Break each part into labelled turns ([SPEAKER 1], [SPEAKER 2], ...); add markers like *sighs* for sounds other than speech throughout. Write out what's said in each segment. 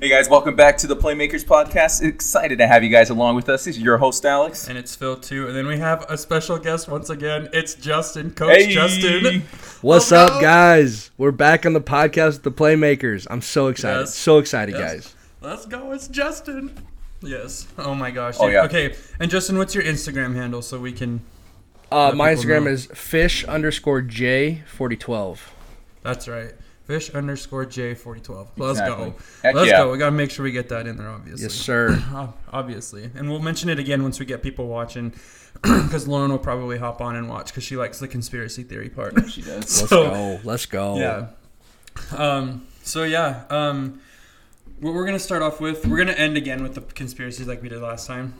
[SPEAKER 1] Hey guys, welcome back to the Playmakers Podcast. Excited to have you guys along with us. This is your host, Alex.
[SPEAKER 2] And it's Phil too. And then we have a special guest once again. It's Justin, Coach
[SPEAKER 1] Hey.
[SPEAKER 2] Justin. Let's
[SPEAKER 3] What's up,
[SPEAKER 2] go.
[SPEAKER 3] guys? We're back on the podcast with the Playmakers. I'm so excited.
[SPEAKER 2] Yes.
[SPEAKER 3] So excited,
[SPEAKER 2] Yes.
[SPEAKER 3] guys.
[SPEAKER 2] Let's go. It's Justin. Yes. Oh my gosh.
[SPEAKER 1] Oh,
[SPEAKER 2] dude.
[SPEAKER 1] yeah.
[SPEAKER 2] Okay. And Justin, what's your Instagram handle so we can?
[SPEAKER 3] Uh,
[SPEAKER 2] Let
[SPEAKER 3] my
[SPEAKER 2] people
[SPEAKER 3] Instagram
[SPEAKER 2] know.
[SPEAKER 3] is fish underscore j forty twelve.
[SPEAKER 2] That's right. Fish underscore J forty twelve. Let's
[SPEAKER 1] Exactly.
[SPEAKER 2] go.
[SPEAKER 1] Heck
[SPEAKER 2] Let's
[SPEAKER 1] yeah.
[SPEAKER 2] go. We gotta make sure we get that in there, obviously.
[SPEAKER 3] Yes, sir.
[SPEAKER 2] Ob- Obviously, and we'll mention it again once we get people watching, *clears throat* because Lauren will probably hop on and watch because she likes the conspiracy theory part. *laughs*
[SPEAKER 1] She does.
[SPEAKER 3] Let's
[SPEAKER 2] So-
[SPEAKER 3] go. Let's go.
[SPEAKER 2] Yeah. Um, so yeah. Um, what we're gonna start off with, we're gonna end again with the conspiracies like we did last time.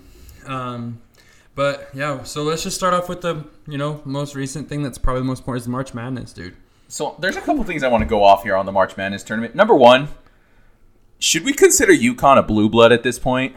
[SPEAKER 2] Um, but yeah, so let's just start off with the you know most recent thing that's probably the most important is March Madness, dude.
[SPEAKER 1] So there's a couple things I want to go off here on the March Madness tournament. Number one, should we consider UConn a blue blood at this point?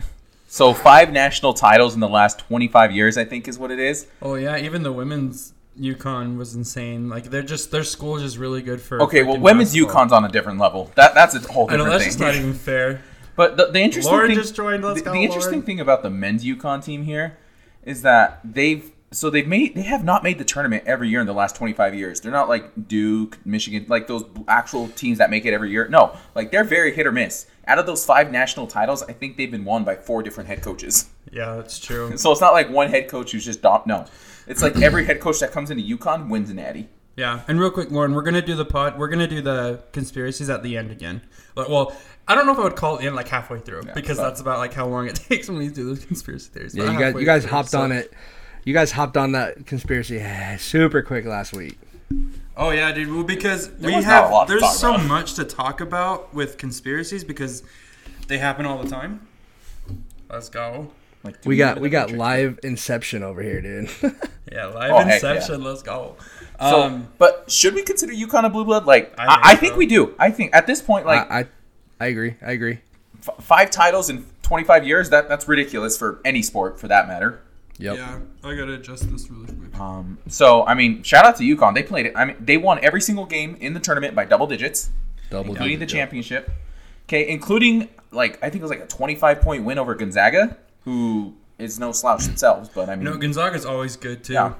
[SPEAKER 1] So five national titles in the last 25 years, I think, is what it is.
[SPEAKER 2] Oh yeah, even the women's UConn was insane. Like they're just their school is just really good for.
[SPEAKER 1] Okay, well,
[SPEAKER 2] freaking
[SPEAKER 1] women's
[SPEAKER 2] basketball.
[SPEAKER 1] UConn's on a different level. That that's a whole
[SPEAKER 2] I know
[SPEAKER 1] different
[SPEAKER 2] that's
[SPEAKER 1] thing.
[SPEAKER 2] just not even fair.
[SPEAKER 1] But the, the interesting
[SPEAKER 2] Lauren
[SPEAKER 1] thing,
[SPEAKER 2] just joined. Let's
[SPEAKER 1] the,
[SPEAKER 2] go,
[SPEAKER 1] the interesting
[SPEAKER 2] Lauren.
[SPEAKER 1] thing about the men's UConn team here is that they've so they've made they have not made the tournament every year in the last 25 years. They're not like Duke, Michigan, like those actual teams that make it every year. No, like they're very hit or miss. Out of those five national titles, I think they've been won by four different head coaches. *laughs*
[SPEAKER 2] Yeah, that's true.
[SPEAKER 1] So it's not like one head coach who's just dom- no. It's like every head coach that comes into UConn wins an Addy.
[SPEAKER 2] Yeah, and real quick, Lauren, we're gonna do the pod. We're gonna do the conspiracies at the end again. Like, well, I don't know if I would call it in like halfway through because
[SPEAKER 1] but-
[SPEAKER 2] that's about like how long it *laughs* takes when we do the conspiracy theories.
[SPEAKER 3] Yeah,
[SPEAKER 2] About
[SPEAKER 3] you guys,
[SPEAKER 2] halfway
[SPEAKER 3] you guys
[SPEAKER 2] through,
[SPEAKER 3] hopped
[SPEAKER 2] so-
[SPEAKER 3] on it. You guys hopped on that conspiracy *sighs* super quick last week.
[SPEAKER 2] Oh yeah, dude. Well, because we
[SPEAKER 1] was not a lot
[SPEAKER 2] have
[SPEAKER 1] to
[SPEAKER 2] there's
[SPEAKER 1] talk
[SPEAKER 2] so
[SPEAKER 1] about.
[SPEAKER 2] much to talk about with conspiracies because they happen all the time. Let's go.
[SPEAKER 1] Like do
[SPEAKER 3] We got
[SPEAKER 1] know
[SPEAKER 3] we
[SPEAKER 1] the
[SPEAKER 3] got
[SPEAKER 1] trick?
[SPEAKER 3] live inception over here, dude. *laughs*
[SPEAKER 2] Yeah, live
[SPEAKER 1] Oh, heck
[SPEAKER 2] inception. Let's go.
[SPEAKER 1] So,
[SPEAKER 2] Um,
[SPEAKER 1] but should we consider UConn a blue blood? Like
[SPEAKER 2] I
[SPEAKER 1] I, I think,
[SPEAKER 2] think so.
[SPEAKER 1] we do. I think at this point, like
[SPEAKER 3] I, I I agree. I agree.
[SPEAKER 1] f- five titles in 25 years that that's ridiculous for any sport for that matter
[SPEAKER 3] Yep.
[SPEAKER 2] yeah, I gotta adjust this really quick.
[SPEAKER 1] um, so i mean shout out to yukon they played it i mean they won every single game in the tournament by double digits
[SPEAKER 3] Double
[SPEAKER 1] including the
[SPEAKER 3] digit.
[SPEAKER 1] championship okay including like i think it was like a 25 point win over gonzaga who is no slouch themselves but i mean
[SPEAKER 2] No, Gonzaga's always good too.
[SPEAKER 1] Yeah.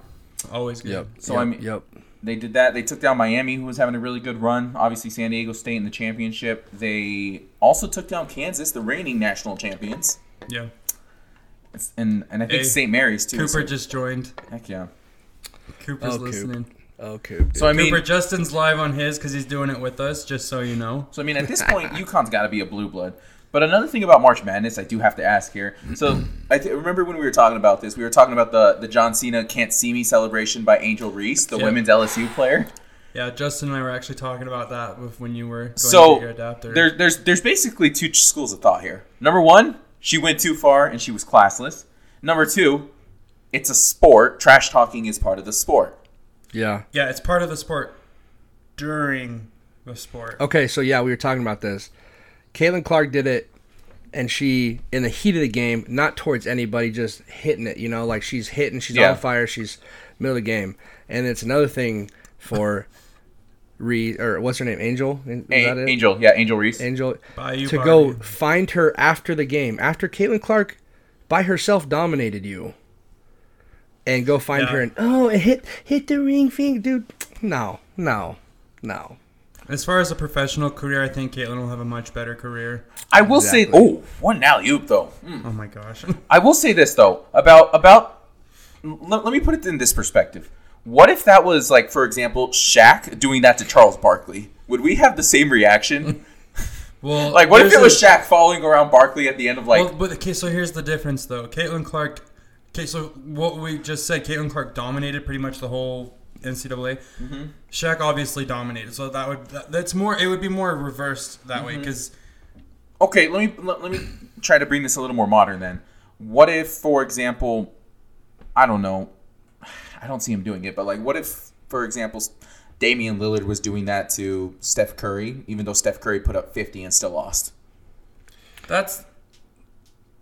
[SPEAKER 2] Always good.
[SPEAKER 3] Yep.
[SPEAKER 1] So,
[SPEAKER 3] yep,
[SPEAKER 1] I mean-
[SPEAKER 3] yep.
[SPEAKER 1] they did that they took down miami who was having a really good run obviously san diego state in the championship they also took down kansas the reigning national champions
[SPEAKER 2] Yeah.
[SPEAKER 1] It's- and and i think
[SPEAKER 2] Hey,
[SPEAKER 1] st mary's too
[SPEAKER 2] Cooper
[SPEAKER 1] so-
[SPEAKER 2] just joined.
[SPEAKER 1] heck yeah
[SPEAKER 2] Cooper's
[SPEAKER 3] Oh, Coop.
[SPEAKER 2] listening.
[SPEAKER 3] Oh, Coop.
[SPEAKER 1] so i mean
[SPEAKER 2] Cooper Justin's live on his because he's doing it with us, just so you know.
[SPEAKER 1] So I mean, at
[SPEAKER 3] *laughs*
[SPEAKER 1] this point, UConn's got to be a blue blood. But another thing about March Madness, I do have to ask here. So I th- remember when we were talking about this, we were talking about the the John Cena "Can't See Me" celebration by Angel Reese, the
[SPEAKER 2] Yeah.
[SPEAKER 1] women's LSU player.
[SPEAKER 2] Yeah, Justin and I were actually talking about that with when you were going to
[SPEAKER 1] So
[SPEAKER 2] get your adapter.
[SPEAKER 1] there, there's there's basically two ch- schools of thought here. Number one, she went too far and she was classless. Number two, it's a sport. Trash talking is part of the sport.
[SPEAKER 3] Yeah.
[SPEAKER 2] yeah, it's part of the sport during the sport.
[SPEAKER 1] Oh,
[SPEAKER 3] Okay, so yeah, we were talking about this. Caitlin Clark did it, and she in the heat of the game, not towards anybody, just hitting it. You know, like she's hitting, she's
[SPEAKER 1] Yeah.
[SPEAKER 3] on fire, she's middle of the game, and it's another thing for *laughs* Reed or what's her name, Angel. Is
[SPEAKER 1] A-
[SPEAKER 3] that it?
[SPEAKER 1] Angel, yeah, Angel Reese.
[SPEAKER 3] Angel
[SPEAKER 2] Bayou
[SPEAKER 3] to
[SPEAKER 2] Party.
[SPEAKER 3] go find her after the game, after Caitlin Clark by herself dominated you, and go find
[SPEAKER 2] Yeah.
[SPEAKER 3] her and oh, it hit hit the ring thing, dude. No, no, no.
[SPEAKER 2] As far as a professional career, I think Caitlin will have a much better career.
[SPEAKER 1] I will say,
[SPEAKER 3] Exactly.
[SPEAKER 1] oh, one alley oop though.
[SPEAKER 2] Oh my gosh. *laughs*
[SPEAKER 1] I will say this though about about let, let me put it in this perspective. What if that was like, for example, Shaq doing that to Charles Barkley? Would we have the same
[SPEAKER 2] *laughs*
[SPEAKER 1] reaction?
[SPEAKER 2] Well,
[SPEAKER 1] Like, what if
[SPEAKER 2] there's
[SPEAKER 1] it was
[SPEAKER 2] a-
[SPEAKER 1] Shaq falling around Barkley at the end of like?
[SPEAKER 2] Well, but okay, so here's the difference though. Caitlin Clark. Okay, so what we just said, Caitlin Clark dominated pretty much the whole NCAA.
[SPEAKER 3] Mm-hmm.
[SPEAKER 2] Shaq obviously dominated, so that would that, that's more. It would be more reversed that
[SPEAKER 3] Mm-hmm.
[SPEAKER 2] way 'cause way
[SPEAKER 1] okay, let me let, let me try to bring this a little more modern. Then, what if, for example, I don't know, I don't see him doing it, but like, what if, for example, Damian Lillard was doing that to Steph Curry, even though Steph Curry put up fifty and still lost?
[SPEAKER 2] because that's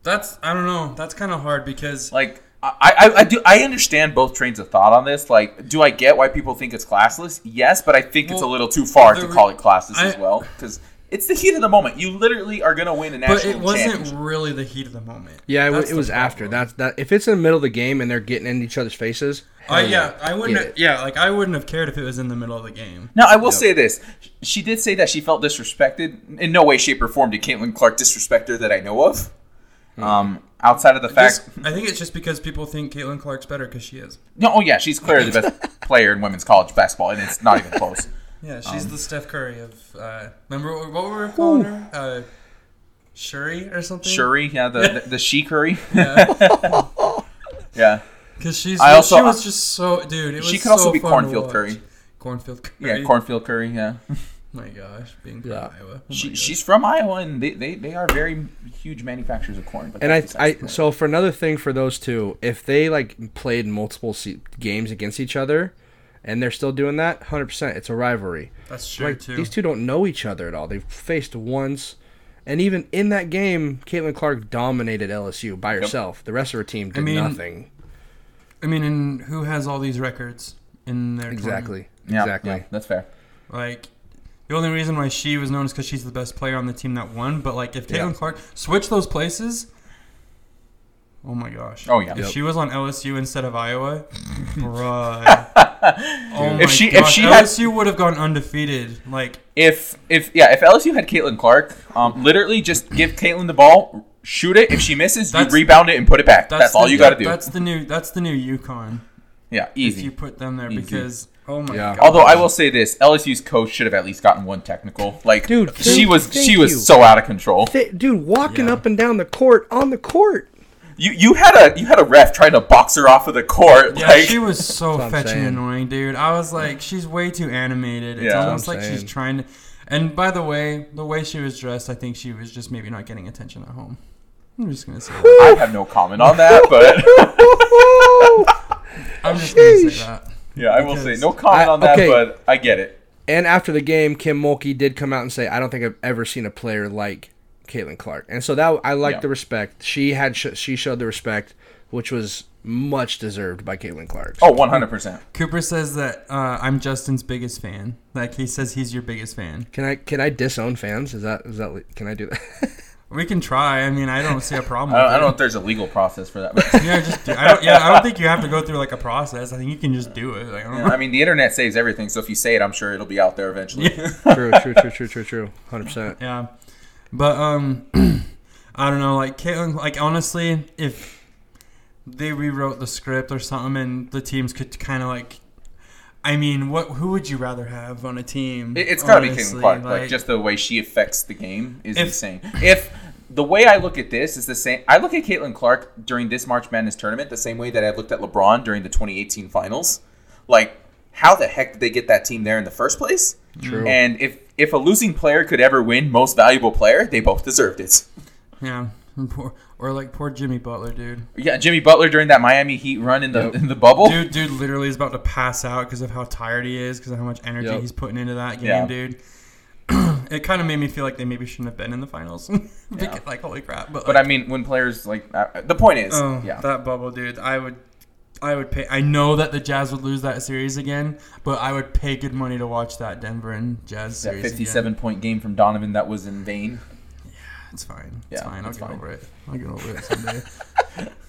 [SPEAKER 2] that's I don't know. That's kind of hard because
[SPEAKER 1] like I, I, I do I understand both trains of thought on this. Like, do I get why people think it's classless? Yes, but I think it's a
[SPEAKER 2] Well,
[SPEAKER 1] little too far
[SPEAKER 2] the
[SPEAKER 1] to
[SPEAKER 2] re-
[SPEAKER 1] call it classless
[SPEAKER 2] I-
[SPEAKER 1] as well because It's the heat of the moment. You literally are going to win a national
[SPEAKER 2] But it
[SPEAKER 1] championship.
[SPEAKER 2] wasn't really the heat of the moment.
[SPEAKER 3] Yeah, it, wa-
[SPEAKER 2] That's
[SPEAKER 3] it
[SPEAKER 2] the
[SPEAKER 3] was after.
[SPEAKER 2] problem.
[SPEAKER 3] That's that. If it's in the middle of the game and they're getting in each other's faces,
[SPEAKER 2] I,
[SPEAKER 3] hell
[SPEAKER 2] Oh, yeah, I wouldn't.
[SPEAKER 3] Get
[SPEAKER 2] Have,
[SPEAKER 3] it.
[SPEAKER 2] yeah, like I wouldn't have cared if it was in the middle of the game.
[SPEAKER 1] Now, I will say this. She did say that she felt disrespected. In no way, shape, or form did Caitlin Clark disrespect her that I know of. Um, outside of the fact.
[SPEAKER 2] Just- I think it's just because people think Caitlin Clark's better because she is.
[SPEAKER 1] *laughs* No, oh, yeah, she's clearly the
[SPEAKER 2] *laughs*
[SPEAKER 1] best player in women's college basketball, and it's not even close.
[SPEAKER 2] Yeah, she's
[SPEAKER 1] Um,
[SPEAKER 2] the Steph Curry of. Uh, remember what, what we were calling her? Uh, Shuri or something.
[SPEAKER 1] Shuri, yeah, the, the, the she curry. *laughs* yeah.
[SPEAKER 2] Because she's.
[SPEAKER 1] I also-
[SPEAKER 2] she was just so dude. It was
[SPEAKER 1] She could also
[SPEAKER 2] so
[SPEAKER 1] be
[SPEAKER 2] fun to
[SPEAKER 1] Cornfield
[SPEAKER 2] watch.
[SPEAKER 1] Curry.
[SPEAKER 2] Cornfield Curry. Oh
[SPEAKER 1] Yeah, cornfield curry, Oh yeah.
[SPEAKER 2] my gosh, being from
[SPEAKER 3] Yeah.
[SPEAKER 2] Iowa. Oh my
[SPEAKER 1] *laughs* She,
[SPEAKER 2] gosh.
[SPEAKER 1] she's from Iowa, and they, they, they are very huge manufacturers of corn. But
[SPEAKER 3] And I,
[SPEAKER 1] that's
[SPEAKER 3] I
[SPEAKER 1] besides the point.
[SPEAKER 3] so for another thing for those two, if they like played multiple se- games against each other, and they're still doing that, hundred percent, it's a rivalry.
[SPEAKER 2] that's true
[SPEAKER 3] Like
[SPEAKER 2] too.
[SPEAKER 3] these two don't know each other at all. They've faced once, and even in that game, Caitlin Clark dominated LSU by herself. The rest of her team did
[SPEAKER 2] mean,
[SPEAKER 3] nothing.
[SPEAKER 2] I mean, and who has all these records in their
[SPEAKER 3] Exactly.
[SPEAKER 1] Yeah,
[SPEAKER 3] exactly.
[SPEAKER 1] yeah, that's fair.
[SPEAKER 2] tournament? Like the only reason why she was known is because she's the best player on the team that won. But like if Caitlin
[SPEAKER 3] Yeah.
[SPEAKER 2] Clark switched those places, oh my gosh.
[SPEAKER 1] Oh, yeah.
[SPEAKER 2] If
[SPEAKER 3] Yep.
[SPEAKER 2] she was on LSU instead
[SPEAKER 1] *laughs*
[SPEAKER 2] of Iowa, bruh. oh my
[SPEAKER 1] If she- if
[SPEAKER 2] gosh.
[SPEAKER 1] she had-
[SPEAKER 2] LSU would have gone undefeated. Like
[SPEAKER 1] If if yeah, if LSU had Caitlin Clark, um, literally just give Caitlin the ball, shoot it. If she misses, you
[SPEAKER 2] That's-
[SPEAKER 1] rebound it and put it back. That's, all
[SPEAKER 2] the
[SPEAKER 1] you
[SPEAKER 2] new-
[SPEAKER 1] got to do.
[SPEAKER 2] That's the new. That's the new UConn.
[SPEAKER 1] yeah,
[SPEAKER 2] If
[SPEAKER 1] easy.
[SPEAKER 2] you put them there,
[SPEAKER 1] Easy.
[SPEAKER 2] because oh my
[SPEAKER 3] Yeah.
[SPEAKER 2] god.
[SPEAKER 1] Although I will say this, LSU's coach should have at least gotten one technical. Like,
[SPEAKER 3] Dude,
[SPEAKER 1] she
[SPEAKER 3] thank-
[SPEAKER 1] was she
[SPEAKER 3] thank
[SPEAKER 1] was
[SPEAKER 3] you.
[SPEAKER 1] so out of control.
[SPEAKER 3] They- dude, walking
[SPEAKER 2] Yeah.
[SPEAKER 3] up and down the court on the
[SPEAKER 1] *laughs*
[SPEAKER 3] court.
[SPEAKER 1] You you had a you had a ref trying to box her off of the court.
[SPEAKER 2] Yeah,
[SPEAKER 1] like,
[SPEAKER 2] she was so
[SPEAKER 3] what I'm
[SPEAKER 2] fetching
[SPEAKER 3] saying.
[SPEAKER 2] annoying, dude. I was like, she's way too animated. It's
[SPEAKER 1] Yeah. That's what
[SPEAKER 2] almost
[SPEAKER 3] I'm
[SPEAKER 2] like she's
[SPEAKER 3] saying.
[SPEAKER 2] trying to. And by the way, the way she was dressed, I think she was just maybe not getting attention at home. I'm just gonna say that.
[SPEAKER 1] I have no comment on that, but
[SPEAKER 3] *laughs*
[SPEAKER 2] I'm just gonna say
[SPEAKER 3] Sheesh.
[SPEAKER 2] that.
[SPEAKER 1] yeah, I will say
[SPEAKER 2] Because-
[SPEAKER 1] no comment
[SPEAKER 3] I-
[SPEAKER 1] on that.
[SPEAKER 3] okay.
[SPEAKER 1] But I get it.
[SPEAKER 3] And after the game, Kim Mulkey did come out and say, "I don't think I've ever seen a player like Caitlin Clark." And so that I like
[SPEAKER 1] Yeah.
[SPEAKER 3] the respect she had. Sh- she showed the respect, which was much deserved by Caitlin Clark.
[SPEAKER 1] Oh, 100 percent.
[SPEAKER 2] Cooper says that uh, I'm Justin's biggest fan. Like he says he's your biggest fan.
[SPEAKER 3] Can I can I disown fans? Is that is that can I do that?
[SPEAKER 1] *laughs*
[SPEAKER 2] We can try. I mean, I don't see a problem.
[SPEAKER 1] I
[SPEAKER 2] With
[SPEAKER 1] don't, I don't know
[SPEAKER 2] it.
[SPEAKER 1] if there's a legal process for that. But
[SPEAKER 2] Yeah, just do, I don't. Yeah, I don't think you have to go through like a process. I think you can just do it. Like, I don't
[SPEAKER 1] Yeah, *laughs*
[SPEAKER 2] know. *laughs*
[SPEAKER 1] I mean, the internet saves everything, so if you say it, I'm sure it'll be out there eventually.
[SPEAKER 3] true, true, true, true, true, true. Hundred percent.
[SPEAKER 2] Yeah, but um, *clears throat* I don't know. Like Caitlin, like honestly, if they rewrote the script or something, and the teams could kind of like, I mean, what who would you rather have on a
[SPEAKER 1] *laughs*
[SPEAKER 2] team?
[SPEAKER 1] It, has got to be Caitlin
[SPEAKER 2] honestly?
[SPEAKER 1] Clark. Like, just the way she affects the game is
[SPEAKER 2] If-
[SPEAKER 1] insane. If the way I look at this is the same, I look at Caitlin Clark during this March Madness tournament the same way that I looked at LeBron during the 2018 Finals. Like, how the heck did they get that team there in the first place?
[SPEAKER 3] True.
[SPEAKER 1] And if if a losing player could ever win Most Valuable Player, they both deserved it.
[SPEAKER 2] yeah, *laughs* and poor, or like poor Jimmy Butler, dude.
[SPEAKER 1] Yeah, Jimmy Butler during that Miami Heat run in the
[SPEAKER 3] Yep.
[SPEAKER 1] in the bubble.
[SPEAKER 2] Dude, dude, literally is about to pass out because of how tired he is, because of how much energy
[SPEAKER 3] Yep.
[SPEAKER 2] he's putting into that game,
[SPEAKER 1] Yeah.
[SPEAKER 2] dude. *clears throat* it kind of made me feel like they maybe shouldn't have been in the finals. *laughs* Because, Like, holy crap! But,
[SPEAKER 1] But I mean, when players like uh, the point is,
[SPEAKER 2] Oh,
[SPEAKER 1] yeah,
[SPEAKER 2] that bubble, dude. I would, I would pay. I know that the Jazz would lose that series again, but I would pay good money to watch that Denver and Jazz
[SPEAKER 1] that
[SPEAKER 2] series.
[SPEAKER 1] 57
[SPEAKER 2] again.
[SPEAKER 1] point game from Donovan that was in vain.
[SPEAKER 2] It's fine. It's
[SPEAKER 1] Yeah,
[SPEAKER 2] fine. I'll
[SPEAKER 1] it's
[SPEAKER 2] get
[SPEAKER 1] fine.
[SPEAKER 2] over it. I'll get over it someday. *laughs*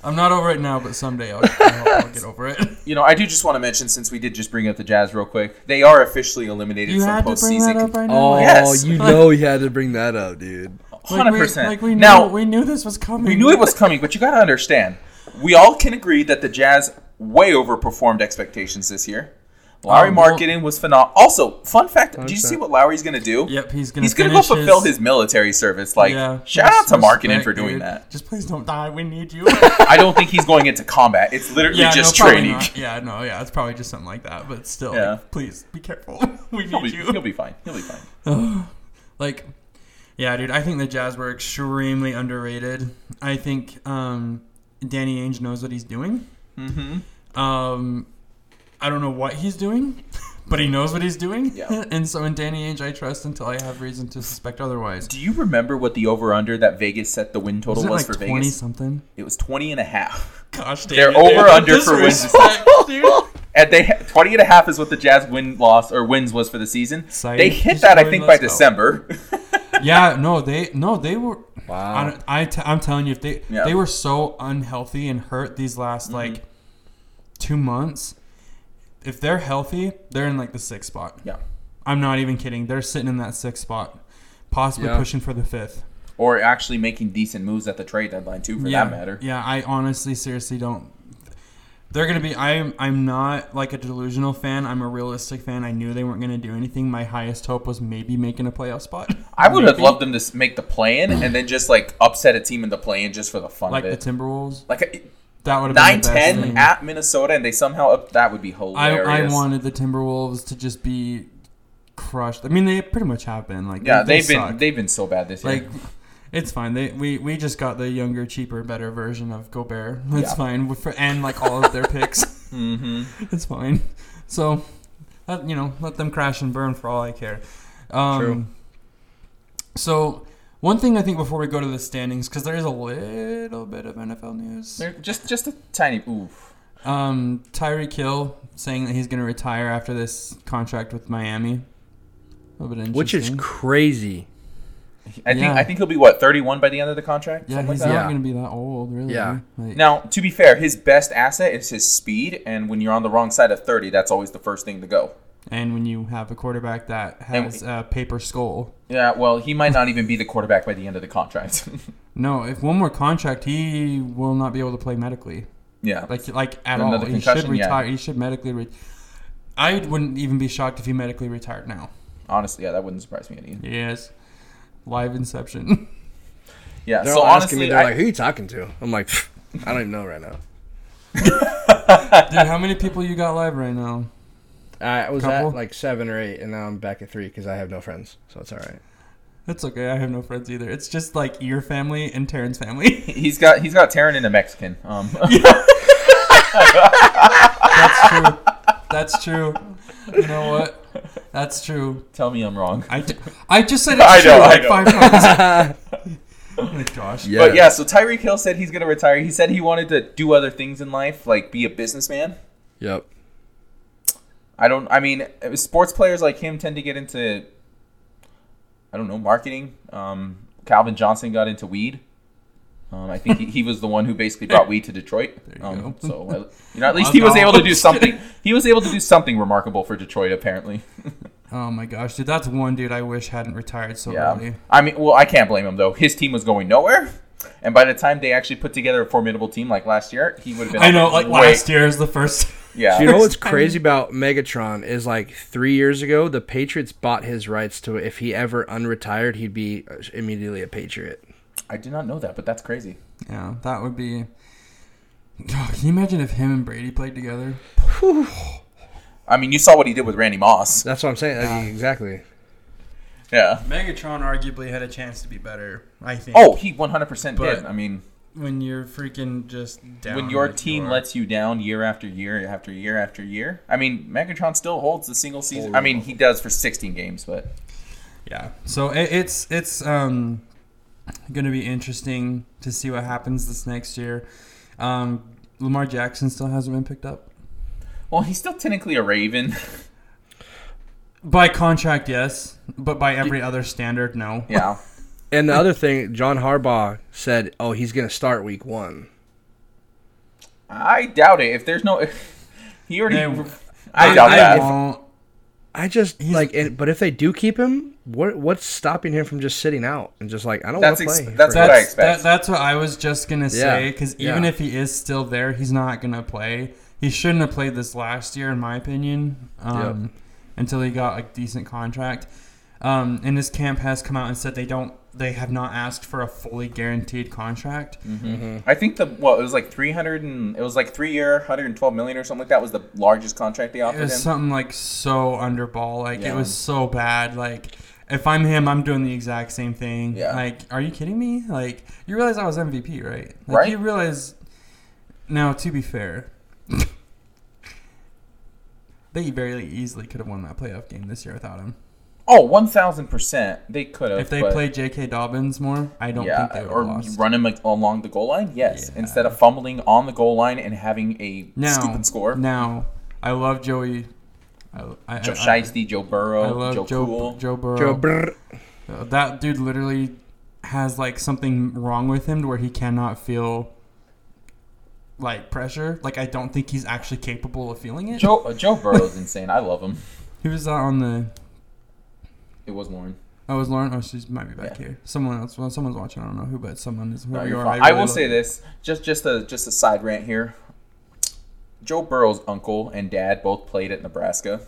[SPEAKER 2] I'm not over it now, but someday I'll,
[SPEAKER 1] *laughs*
[SPEAKER 2] I'll, I'll get over it.
[SPEAKER 1] You know, I do just want to mention since we did just bring up the Jazz real quick, they are officially eliminated
[SPEAKER 2] You
[SPEAKER 1] from
[SPEAKER 2] had to bring that
[SPEAKER 1] postseason.
[SPEAKER 2] up right now.
[SPEAKER 3] Oh,
[SPEAKER 2] Like,
[SPEAKER 1] Yes.
[SPEAKER 3] you know you had to bring that up, dude.
[SPEAKER 1] Hundred
[SPEAKER 2] we-
[SPEAKER 1] percent.
[SPEAKER 2] Like we knew,
[SPEAKER 1] Now
[SPEAKER 2] we knew this was coming.
[SPEAKER 1] we knew it was coming, but you got to understand, we all can agree that the Jazz way overperformed expectations this year. Lowry
[SPEAKER 2] Um, well-
[SPEAKER 1] Marketing was phenomenal. Also, fun fact: Do you see what Lowry's going to do?
[SPEAKER 2] Yep, he's gonna.
[SPEAKER 1] He's going to go
[SPEAKER 2] finish
[SPEAKER 1] fulfill his military service. Like,
[SPEAKER 2] yeah,
[SPEAKER 1] shout out to Marketing
[SPEAKER 2] respect,
[SPEAKER 1] for doing
[SPEAKER 2] dude.
[SPEAKER 1] that.
[SPEAKER 2] Just please don't die. We
[SPEAKER 1] *laughs*
[SPEAKER 2] need you.
[SPEAKER 1] I don't think he's going into combat. It's literally just
[SPEAKER 2] probably
[SPEAKER 1] training.
[SPEAKER 2] not. Yeah, no, yeah, it's probably just something like that. But still,
[SPEAKER 1] Yeah.
[SPEAKER 2] like, please be careful. *laughs*
[SPEAKER 1] *laughs*
[SPEAKER 2] we
[SPEAKER 1] He'll
[SPEAKER 2] need
[SPEAKER 1] be, he'll *laughs*
[SPEAKER 2] you.
[SPEAKER 1] be fine. He'll be fine.
[SPEAKER 2] Like, yeah, dude, I think the Jazz were extremely underrated. I think um, Danny Ainge knows what he's doing. Mm-hmm. Um, I don't know what he's doing, *laughs* but he knows what he's doing.
[SPEAKER 1] Yeah.
[SPEAKER 2] *laughs* and so in Danny Ainge, I trust until I have reason to suspect otherwise.
[SPEAKER 1] Do you remember what the over under that Vegas set the win total
[SPEAKER 2] Was
[SPEAKER 1] was,
[SPEAKER 2] it like
[SPEAKER 1] for
[SPEAKER 2] twenty
[SPEAKER 1] Vegas?
[SPEAKER 2] something?
[SPEAKER 1] It was 20 and a half.
[SPEAKER 2] Gosh, damn
[SPEAKER 1] They're
[SPEAKER 2] it, dude.
[SPEAKER 1] over under for wins.
[SPEAKER 2] Disrespect, dude.
[SPEAKER 1] *laughs* And they ha- 20 and a half is what the Jazz win loss or wins was for the season.
[SPEAKER 2] Sighting.
[SPEAKER 1] They hit
[SPEAKER 2] Just
[SPEAKER 1] that I
[SPEAKER 2] going, Oh.
[SPEAKER 1] think by
[SPEAKER 2] *laughs* let's go.
[SPEAKER 1] December. *laughs*
[SPEAKER 2] yeah, no, they no, they were.
[SPEAKER 3] Wow.
[SPEAKER 2] I, don't- I t- I'm telling you, if
[SPEAKER 1] Yeah.
[SPEAKER 2] they
[SPEAKER 1] Mm-hmm.
[SPEAKER 2] they were so unhealthy and hurt these last like two months, if they're healthy, they're in like the sixth spot.
[SPEAKER 1] Yeah.
[SPEAKER 2] I'm not even kidding. They're sitting in that sixth spot, possibly
[SPEAKER 3] Yeah.
[SPEAKER 2] pushing for the fifth.
[SPEAKER 1] Or actually making decent moves at the trade deadline too, for
[SPEAKER 2] yeah,
[SPEAKER 1] that matter.
[SPEAKER 2] Yeah, I honestly, seriously don't. They're gonna be. I'm. I'm not like a delusional fan. I'm a realistic fan. I knew they weren't gonna do anything. My highest hope was maybe making a playoff spot,
[SPEAKER 1] I would have
[SPEAKER 2] Maybe.
[SPEAKER 1] loved them to s- make the play-in and then just like upset a team in the play-in just for the fun
[SPEAKER 2] like
[SPEAKER 1] of
[SPEAKER 2] the
[SPEAKER 1] it.
[SPEAKER 2] Timberwolves.
[SPEAKER 1] like uh,
[SPEAKER 2] That would have been
[SPEAKER 1] nine
[SPEAKER 2] the best
[SPEAKER 1] ten
[SPEAKER 2] thing.
[SPEAKER 1] at Minnesota, and they somehow up, that would be
[SPEAKER 2] I,
[SPEAKER 1] hilarious.
[SPEAKER 2] I wanted the Timberwolves to just be crushed. I mean, they pretty much have been. Like,
[SPEAKER 1] Yeah,
[SPEAKER 2] they,
[SPEAKER 1] they've been
[SPEAKER 2] suck.
[SPEAKER 1] they've been so bad this year.
[SPEAKER 2] like. It's fine. They we, we just got the younger, cheaper, better version of Gobert. *laughs* It's
[SPEAKER 1] Yeah.
[SPEAKER 2] fine. With- for- And like all of their
[SPEAKER 1] *laughs*
[SPEAKER 2] picks,
[SPEAKER 1] mm-hmm.
[SPEAKER 2] *laughs* it's fine. So, let, you know, let them crash and burn for all I care. Um,
[SPEAKER 3] True.
[SPEAKER 2] So, one thing I think before we go to the standings, because there is a little bit of NFL news.
[SPEAKER 1] They're just just a tiny oof.
[SPEAKER 2] Um, Tyree Kill saying that he's going to retire after this contract with Miami. A little bit interesting.
[SPEAKER 3] Which is crazy.
[SPEAKER 1] I think
[SPEAKER 2] Yeah.
[SPEAKER 1] I think he'll be what thirty one by the end of the contract.
[SPEAKER 2] yeah,
[SPEAKER 1] Something
[SPEAKER 2] he's
[SPEAKER 1] like that?
[SPEAKER 2] not
[SPEAKER 3] Yeah.
[SPEAKER 2] going to be that old, really.
[SPEAKER 3] Yeah.
[SPEAKER 2] Like,
[SPEAKER 1] Now, to be fair, his best asset is his speed, and when you're on the wrong side of thirty, that's always the first thing to go.
[SPEAKER 2] And when you have a quarterback that has a paper skull,
[SPEAKER 1] Yeah, well, he might not even be the quarterback by the end of the contract. *laughs*
[SPEAKER 2] no, if one more contract, he will not be able to play medically,
[SPEAKER 1] yeah,
[SPEAKER 2] like like at
[SPEAKER 1] Another
[SPEAKER 2] all. He should
[SPEAKER 1] concussion, yeah.
[SPEAKER 2] retire. He should medically. Re- I wouldn't even be shocked if he medically retired now.
[SPEAKER 1] honestly, yeah, that wouldn't surprise me any.
[SPEAKER 2] Yes, live inception. *laughs*
[SPEAKER 1] Yeah,
[SPEAKER 3] They're
[SPEAKER 1] so
[SPEAKER 3] all
[SPEAKER 1] honestly,
[SPEAKER 3] asking me, they're
[SPEAKER 1] I-
[SPEAKER 3] like, "Who you talking to?" I'm like, "Pfft, "I don't even know right now."
[SPEAKER 2] Dude, how many people you got live right now?
[SPEAKER 3] I was
[SPEAKER 2] Couple?
[SPEAKER 3] at like seven or eight, and now I'm back at three because I have no friends, so it's all right.
[SPEAKER 2] That's okay. I have no friends either. It's just like your family and Taryn's
[SPEAKER 1] *laughs* *laughs*
[SPEAKER 2] family.
[SPEAKER 1] he's got he's got Taryn in a Mexican. *laughs* Um,
[SPEAKER 2] That's true. That's true. You know what? That's true.
[SPEAKER 1] tell me I'm wrong.
[SPEAKER 2] I, ju- I just said it's
[SPEAKER 1] I
[SPEAKER 2] true
[SPEAKER 1] know, I
[SPEAKER 2] like
[SPEAKER 1] know.
[SPEAKER 2] five
[SPEAKER 1] *laughs*
[SPEAKER 2] times. Oh my gosh.
[SPEAKER 3] Yeah.
[SPEAKER 1] But yeah, so Tyreek Hill said he's gonna retire. He said he wanted to do other things in life, like be a businessman.
[SPEAKER 3] Yep.
[SPEAKER 1] I don't. I mean, sports players like him tend to get into, I don't know, marketing. Um, Calvin Johnson got into weed. Um, I think he, he was the one who basically brought weed to
[SPEAKER 2] *laughs*
[SPEAKER 1] Detroit.
[SPEAKER 2] you
[SPEAKER 1] um,
[SPEAKER 2] go.
[SPEAKER 1] So uh, you know, at least
[SPEAKER 2] Wow,
[SPEAKER 1] he was
[SPEAKER 2] no.
[SPEAKER 1] able to do something. He was able to do something remarkable for Detroit, apparently. *laughs*
[SPEAKER 2] Oh my gosh, dude. That's one dude I wish hadn't retired so
[SPEAKER 1] Yeah.
[SPEAKER 2] early.
[SPEAKER 1] I mean, well, I can't blame him though. His team was going nowhere, and by the time they actually put together a formidable team like last year, he would have been.
[SPEAKER 2] I know, like
[SPEAKER 1] way-
[SPEAKER 2] last year is the first. *laughs*
[SPEAKER 1] Yeah.
[SPEAKER 3] Do you know what's
[SPEAKER 2] First time.
[SPEAKER 3] crazy about Megatron is like three years ago, the Patriots bought his rights to if he ever unretired, he'd be uh, immediately a Patriot.
[SPEAKER 1] I did not know that, but that's crazy.
[SPEAKER 2] Yeah, that would be. *sighs* God, can you imagine if him and Brady played together?
[SPEAKER 1] I mean, you saw what he did with Randy *laughs* Moss.
[SPEAKER 3] That's what I'm saying.
[SPEAKER 1] Ah.
[SPEAKER 3] Like, exactly.
[SPEAKER 1] Yeah.
[SPEAKER 2] Megatron arguably had a chance to be better, I think.
[SPEAKER 1] Oh, he 100% did.
[SPEAKER 2] But-
[SPEAKER 1] I mean,
[SPEAKER 2] When you're freaking just down.
[SPEAKER 1] when your
[SPEAKER 2] like you
[SPEAKER 1] team
[SPEAKER 2] are.
[SPEAKER 1] lets you down year after year after year after year. I mean, Megatron still holds the single season. I mean, he does for 16 games, but
[SPEAKER 2] Yeah. So it, it's it's um going to be interesting to see what happens this next year. Um, Lamar Jackson still hasn't been picked up
[SPEAKER 1] well, he's still technically a Raven. *laughs*
[SPEAKER 2] by contract, yes, but by every other standard, no.
[SPEAKER 1] yeah.
[SPEAKER 3] And the other thing, John Harbaugh said, "Oh, he's gonna start week one."
[SPEAKER 1] I doubt it. If there's no *laughs* he already
[SPEAKER 2] No.
[SPEAKER 1] I doubt
[SPEAKER 3] I-
[SPEAKER 1] that.
[SPEAKER 2] won't-
[SPEAKER 3] I just
[SPEAKER 2] He's-
[SPEAKER 3] like, and, but if they do keep him, what what's stopping him from just sitting out and just like I don't want
[SPEAKER 1] That's
[SPEAKER 3] to
[SPEAKER 1] ex-
[SPEAKER 3] play?
[SPEAKER 1] that's
[SPEAKER 3] for-
[SPEAKER 1] what I
[SPEAKER 2] that's
[SPEAKER 1] expect.
[SPEAKER 2] that, that's what I was just gonna say.
[SPEAKER 3] Yeah,
[SPEAKER 2] Because
[SPEAKER 3] yeah.
[SPEAKER 2] even if he is still there, he's not gonna play. He shouldn't have played this last year, in my opinion. Um, Until he got a decent contract. Um, and his camp has come out and said they don't. They have not asked for a fully guaranteed contract.
[SPEAKER 3] Mm-hmm.
[SPEAKER 1] I think the well, it was like 300 and it was like 3 year, 112 million or something like that was the largest contract they
[SPEAKER 2] It
[SPEAKER 1] offered him.
[SPEAKER 2] was something like so underball. Like
[SPEAKER 1] Yeah.
[SPEAKER 2] it was so bad. Like if I'm him, I'm doing the exact same thing.
[SPEAKER 1] Yeah.
[SPEAKER 2] Like, are you kidding me? Like you realize I was MVP, right? Like,
[SPEAKER 1] Right.
[SPEAKER 2] You realize. Now, to be fair, *laughs* they very easily could have won that playoff game this year without him.
[SPEAKER 1] oh, 1000%. They could have.
[SPEAKER 2] If they
[SPEAKER 1] but-
[SPEAKER 2] played J.K. Dobbins more, I don't
[SPEAKER 1] yeah,
[SPEAKER 2] think they would
[SPEAKER 1] or
[SPEAKER 2] have lost.
[SPEAKER 1] run him like, along the goal line. Yes,
[SPEAKER 2] Yeah.
[SPEAKER 1] instead of fumbling on the goal line and having a
[SPEAKER 2] now,
[SPEAKER 1] scoop and score.
[SPEAKER 2] Now, I love Joey. I, I,
[SPEAKER 1] Joe
[SPEAKER 2] I,
[SPEAKER 1] Shiesty, Joe
[SPEAKER 2] I,
[SPEAKER 1] Burrow,
[SPEAKER 2] love
[SPEAKER 1] Joe,
[SPEAKER 2] Joe,
[SPEAKER 1] Cool.
[SPEAKER 2] Joe Burrow.
[SPEAKER 3] Joe Brr-
[SPEAKER 2] Uh, that dude literally has like something wrong with him to where he cannot feel like pressure. Like I don't think he's actually capable of feeling it.
[SPEAKER 1] Joe uh, Joe Burrow's insane. I love him.
[SPEAKER 2] Who was that on the?
[SPEAKER 1] It was Lauren.
[SPEAKER 2] Oh, it was Lauren? Oh, she might be back
[SPEAKER 1] Yeah.
[SPEAKER 2] here. Someone else. Well, someone's watching. I don't know who, but someone is.
[SPEAKER 1] No,
[SPEAKER 2] Whoever you
[SPEAKER 1] you're
[SPEAKER 2] are,
[SPEAKER 1] fine. I,
[SPEAKER 2] really
[SPEAKER 1] will
[SPEAKER 2] love
[SPEAKER 1] say
[SPEAKER 2] you.
[SPEAKER 1] this, just just a just a side rant here. Joe Burrow's uncle and dad both played at Nebraska,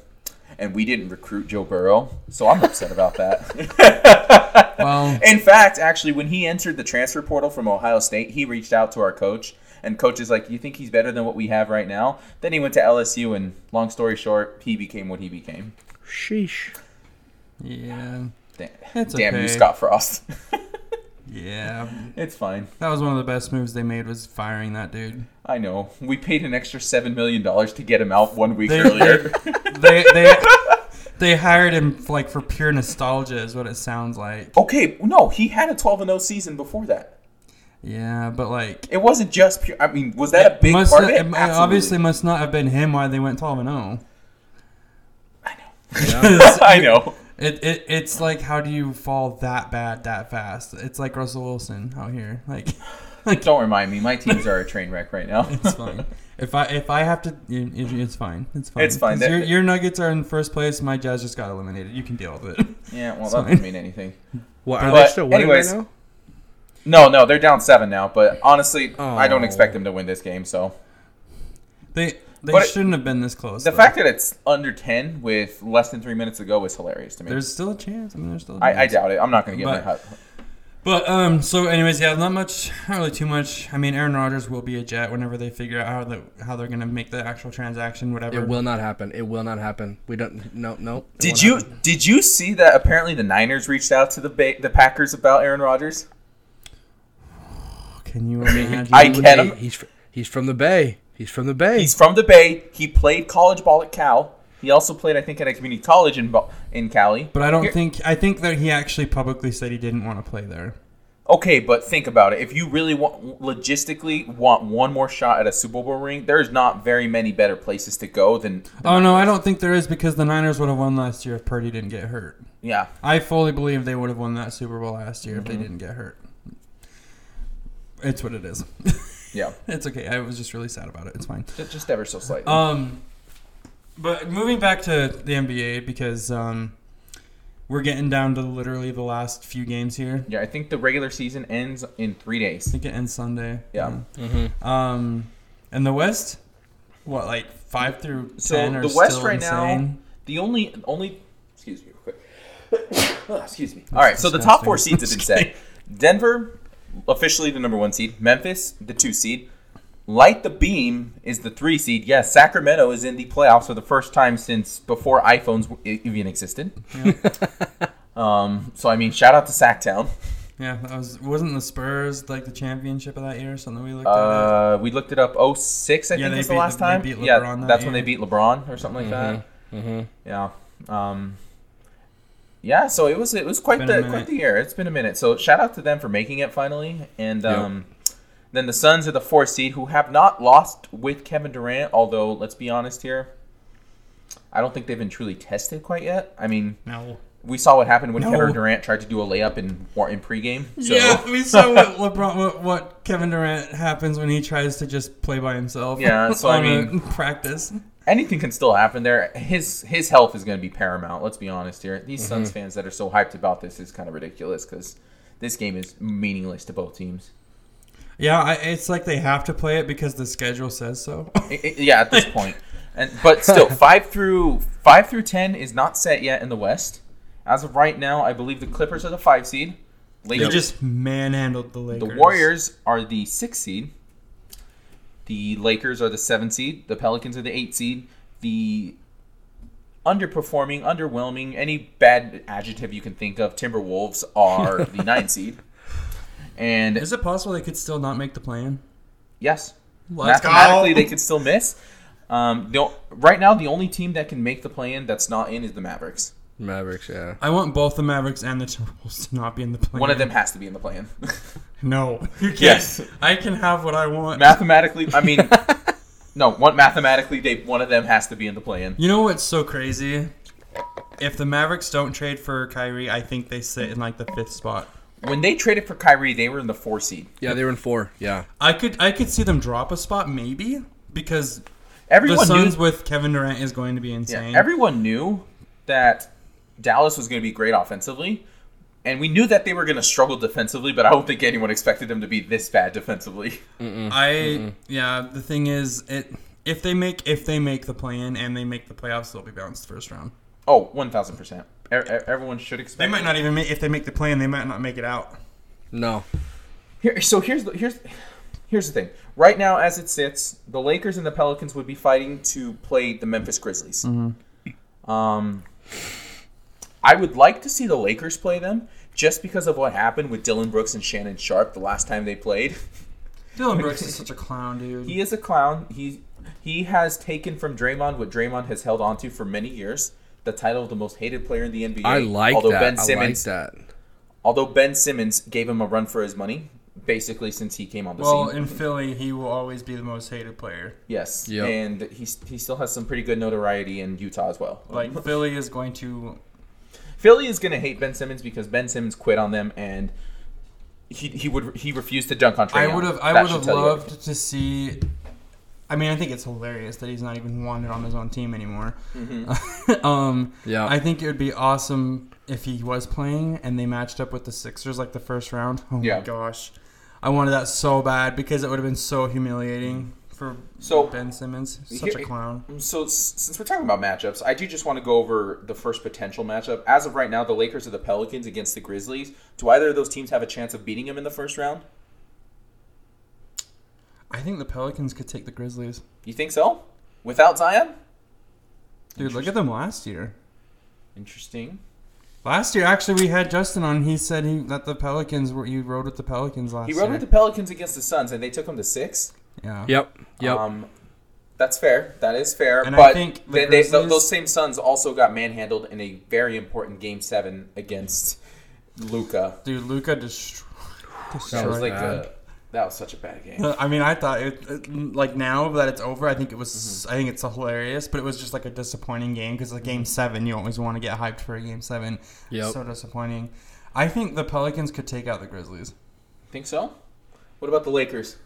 [SPEAKER 1] and we didn't recruit Joe Burrow, so I'm upset about
[SPEAKER 2] *laughs*
[SPEAKER 1] that. *laughs*
[SPEAKER 2] Well-
[SPEAKER 1] in fact, actually, when he entered the transfer portal from Ohio State, he reached out to our coach, and coach is like, "You think he's better than what we have right now?" Then he went to LSU, and long story short, he became what he became.
[SPEAKER 3] Sheesh.
[SPEAKER 2] Yeah.
[SPEAKER 1] Damn,
[SPEAKER 2] It's
[SPEAKER 1] damn
[SPEAKER 2] okay.
[SPEAKER 1] you, Scott
[SPEAKER 2] *laughs*
[SPEAKER 1] Frost. *laughs*
[SPEAKER 2] Yeah.
[SPEAKER 1] it's fine.
[SPEAKER 2] That was one of the best moves they made was firing that dude.
[SPEAKER 1] I know. We paid an extra seven million dollars to get him out one week
[SPEAKER 2] They-
[SPEAKER 1] earlier.
[SPEAKER 2] They they they hired him like for pure nostalgia is what it sounds like.
[SPEAKER 1] *laughs* Okay, no, he had a 12 and 0 season before that.
[SPEAKER 2] Yeah, but like
[SPEAKER 1] It wasn't just pure. I mean, was that a big
[SPEAKER 2] must
[SPEAKER 1] part of it?
[SPEAKER 2] it
[SPEAKER 1] Absolutely.
[SPEAKER 2] obviously must not have been him why they went 12 and oh. 0. *laughs*
[SPEAKER 1] *laughs* I know.
[SPEAKER 2] It, it it's like how do you fall that bad that fast? It's like Russell Wilson out here. Like *laughs*
[SPEAKER 1] Don't remind me. My teams are a train wreck right now.
[SPEAKER 2] it's fine. If I if I have to, it- it- it's fine. It's fine.
[SPEAKER 1] It's fine.
[SPEAKER 2] 'Cause Your,
[SPEAKER 1] That-
[SPEAKER 2] your Nuggets are in first place. My Jazz just got eliminated. You can deal with it.
[SPEAKER 1] *laughs*
[SPEAKER 2] *laughs*
[SPEAKER 1] yeah, well,
[SPEAKER 2] It's
[SPEAKER 1] that
[SPEAKER 2] fine.
[SPEAKER 1] doesn't mean anything.
[SPEAKER 3] What, are
[SPEAKER 1] But
[SPEAKER 3] they still winning
[SPEAKER 1] anyways-
[SPEAKER 3] right
[SPEAKER 1] No,
[SPEAKER 3] now?
[SPEAKER 1] no, they're down seven now. But honestly, I don't
[SPEAKER 3] Oh.
[SPEAKER 1] expect them to win this game. So
[SPEAKER 2] They they
[SPEAKER 1] But it-
[SPEAKER 2] shouldn't have been this close.
[SPEAKER 1] the
[SPEAKER 2] though.
[SPEAKER 1] fact that it's under ten with less than three minutes to go is hilarious to me.
[SPEAKER 2] there's still a chance. I mean, there's still. A
[SPEAKER 1] I, I
[SPEAKER 2] chance.
[SPEAKER 1] doubt it. I'm not going to get
[SPEAKER 2] But-
[SPEAKER 1] my hut.
[SPEAKER 2] But um, so anyways, yeah, not much, not really too much. I mean, Aaron Rodgers will be a Jet whenever they figure out how the how they're gonna make the actual transaction, whatever.
[SPEAKER 3] It will not happen. It will not happen. We don't. No, no. it
[SPEAKER 1] Did
[SPEAKER 3] won't
[SPEAKER 1] you
[SPEAKER 3] happen.
[SPEAKER 1] did you see that? Apparently, the Niners reached out to the ba- the Packers about Aaron Rodgers.
[SPEAKER 2] Can you imagine?
[SPEAKER 1] I can't-
[SPEAKER 3] Hey, he's fr- he's from the Bay. He's from the Bay.
[SPEAKER 1] He's from the Bay. He played college ball at Cal. He also played, I think, at a community college in Bo- in Cali.
[SPEAKER 2] But I don't
[SPEAKER 1] Here-
[SPEAKER 2] think I think that he actually publicly said he didn't want to play there.
[SPEAKER 1] Okay, but think about it. If you really want, logistically, want one more shot at a Super Bowl ring, there's not very many better places to go than.
[SPEAKER 2] Oh no, I don't think there is because the Niners would have won last year if Purdy didn't get hurt.
[SPEAKER 1] Yeah,
[SPEAKER 2] I fully believe they would have won that Super Bowl last year if
[SPEAKER 1] Mm-hmm.
[SPEAKER 2] they didn't get hurt. It's what it is. *laughs*
[SPEAKER 1] yeah,
[SPEAKER 2] it's okay. I was just really sad about it. It's fine.
[SPEAKER 1] just, just ever so slightly.
[SPEAKER 2] Um, but moving back to the NBA because um, we're getting down to literally the last few games here.
[SPEAKER 1] yeah, I think the regular season ends in three
[SPEAKER 2] I
[SPEAKER 1] days.
[SPEAKER 2] think it ends Sunday.
[SPEAKER 1] Yeah.
[SPEAKER 2] Um, and the West, what like five through
[SPEAKER 1] So
[SPEAKER 2] ten are
[SPEAKER 1] the West
[SPEAKER 2] still
[SPEAKER 1] right now,
[SPEAKER 2] insane.
[SPEAKER 1] the only only excuse me, real quick. *coughs* Ah, excuse me. All right, so the top four
[SPEAKER 2] disgusting.
[SPEAKER 1] seeds have been
[SPEAKER 2] *laughs*
[SPEAKER 1] set. Denver, officially the number one seed. Memphis, the two seed. Light the beam is the three seed. Yes, Sacramento is in the playoffs for the first time since before iPhones w- e- even existed. *laughs* um, so I mean, shout out to Sacktown.
[SPEAKER 2] Yeah, that was wasn't the Spurs like the championship of that year? Something we looked at.
[SPEAKER 1] Uh, we looked it up. 06, I
[SPEAKER 2] Yeah,
[SPEAKER 1] think
[SPEAKER 2] they
[SPEAKER 1] was the
[SPEAKER 2] beat-
[SPEAKER 1] last
[SPEAKER 2] they
[SPEAKER 1] time.
[SPEAKER 2] beat
[SPEAKER 1] yeah,
[SPEAKER 2] LeBron that
[SPEAKER 1] that's when they
[SPEAKER 2] year.
[SPEAKER 1] beat LeBron or something like that.
[SPEAKER 3] Mm-hmm.
[SPEAKER 1] Yeah. Um, yeah. So it was it was quite
[SPEAKER 2] Been a
[SPEAKER 1] the quite
[SPEAKER 2] minute.
[SPEAKER 1] the year. It's been a minute. So shout out to them for making it finally. And
[SPEAKER 3] Yep.
[SPEAKER 1] um, then the Suns are the four seed who have not lost with Kevin Durant. Although let's be honest here, I don't think they've been truly tested quite yet. I mean,
[SPEAKER 2] No.
[SPEAKER 1] we saw what happened when
[SPEAKER 2] No.
[SPEAKER 1] Kevin Durant tried to do a layup in war- in pregame. So.
[SPEAKER 2] Yeah, we saw what LeBron, what, what Kevin Durant happens when he tries to just play by himself.
[SPEAKER 1] Yeah, so I
[SPEAKER 2] *laughs* on a
[SPEAKER 1] mean-
[SPEAKER 2] practice.
[SPEAKER 1] anything can still happen there. His his health is going to be paramount. Let's be honest here. These Suns fans that are so hyped about this is kind of ridiculous because this game is meaningless to both teams.
[SPEAKER 2] Yeah, I, it's like they have to play it because the schedule says so.
[SPEAKER 1] I- I- yeah, at this point. And but still, five through five through ten is not set yet in the West. As of right now, I believe the Clippers are the five seed.
[SPEAKER 2] *laughs* They
[SPEAKER 1] Lakers,
[SPEAKER 2] just manhandled the
[SPEAKER 1] the
[SPEAKER 2] Lakers.
[SPEAKER 1] Warriors are the six seed. The Lakers are the seven seed. The Pelicans are the eight seed. The underperforming, underwhelming, any bad adjective you can think of, Timberwolves
[SPEAKER 2] *laughs*
[SPEAKER 1] are the nine seed. And
[SPEAKER 2] Is it possible they could still not make the plan?
[SPEAKER 1] Yes.
[SPEAKER 2] Let's
[SPEAKER 1] Mathematically,
[SPEAKER 2] go.
[SPEAKER 1] they could still miss. Um, the, o- right now, the only team that can make the play-in that's not in is the Mavericks.
[SPEAKER 3] Mavericks. Yeah.
[SPEAKER 2] I want both the Mavericks and the Timberwolves to not be in the plan.
[SPEAKER 1] One of them has to be in the play-in. *laughs*
[SPEAKER 2] No, *laughs* you can't.
[SPEAKER 1] Yes.
[SPEAKER 2] I can have what I want.
[SPEAKER 1] mathematically, I
[SPEAKER 2] *laughs*
[SPEAKER 1] mean, no. One mathematically, they one of them has to be in the play-in.
[SPEAKER 2] you know what's so crazy if the Mavericks don't trade for Kyrie, I think they sit in like the fifth spot.
[SPEAKER 1] When they traded for Kyrie, they were in the four seed.
[SPEAKER 3] Yeah, they were in four. Yeah.
[SPEAKER 2] I could I could see them drop a spot maybe because the
[SPEAKER 1] Everyone
[SPEAKER 2] Suns
[SPEAKER 1] knew.
[SPEAKER 2] with Kevin Durant is going to be
[SPEAKER 1] yeah,
[SPEAKER 2] insane.
[SPEAKER 1] everyone knew that Dallas was going to be great offensively, and we knew that they were going to struggle defensively. But I don't think anyone expected them to be this bad defensively.
[SPEAKER 2] I yeah. The thing is, it if they make if they make the play in and they make the playoffs, they'll be bounced first round.
[SPEAKER 1] Oh, one thousand percent. E-, Everyone should expect.
[SPEAKER 2] They might not even make if they make the play in, they might not make it out.
[SPEAKER 3] No.
[SPEAKER 1] Here, so here's the, here's here's the thing. Right now, as it sits, the Lakers and the Pelicans would be fighting to play the Memphis Grizzlies.
[SPEAKER 3] Mm-hmm.
[SPEAKER 1] Um, I would like to see the Lakers play them just because of what happened with Dylan Brooks and Shannon Sharp the last time they played. *laughs*
[SPEAKER 2] Dylan Brooks is such a clown, dude.
[SPEAKER 1] He is a clown. He he has taken from Draymond what Draymond has held onto for many years. The title of the most hated player in the NBA.
[SPEAKER 3] I like
[SPEAKER 1] although
[SPEAKER 3] that.
[SPEAKER 1] Ben
[SPEAKER 3] I like
[SPEAKER 1] Simmons,
[SPEAKER 3] that.
[SPEAKER 1] although Ben Simmons gave him a run for his money, basically since he came on the
[SPEAKER 2] well,
[SPEAKER 1] scene.
[SPEAKER 2] in Philly, he will always be the most hated player.
[SPEAKER 1] Yes.
[SPEAKER 3] Yep.
[SPEAKER 1] And he, he still has some pretty good notoriety in Utah as well. *laughs*
[SPEAKER 2] Like Philly is going to
[SPEAKER 1] Philly is going to hate Ben Simmons because Ben Simmons quit on them and he, he would he refused to dunk on Trae
[SPEAKER 2] I
[SPEAKER 1] Young.
[SPEAKER 2] would have. I
[SPEAKER 1] That
[SPEAKER 2] would
[SPEAKER 1] should
[SPEAKER 2] have
[SPEAKER 1] tell you
[SPEAKER 2] loved to see. I mean, I think it's hilarious that he's not even wanted on his own team anymore.
[SPEAKER 1] Mm-hmm.
[SPEAKER 2] *laughs* um,
[SPEAKER 3] Yeah.
[SPEAKER 2] I think it would be awesome if he was playing and they matched up with the Sixers like the first round. Oh
[SPEAKER 1] Yeah.
[SPEAKER 2] my gosh, I wanted that so bad because it would have been so humiliating for
[SPEAKER 1] So-
[SPEAKER 2] Ben Simmons, such a
[SPEAKER 1] Here-
[SPEAKER 2] clown.
[SPEAKER 1] everything. So s- since we're talking about matchups, I do just want to go over the first potential matchup. As of right now, the Lakers are the Pelicans against the Grizzlies. Do either of those teams have a chance of beating him in the first round?
[SPEAKER 2] I think the Pelicans could take the Grizzlies.
[SPEAKER 1] You think so? Without Zion?
[SPEAKER 2] Dude, look at them last year.
[SPEAKER 1] Interesting.
[SPEAKER 2] Last year, actually, we had Justin on. He said he that the Pelicans were. You rode with the Pelicans last
[SPEAKER 1] He
[SPEAKER 2] year.
[SPEAKER 1] rode with the Pelicans against the Suns, and they took him to six.
[SPEAKER 2] yeah.
[SPEAKER 3] Yep. Yep.
[SPEAKER 1] Um, that's fair. That is fair.
[SPEAKER 2] And I
[SPEAKER 1] but
[SPEAKER 2] think the
[SPEAKER 1] they, they,
[SPEAKER 2] Grizzlies-
[SPEAKER 1] those same Suns also got manhandled in a very important Game Seven against Luca.
[SPEAKER 2] Dude, Luca destroyed.
[SPEAKER 1] That was
[SPEAKER 3] Sure.
[SPEAKER 1] like a, that was such a bad game.
[SPEAKER 2] I mean, I thought it, it- like now that it's over, I think it was.
[SPEAKER 1] Mm-hmm.
[SPEAKER 2] I think it's hilarious, but it was just like a disappointing game because like game seven, you always want to get hyped for a game seven.
[SPEAKER 3] Yep.
[SPEAKER 2] So disappointing. I think the Pelicans could take out the Grizzlies. *laughs*
[SPEAKER 1] Think so? What about the Lakers?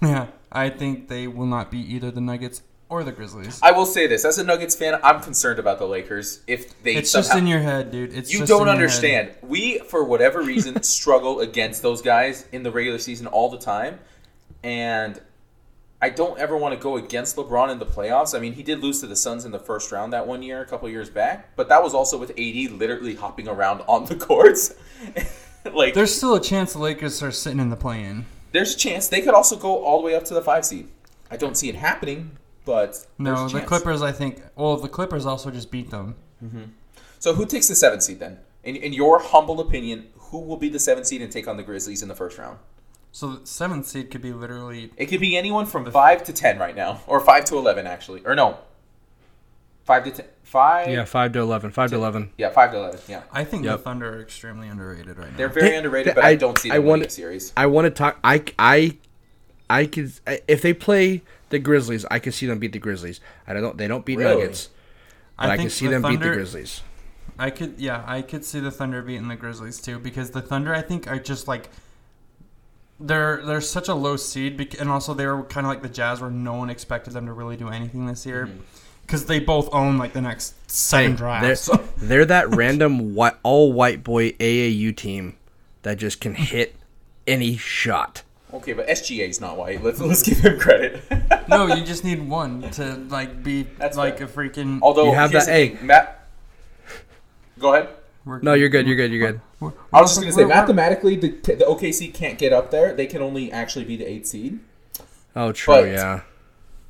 [SPEAKER 2] Yeah, I think they will not be either the Nuggets or the Grizzlies.
[SPEAKER 1] I will say this: as a Nuggets fan, I'm concerned about the Lakers. If they
[SPEAKER 2] It's
[SPEAKER 1] somehow,
[SPEAKER 2] just in your head, dude. It's
[SPEAKER 1] you
[SPEAKER 2] just
[SPEAKER 1] don't
[SPEAKER 2] in your head.
[SPEAKER 1] understand. We, for whatever reason,
[SPEAKER 2] *laughs*
[SPEAKER 1] struggle against those guys in the regular season all the time, and I don't ever want to go against LeBron in the playoffs. I mean, he did lose to the Suns in the first round that one year, a couple years back, but that was also with AD literally hopping around on the courts. *laughs* like, there's,
[SPEAKER 2] There's still a chance the Lakers are sitting in the play-in.
[SPEAKER 1] a chance they could also go all the way up to the five seed. I don't see it happening, but there's
[SPEAKER 2] No,
[SPEAKER 1] a
[SPEAKER 2] the
[SPEAKER 1] chance.
[SPEAKER 2] Clippers. I think. Well, the Clippers also just beat them.
[SPEAKER 1] So who takes the seven seed then? In, in your humble opinion, who will be the seven seed and take on the Grizzlies in the first round?
[SPEAKER 2] So the seventh seed could be literally
[SPEAKER 1] It could be anyone from five to ten right now, or five to eleven actually, or no, five to ten, five.
[SPEAKER 3] yeah. Five to eleven. Five to eleven.
[SPEAKER 1] yeah, five to eleven. Yeah,
[SPEAKER 2] I think
[SPEAKER 3] Yep.
[SPEAKER 2] the Thunder are extremely underrated right now.
[SPEAKER 1] they're very
[SPEAKER 3] They-
[SPEAKER 1] underrated,
[SPEAKER 3] they-
[SPEAKER 1] but I,
[SPEAKER 3] I-
[SPEAKER 1] don't see
[SPEAKER 3] I
[SPEAKER 1] them winning
[SPEAKER 3] wanna-
[SPEAKER 1] the series.
[SPEAKER 3] I want to talk. I I I could if they play the Grizzlies, I could see them beat the Grizzlies. I don't. They don't beat
[SPEAKER 1] Really?
[SPEAKER 3] Nuggets, but I, can see them beat the Grizzlies.
[SPEAKER 2] I could, yeah, I could see the Thunder beating the Grizzlies too because the Thunder, I think, are just like they're they're such a low seed, bec- and also they were kind of like the Jazz, where no one expected them to really do anything this year
[SPEAKER 1] Mm-hmm.
[SPEAKER 2] because they both own like the next seven
[SPEAKER 3] They're,
[SPEAKER 2] drafts.
[SPEAKER 3] *laughs* they're that random white, all white boy AAU team that just *laughs* can hit any shot.
[SPEAKER 1] Okay, but SGA's not white. Let's let's give him
[SPEAKER 3] *laughs*
[SPEAKER 1] credit.
[SPEAKER 2] *laughs* no, you just need one to like be
[SPEAKER 1] That's
[SPEAKER 2] like
[SPEAKER 1] fair.
[SPEAKER 2] a freaking.
[SPEAKER 1] Although
[SPEAKER 3] You have
[SPEAKER 1] here's
[SPEAKER 3] that-
[SPEAKER 1] the
[SPEAKER 3] hey.
[SPEAKER 1] thing, Matt. Go ahead.
[SPEAKER 2] we're-
[SPEAKER 3] No, you're good. You're good. You're good.
[SPEAKER 2] we're-
[SPEAKER 1] I was just gonna say
[SPEAKER 2] we're- we're-
[SPEAKER 1] mathematically, the, the OKC can't get up there. They can only actually be the eight seed.
[SPEAKER 3] Oh, true.
[SPEAKER 1] But-
[SPEAKER 3] yeah.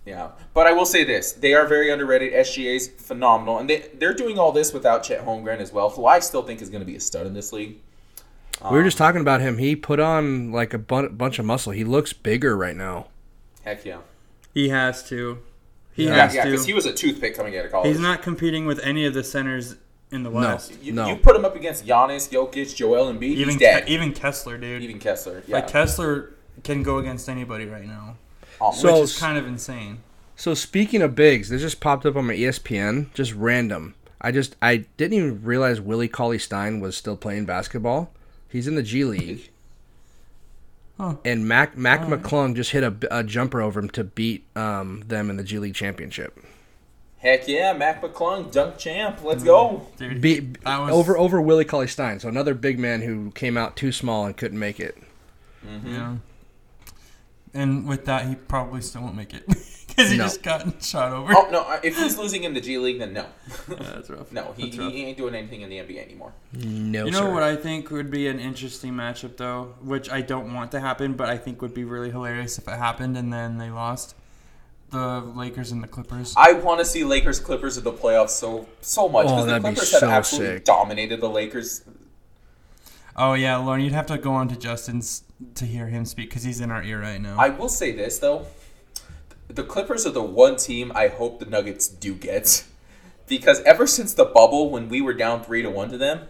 [SPEAKER 1] Yeah, but I will say this: they are very underrated. SGA's phenomenal, and they they're doing all this without Chet Holmgren as well, who I still think is going to be a stud in this league.
[SPEAKER 3] we
[SPEAKER 1] um,
[SPEAKER 3] were just talking about him. He put on like a bun- bunch of muscle. He looks bigger right now.
[SPEAKER 1] Heck yeah.
[SPEAKER 2] He has to. He
[SPEAKER 1] Yeah,
[SPEAKER 2] has
[SPEAKER 1] yeah,
[SPEAKER 2] to.
[SPEAKER 1] because he was a toothpick coming out of college.
[SPEAKER 2] He's not competing with any of the centers in the West.
[SPEAKER 1] You,
[SPEAKER 3] No.
[SPEAKER 1] you put him up against Giannis, Jokic, Joel Embiid,
[SPEAKER 2] Even
[SPEAKER 1] he's dead.
[SPEAKER 2] Ke- even Kessler, dude.
[SPEAKER 1] even Kessler, yeah.
[SPEAKER 2] Like Kessler can go against anybody right now,
[SPEAKER 1] Um,
[SPEAKER 3] So-
[SPEAKER 2] which is kind of insane.
[SPEAKER 3] E So speaking of bigs, this just popped up on my ESPN, just random. I just I didn't even realize Willie Cauley Stein was still playing basketball. He's in the G League.
[SPEAKER 2] Huh.
[SPEAKER 3] And Mac Mac McClung just hit a, a jumper over him to beat um, them in the G League championship.
[SPEAKER 1] Heck yeah, Mac McClung, dunk champ. Let's go.
[SPEAKER 2] Dude,
[SPEAKER 3] Be,
[SPEAKER 2] I was-
[SPEAKER 3] over over Willie Cauley Stein, so another big man who came out too small and couldn't make it.
[SPEAKER 2] yeah. And with that, he probably still won't make it *laughs* because he
[SPEAKER 3] No.
[SPEAKER 2] just got shot over.
[SPEAKER 1] Oh no, if he's losing in the G League, then no,
[SPEAKER 2] Yeah, *laughs* that's rough.
[SPEAKER 1] no, he,
[SPEAKER 2] That's rough.
[SPEAKER 1] he ain't doing anything in the NBA anymore.
[SPEAKER 3] No,
[SPEAKER 2] You know
[SPEAKER 3] sir.
[SPEAKER 2] what I think would be an interesting matchup though, which I don't want to happen, but I think would be really hilarious if it happened and then they lost. The Lakers and the Clippers.
[SPEAKER 1] I want to see Lakers Clippers in the playoffs so so much
[SPEAKER 3] Oh,
[SPEAKER 1] because the
[SPEAKER 3] that'd be
[SPEAKER 1] Clippers
[SPEAKER 3] so
[SPEAKER 1] have absolutely
[SPEAKER 3] sick.
[SPEAKER 1] dominated the Lakers.
[SPEAKER 2] Oh yeah, Lauren, you'd have to go on to Justin's to hear him speak because he's in our ear right now.
[SPEAKER 1] I will say this though, the Clippers are the one team I hope the Nuggets do get because ever since the bubble when we were down three to one to them,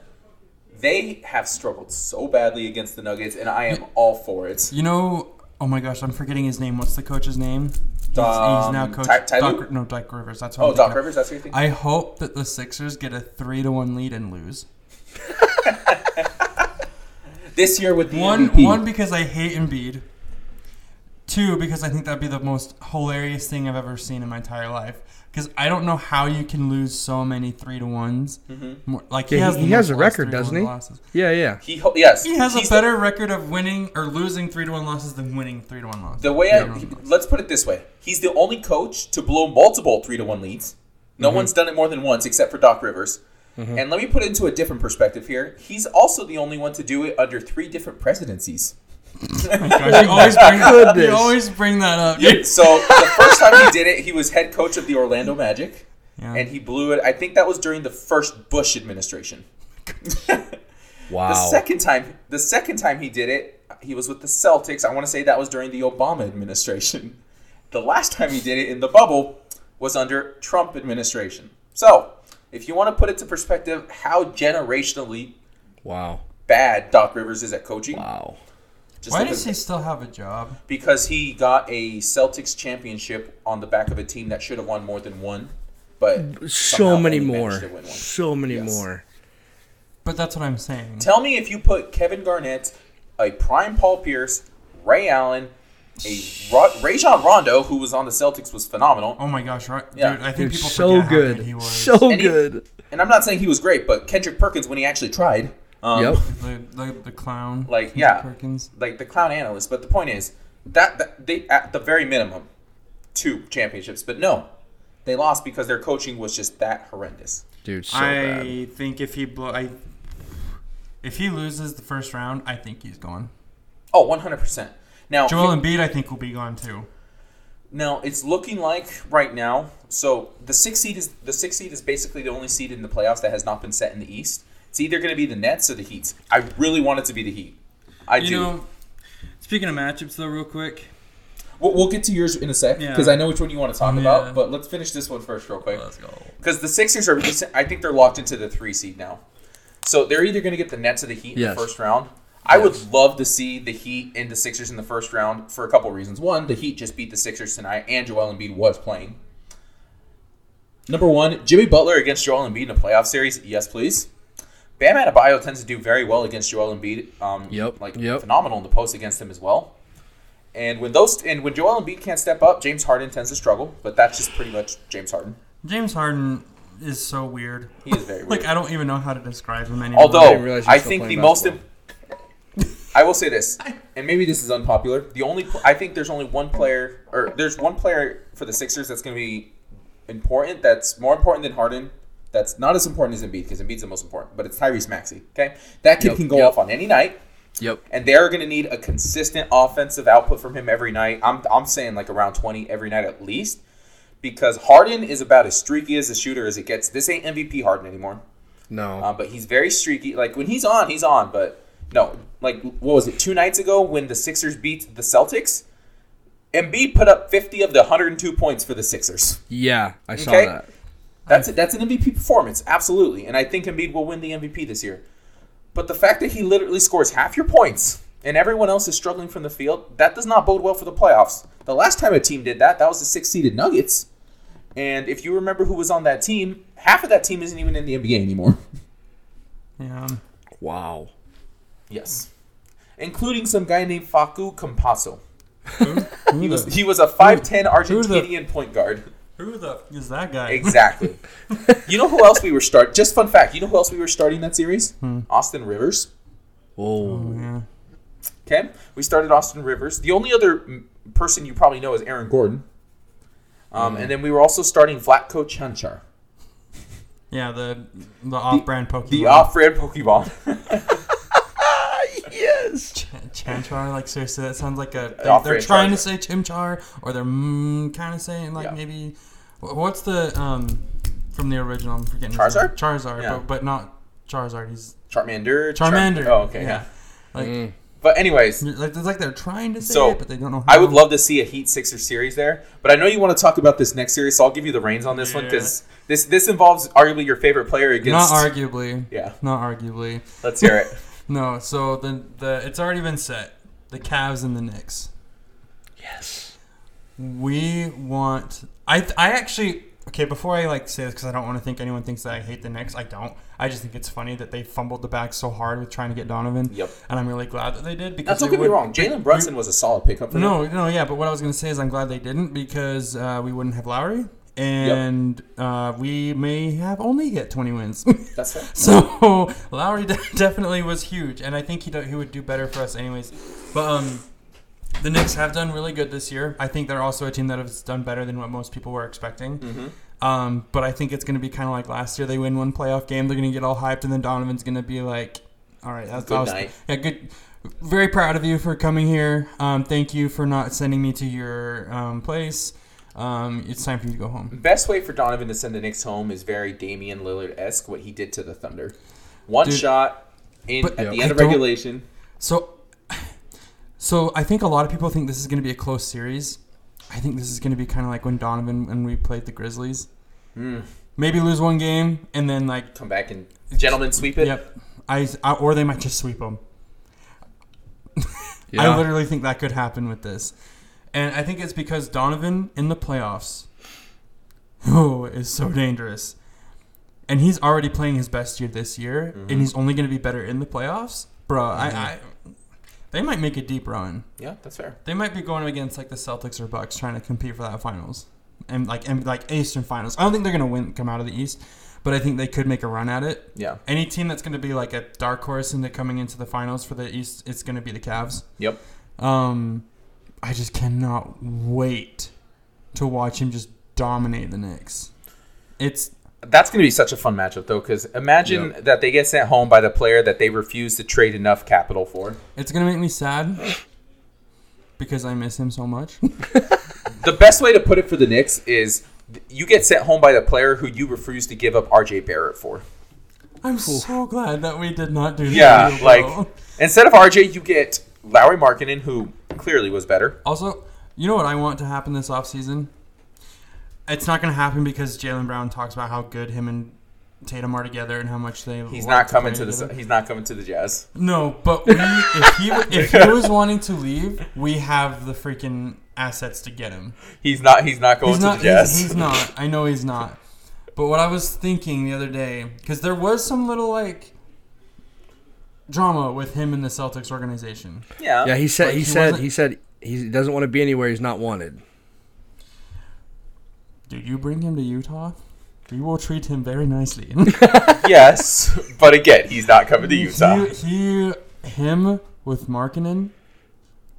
[SPEAKER 1] they have struggled so badly against the Nuggets, and I am all for it.
[SPEAKER 2] you know, oh my gosh, I'm forgetting his name. What's the coach's name? He's, he's now
[SPEAKER 1] Um,
[SPEAKER 2] coach.
[SPEAKER 1] Ty- Ty
[SPEAKER 2] Doc-
[SPEAKER 1] Lue?
[SPEAKER 2] no, Doc Rivers. That's what
[SPEAKER 1] Oh,
[SPEAKER 2] I'm
[SPEAKER 1] Doc
[SPEAKER 2] thinking of.
[SPEAKER 1] Rivers, that's your thing.
[SPEAKER 2] I hope that the Sixers get a three to one lead and lose.
[SPEAKER 1] this year with the
[SPEAKER 2] One,
[SPEAKER 1] MVP.
[SPEAKER 2] one because I hate Embiid. Two because I think that'd be the most hilarious thing I've ever seen in my entire life. Because I don't know how you can lose so many three to ones.
[SPEAKER 1] Mm-hmm.
[SPEAKER 2] More, like he
[SPEAKER 3] Yeah,
[SPEAKER 2] has,
[SPEAKER 3] he-
[SPEAKER 2] the
[SPEAKER 3] he has
[SPEAKER 2] most
[SPEAKER 3] a
[SPEAKER 2] lost
[SPEAKER 3] record,
[SPEAKER 2] three to
[SPEAKER 3] doesn't
[SPEAKER 2] one
[SPEAKER 3] he?
[SPEAKER 2] losses.
[SPEAKER 3] Yeah, yeah.
[SPEAKER 1] He ho- yes,
[SPEAKER 2] He has
[SPEAKER 1] he's
[SPEAKER 2] a
[SPEAKER 1] the-
[SPEAKER 2] better record of winning or losing three to one losses than winning three to one losses.
[SPEAKER 1] The way
[SPEAKER 3] *laughs*
[SPEAKER 2] Yeah.
[SPEAKER 1] I he- let's put it this way, he's the only coach to blow multiple three to one leads. No
[SPEAKER 2] Mm-hmm.
[SPEAKER 1] one's done it more than once, except for Doc Rivers. And let me put it into a different perspective here. He's also the only one to do it under three different
[SPEAKER 2] *laughs*
[SPEAKER 1] presidencies.
[SPEAKER 2] Gosh, you, always bring that, you
[SPEAKER 3] Oh Goodness.
[SPEAKER 2] always bring that up.
[SPEAKER 1] So the first time he did it, he was head coach of the Orlando Magic,
[SPEAKER 2] Yeah.
[SPEAKER 1] and he blew it. I think that was during the first Bush
[SPEAKER 2] *laughs*
[SPEAKER 1] administration. *laughs*
[SPEAKER 3] Wow.
[SPEAKER 1] The second time, the second time he did it, he was with the Celtics. I want to say that was during the Obama administration. *laughs* The last time he did it in the bubble was under Trump administration. So, if you want to put it to perspective, how generationally
[SPEAKER 3] wow.
[SPEAKER 1] bad Doc Rivers is at coaching?
[SPEAKER 3] Wow.
[SPEAKER 1] Just
[SPEAKER 2] Why
[SPEAKER 1] look
[SPEAKER 2] does
[SPEAKER 1] at-
[SPEAKER 2] he still have a job?
[SPEAKER 1] Because he got a Celtics championship on the back of a team that should have won more than one, but
[SPEAKER 3] So
[SPEAKER 1] somehow
[SPEAKER 3] many
[SPEAKER 1] only managed to
[SPEAKER 3] more.
[SPEAKER 1] win one.
[SPEAKER 3] So many
[SPEAKER 1] Yes.
[SPEAKER 3] more.
[SPEAKER 2] But that's what I'm saying.
[SPEAKER 1] Tell me if you put Kevin Garnett, a prime Paul Pierce, Ray Allen, a Ro- Rajon Rondo, who was on the Celtics, was phenomenal.
[SPEAKER 2] Oh my gosh, right?
[SPEAKER 1] Yeah.
[SPEAKER 2] Dude, I think
[SPEAKER 3] Dude,
[SPEAKER 2] people
[SPEAKER 3] so
[SPEAKER 2] forget how good he
[SPEAKER 3] good.
[SPEAKER 2] was.
[SPEAKER 3] So
[SPEAKER 1] And he-
[SPEAKER 3] good.
[SPEAKER 1] And I'm not saying he was great, but Kendrick Perkins, when he actually tried, um,
[SPEAKER 3] Yep.
[SPEAKER 2] the, the, the clown.
[SPEAKER 1] Like,
[SPEAKER 2] Kendrick
[SPEAKER 1] yeah.
[SPEAKER 2] Perkins.
[SPEAKER 1] like the clown analyst. But the point is that, that they, at the very minimum, two championships. But no, they lost because their coaching was just that horrendous.
[SPEAKER 3] Dude, so bad.
[SPEAKER 2] I think if he blow, I if he loses the first round, I think he's gone.
[SPEAKER 1] Oh, 100%. Now,
[SPEAKER 2] Joel Embiid, I think, will be gone too.
[SPEAKER 1] Now it's looking like right now. So the six seed is the six seed is basically the only seed in the playoffs that has not been set in the East. It's either going to be the Nets or the Heat. I really want it to be the Heat. I
[SPEAKER 2] You
[SPEAKER 1] do.
[SPEAKER 2] know, speaking of matchups, though, real quick.
[SPEAKER 1] we'll, we'll get to yours in a sec
[SPEAKER 2] Yeah.
[SPEAKER 1] because I know which one you want to talk
[SPEAKER 2] Yeah.
[SPEAKER 1] about. But let's finish this one first, real quick,
[SPEAKER 2] Let's go.
[SPEAKER 1] because the Sixers are. I think they're locked into the three seed now. So they're either going to get the Nets or the Heat in
[SPEAKER 3] Yes.
[SPEAKER 1] the first round. I would love to see the Heat and the Sixers in the first round for a couple reasons. One, the Heat just beat the Sixers tonight, and Joel Embiid was playing. Number one, Jimmy Butler against Joel Embiid in a playoff series. Yes, please. Bam Adebayo tends to do very well against Joel Embiid. Um,
[SPEAKER 3] Yep,
[SPEAKER 1] like
[SPEAKER 3] yep.
[SPEAKER 1] phenomenal in the post against him as well. And when those and when Joel Embiid can't step up, James Harden tends to struggle. But that's just pretty much James Harden.
[SPEAKER 2] James Harden is so weird.
[SPEAKER 1] He is
[SPEAKER 2] *laughs*
[SPEAKER 1] very
[SPEAKER 2] like
[SPEAKER 1] weird.
[SPEAKER 2] I don't even know how to describe him anymore.
[SPEAKER 3] didn't
[SPEAKER 1] Although
[SPEAKER 3] realize he was
[SPEAKER 1] I
[SPEAKER 3] still
[SPEAKER 1] think the
[SPEAKER 3] playing
[SPEAKER 1] most,
[SPEAKER 3] basketball.
[SPEAKER 1] I will say
[SPEAKER 3] *laughs*
[SPEAKER 1] this, and maybe this is unpopular. The only I think there's only one player, or there's one player for the Sixers that's going to be important. That's more important than Harden. That's not as important as Embiid because Embiid's the most important. But it's Tyrese Maxey. Okay, that kid
[SPEAKER 3] Yep,
[SPEAKER 1] can go
[SPEAKER 3] yep.
[SPEAKER 1] off on any night,
[SPEAKER 3] Yep.
[SPEAKER 1] and they're going to need a consistent offensive output from him every night. I'm I'm saying like around 20 every night at least, because Harden is about as streaky as a shooter as it gets. This ain't MVP Harden anymore.
[SPEAKER 3] No.
[SPEAKER 1] Uh, but he's very streaky. Like when he's on, he's on. But no, like what was it? Two nights ago, when the Sixers beat the Celtics, Embiid put up fifty of the hundred and two points for the Sixers.
[SPEAKER 3] yeah, I saw
[SPEAKER 1] okay.
[SPEAKER 3] that.
[SPEAKER 1] That's it. That's an MVP performance, absolutely. And I think Embiid will win the MVP this year. But the fact that he literally scores half your points and everyone else is struggling from the field, that does not bode well for the playoffs. The last time a team did that, that was the six seeded Nuggets. And if you remember who was on that team, half of that team isn't even in the NBA anymore.
[SPEAKER 2] Yeah.
[SPEAKER 3] Wow.
[SPEAKER 1] Yes. Including some guy named Faku Campasso.
[SPEAKER 2] Who
[SPEAKER 1] He was,
[SPEAKER 2] the,
[SPEAKER 1] he was a 5'10
[SPEAKER 2] who the-
[SPEAKER 1] Argentinian point guard.
[SPEAKER 2] who the f- is that guy?
[SPEAKER 1] Exactly. you know who else we were start? Just fun fact. You know who else we were starting that series?
[SPEAKER 2] Hmm.
[SPEAKER 1] Austin Rivers.
[SPEAKER 3] Whoa.
[SPEAKER 2] Yeah.
[SPEAKER 1] Okay, we started Austin Rivers. The only other mm, person you probably know is Aaron Gordon. Um,
[SPEAKER 2] Hmm.
[SPEAKER 1] And then we were also starting Vlatko Chanchar,
[SPEAKER 2] *laughs* Yeah, the the off-brand Pokemon.
[SPEAKER 1] the off-brand
[SPEAKER 2] *laughs*
[SPEAKER 1] Pokeball.
[SPEAKER 3] yes.
[SPEAKER 2] Ch- Chanchar, like seriously, that sounds like a. They, they're
[SPEAKER 1] off-brand
[SPEAKER 2] trying to say Chimchar, or they're mm, kind of saying like
[SPEAKER 1] Yeah.
[SPEAKER 2] maybe. wh- What's the um from the original? I'm forgetting. his
[SPEAKER 1] Charizard?
[SPEAKER 2] name. Charizard,
[SPEAKER 1] Yeah.
[SPEAKER 2] but but not Charizard. He's
[SPEAKER 1] Charmander. Char-
[SPEAKER 2] Charmander.
[SPEAKER 1] oh, okay. Yeah.
[SPEAKER 2] Like,
[SPEAKER 1] But anyways,
[SPEAKER 2] like it's like they're trying to say
[SPEAKER 1] So,
[SPEAKER 2] it, but they don't know. How.
[SPEAKER 1] I would love to see a Heat Sixer series there. But I know you want to talk about this next series, so I'll give you the reins on this one 'cause one because this this involves arguably your favorite player
[SPEAKER 2] Not
[SPEAKER 1] against.
[SPEAKER 2] arguably.
[SPEAKER 1] yeah,
[SPEAKER 2] Not arguably.
[SPEAKER 1] let's hear it.
[SPEAKER 2] No. So the the it's already been set. The Cavs and the Knicks.
[SPEAKER 3] Yes.
[SPEAKER 2] We want. I I actually okay. Before I like say this, because I don't want to think anyone thinks that I hate the Knicks. I don't. I just think it's funny that they fumbled the bag so hard with trying to get Donovan.
[SPEAKER 1] Yep.
[SPEAKER 2] And I'm really glad that they
[SPEAKER 1] *laughs*
[SPEAKER 2] did
[SPEAKER 1] Now,
[SPEAKER 2] because
[SPEAKER 1] don't
[SPEAKER 2] they
[SPEAKER 1] get me
[SPEAKER 2] would-
[SPEAKER 1] wrong. Jalen Brunson was a solid pickup for them.
[SPEAKER 2] No, no, yeah. But what I was gonna say is I'm glad they didn't because uh, we wouldn't have Lowry. And uh, we may have only hit 20 wins. *laughs*
[SPEAKER 1] That's fair.
[SPEAKER 2] So Lowry *laughs* de- definitely was huge, and I think he do- he would do better for us anyways. But um, the Knicks have done really good this year. I think they're also a team that has done better than what most people were expecting.
[SPEAKER 1] Mm-hmm.
[SPEAKER 2] Um, but I think it's going to be kind of like last year. They win one playoff game, they're going to get all hyped, and then Donovan's going to be like, "All right, that's
[SPEAKER 1] Good
[SPEAKER 2] that was-
[SPEAKER 1] night."
[SPEAKER 2] Yeah, good. Very proud of you for coming here. Um, thank you for not sending me to your um, place. Um, it's time for you to go home.
[SPEAKER 1] Best way for Donovan to send the Knicks home is very Damian Lillard esque, what he did to the Thunder. One
[SPEAKER 2] Dude.
[SPEAKER 1] shot in
[SPEAKER 2] But-
[SPEAKER 1] at the
[SPEAKER 2] Yeah.
[SPEAKER 1] end of
[SPEAKER 2] I don't-
[SPEAKER 1] regulation.
[SPEAKER 2] So, *sighs* so I think a lot of people think this is going to be a close series. I think this is going to be kind of like when Donovan when we played the Grizzlies. Maybe lose one game and then like
[SPEAKER 1] Come back and gentlemen sweep it.
[SPEAKER 2] yep, I, I or they might just sweep them.
[SPEAKER 3] Yeah.
[SPEAKER 2] I literally think that could happen with this, and I think it's because Donovan in the playoffs, oh, is so dangerous, and he's already playing his best year this year, and he's only going to be better in the playoffs, bro. I, I, they might make a deep run.
[SPEAKER 1] Yeah, that's fair.
[SPEAKER 2] They might be going against like the Celtics or Bucks trying to compete for that finals. And like and like Eastern Finals. I don't think they're gonna win come out of the East, but I think they could make a run at it.
[SPEAKER 1] Yeah.
[SPEAKER 2] Any team that's gonna be like a dark horse into coming into the finals for the East, it's gonna be the Cavs.
[SPEAKER 1] Yep.
[SPEAKER 2] Um I just cannot wait to watch him just dominate the Knicks. It's
[SPEAKER 1] That's going to be such a fun matchup, though, because imagine that they get sent home by the player that they refuse to trade enough capital for.
[SPEAKER 2] it's gonna make me sad because I miss him so
[SPEAKER 1] *laughs*
[SPEAKER 2] much.
[SPEAKER 1] The best way to put it for the Knicks is th- you get sent home by the player who you refuse to give up RJ Barrett for.
[SPEAKER 2] I'm so glad that we did not do that.
[SPEAKER 1] Yeah,
[SPEAKER 2] video,
[SPEAKER 1] like
[SPEAKER 2] bro.
[SPEAKER 1] instead of RJ, you get Lowry Markinen, who clearly was better.
[SPEAKER 2] Also, you know what I want to happen this offseason? It's not going to happen because Jalen Brown talks about how good him and Tatum are together and how much they.
[SPEAKER 1] He's
[SPEAKER 2] love
[SPEAKER 1] not coming
[SPEAKER 2] play
[SPEAKER 1] to the
[SPEAKER 2] together.
[SPEAKER 1] he's not coming to the Jazz.
[SPEAKER 2] No, but we, if he if he was wanting to leave, we have the freaking assets to get him.
[SPEAKER 1] He's not. He's not going
[SPEAKER 2] He's
[SPEAKER 1] to
[SPEAKER 2] not.
[SPEAKER 1] the Jazz.
[SPEAKER 2] He's, he's not. I know he's not. But what I was thinking the other day, because there was some little like drama with him in the Celtics organization.
[SPEAKER 1] yeah.
[SPEAKER 3] Yeah, he said
[SPEAKER 2] Like,
[SPEAKER 3] he,
[SPEAKER 2] he
[SPEAKER 3] said
[SPEAKER 2] wasn't-
[SPEAKER 3] he said he doesn't want to be anywhere he's not wanted.
[SPEAKER 2] Dude, you bring him to Utah, we will treat him very nicely. *laughs*
[SPEAKER 1] yes, *laughs* but again, he's not coming to Utah.
[SPEAKER 2] He, he him with Markinen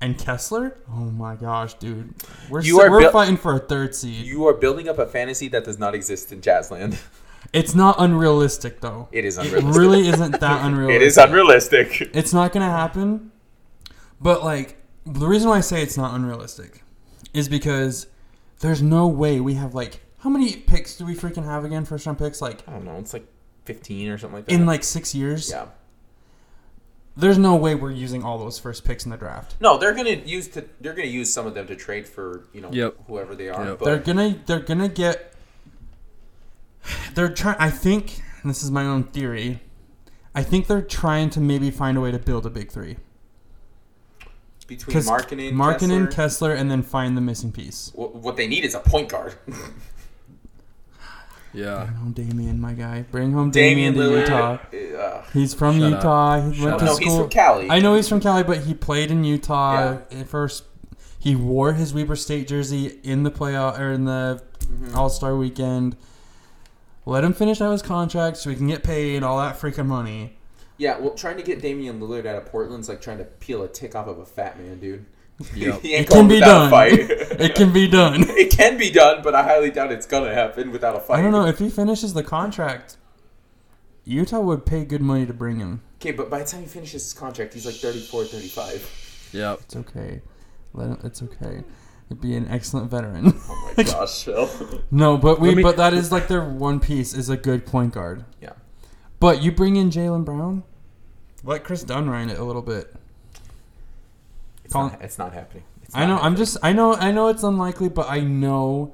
[SPEAKER 2] and Kessler. Oh my gosh, dude, we're
[SPEAKER 1] You
[SPEAKER 2] so-
[SPEAKER 1] are
[SPEAKER 2] we're
[SPEAKER 1] buil-
[SPEAKER 2] fighting for a third seed.
[SPEAKER 1] You are building up a fantasy that does not exist in Jazzland. *laughs*
[SPEAKER 2] it's not unrealistic though.
[SPEAKER 1] It is
[SPEAKER 2] It
[SPEAKER 1] unrealistic.
[SPEAKER 2] really
[SPEAKER 1] *laughs*
[SPEAKER 2] isn't that unrealistic.
[SPEAKER 1] It is unrealistic.
[SPEAKER 2] It's not gonna happen. But like the reason why I say it's not unrealistic is because there's no way we have like how many picks do we freaking have again? First round picks like
[SPEAKER 1] I don't know. It's like fifteen or something like that.
[SPEAKER 2] in like six years.
[SPEAKER 1] yeah.
[SPEAKER 2] There's no way we're using all those first picks in the draft.
[SPEAKER 1] No, they're gonna use to. They're gonna use some of them to trade for you know
[SPEAKER 3] Yep.
[SPEAKER 1] whoever they are.
[SPEAKER 3] Yep.
[SPEAKER 1] But
[SPEAKER 2] They're gonna they're gonna get they're trying I think and this is my own theory. I think they're trying to maybe find a way to build a big three.
[SPEAKER 1] between Markkinen,
[SPEAKER 2] Markkinen,
[SPEAKER 1] Kessler,
[SPEAKER 2] Kessler, and then find the missing piece.
[SPEAKER 1] *laughs* wh- what they need is a point guard.
[SPEAKER 3] Yeah.
[SPEAKER 2] Bring home Damien, my guy. Bring home
[SPEAKER 1] Damian
[SPEAKER 2] Damien to Utah.
[SPEAKER 1] Lillard, uh,
[SPEAKER 2] He's from
[SPEAKER 3] Shut up.
[SPEAKER 2] Utah. He
[SPEAKER 3] Shut
[SPEAKER 2] went
[SPEAKER 3] up.
[SPEAKER 2] to
[SPEAKER 1] no,
[SPEAKER 2] school.
[SPEAKER 1] he's from Cali.
[SPEAKER 2] I know he's from Cali, but he played in Utah at first. He wore his Weber State jersey in the playoff or in the
[SPEAKER 1] Mm-hmm.
[SPEAKER 2] All Star weekend. Let him finish out his contract so he can get paid all that freaking money.
[SPEAKER 1] Yeah, well, trying to get Damian Lillard out of Portland's like trying to peel a tick off of a fat man, dude. *laughs*
[SPEAKER 3] Yep.
[SPEAKER 1] He ain't
[SPEAKER 2] It can
[SPEAKER 1] going
[SPEAKER 2] be
[SPEAKER 1] without a
[SPEAKER 2] done.
[SPEAKER 1] fight.
[SPEAKER 2] *laughs* it can be done.
[SPEAKER 1] *laughs* It can be done, but I highly doubt it's gonna happen without a fight.
[SPEAKER 2] I don't know if he finishes the contract. Utah would pay good money to bring him.
[SPEAKER 1] Okay, but by the time he finishes his contract, he's like 34,
[SPEAKER 2] *laughs*
[SPEAKER 1] 35.
[SPEAKER 3] Yep.
[SPEAKER 2] It's okay. Let him, it's okay. He'd be an excellent veteran. *laughs*
[SPEAKER 1] Oh my gosh, Phil. *laughs*
[SPEAKER 2] no, but we
[SPEAKER 3] Let me-
[SPEAKER 2] but that is like their one piece is a good point guard.
[SPEAKER 1] Yeah.
[SPEAKER 2] But you bring in Jalen Brown, let Chris Dunn run it a little bit.
[SPEAKER 1] It's,
[SPEAKER 2] Colin-
[SPEAKER 1] not, it's not happening. It's
[SPEAKER 2] I know.
[SPEAKER 1] not
[SPEAKER 2] I'm
[SPEAKER 1] happening.
[SPEAKER 2] just. I know. I know it's unlikely, but I know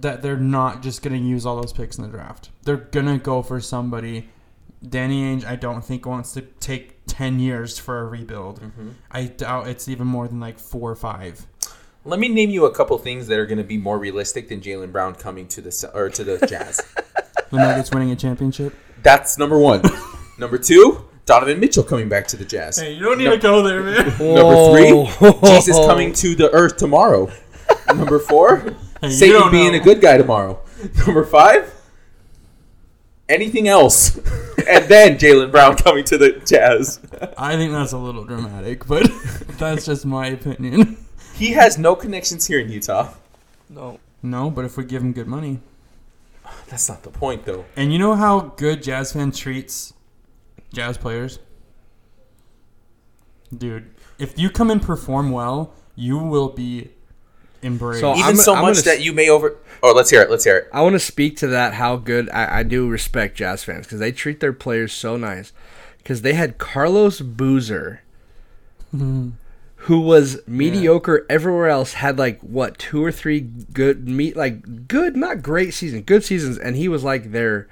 [SPEAKER 2] that they're not just going to use all those picks in the draft. They're going to go for somebody. Danny Ainge, I don't think wants to take ten years for a rebuild. I doubt it's even more than like four or five.
[SPEAKER 1] Let me name you a couple things that are going to be more realistic than Jalen Brown coming to the Ce- or to
[SPEAKER 3] *laughs*
[SPEAKER 1] the Jazz.
[SPEAKER 2] The Nuggets winning a championship.
[SPEAKER 1] That's number one. number two, Donovan Mitchell coming back to the Jazz.
[SPEAKER 2] you don't need to go there, *laughs* man.
[SPEAKER 1] Number three,
[SPEAKER 3] *laughs* Whoa.
[SPEAKER 1] Jesus coming to the earth tomorrow. Number
[SPEAKER 3] *laughs*
[SPEAKER 1] four,
[SPEAKER 2] you
[SPEAKER 1] Satan
[SPEAKER 2] don't
[SPEAKER 1] being
[SPEAKER 2] know.
[SPEAKER 1] a good guy tomorrow. Number five, anything
[SPEAKER 3] *laughs*
[SPEAKER 1] else. and then Jalen Brown coming to the Jazz.
[SPEAKER 2] I think that's a little dramatic, but *laughs* that's just my opinion.
[SPEAKER 1] He has no connections here in Utah.
[SPEAKER 3] No.
[SPEAKER 2] No, but if we give him good money,
[SPEAKER 1] That's not the point, though.
[SPEAKER 2] And you know how good Jazz fan treats Jazz players? Dude, if you come and perform well, you will be embraced.
[SPEAKER 3] So-
[SPEAKER 1] Even
[SPEAKER 3] I'm-
[SPEAKER 1] so
[SPEAKER 3] I'm
[SPEAKER 1] much
[SPEAKER 3] gonna
[SPEAKER 1] that
[SPEAKER 3] s-
[SPEAKER 1] you may over. Oh, let's hear it. Let's hear it.
[SPEAKER 3] I want to speak to that. How good I, I do respect Jazz fans because they treat their players so nice. Because they had Carlos Boozer,
[SPEAKER 2] Mm-hmm.
[SPEAKER 3] who was mediocre everywhere else, had like what two or three good meet like good, not great season, good seasons, and he was like their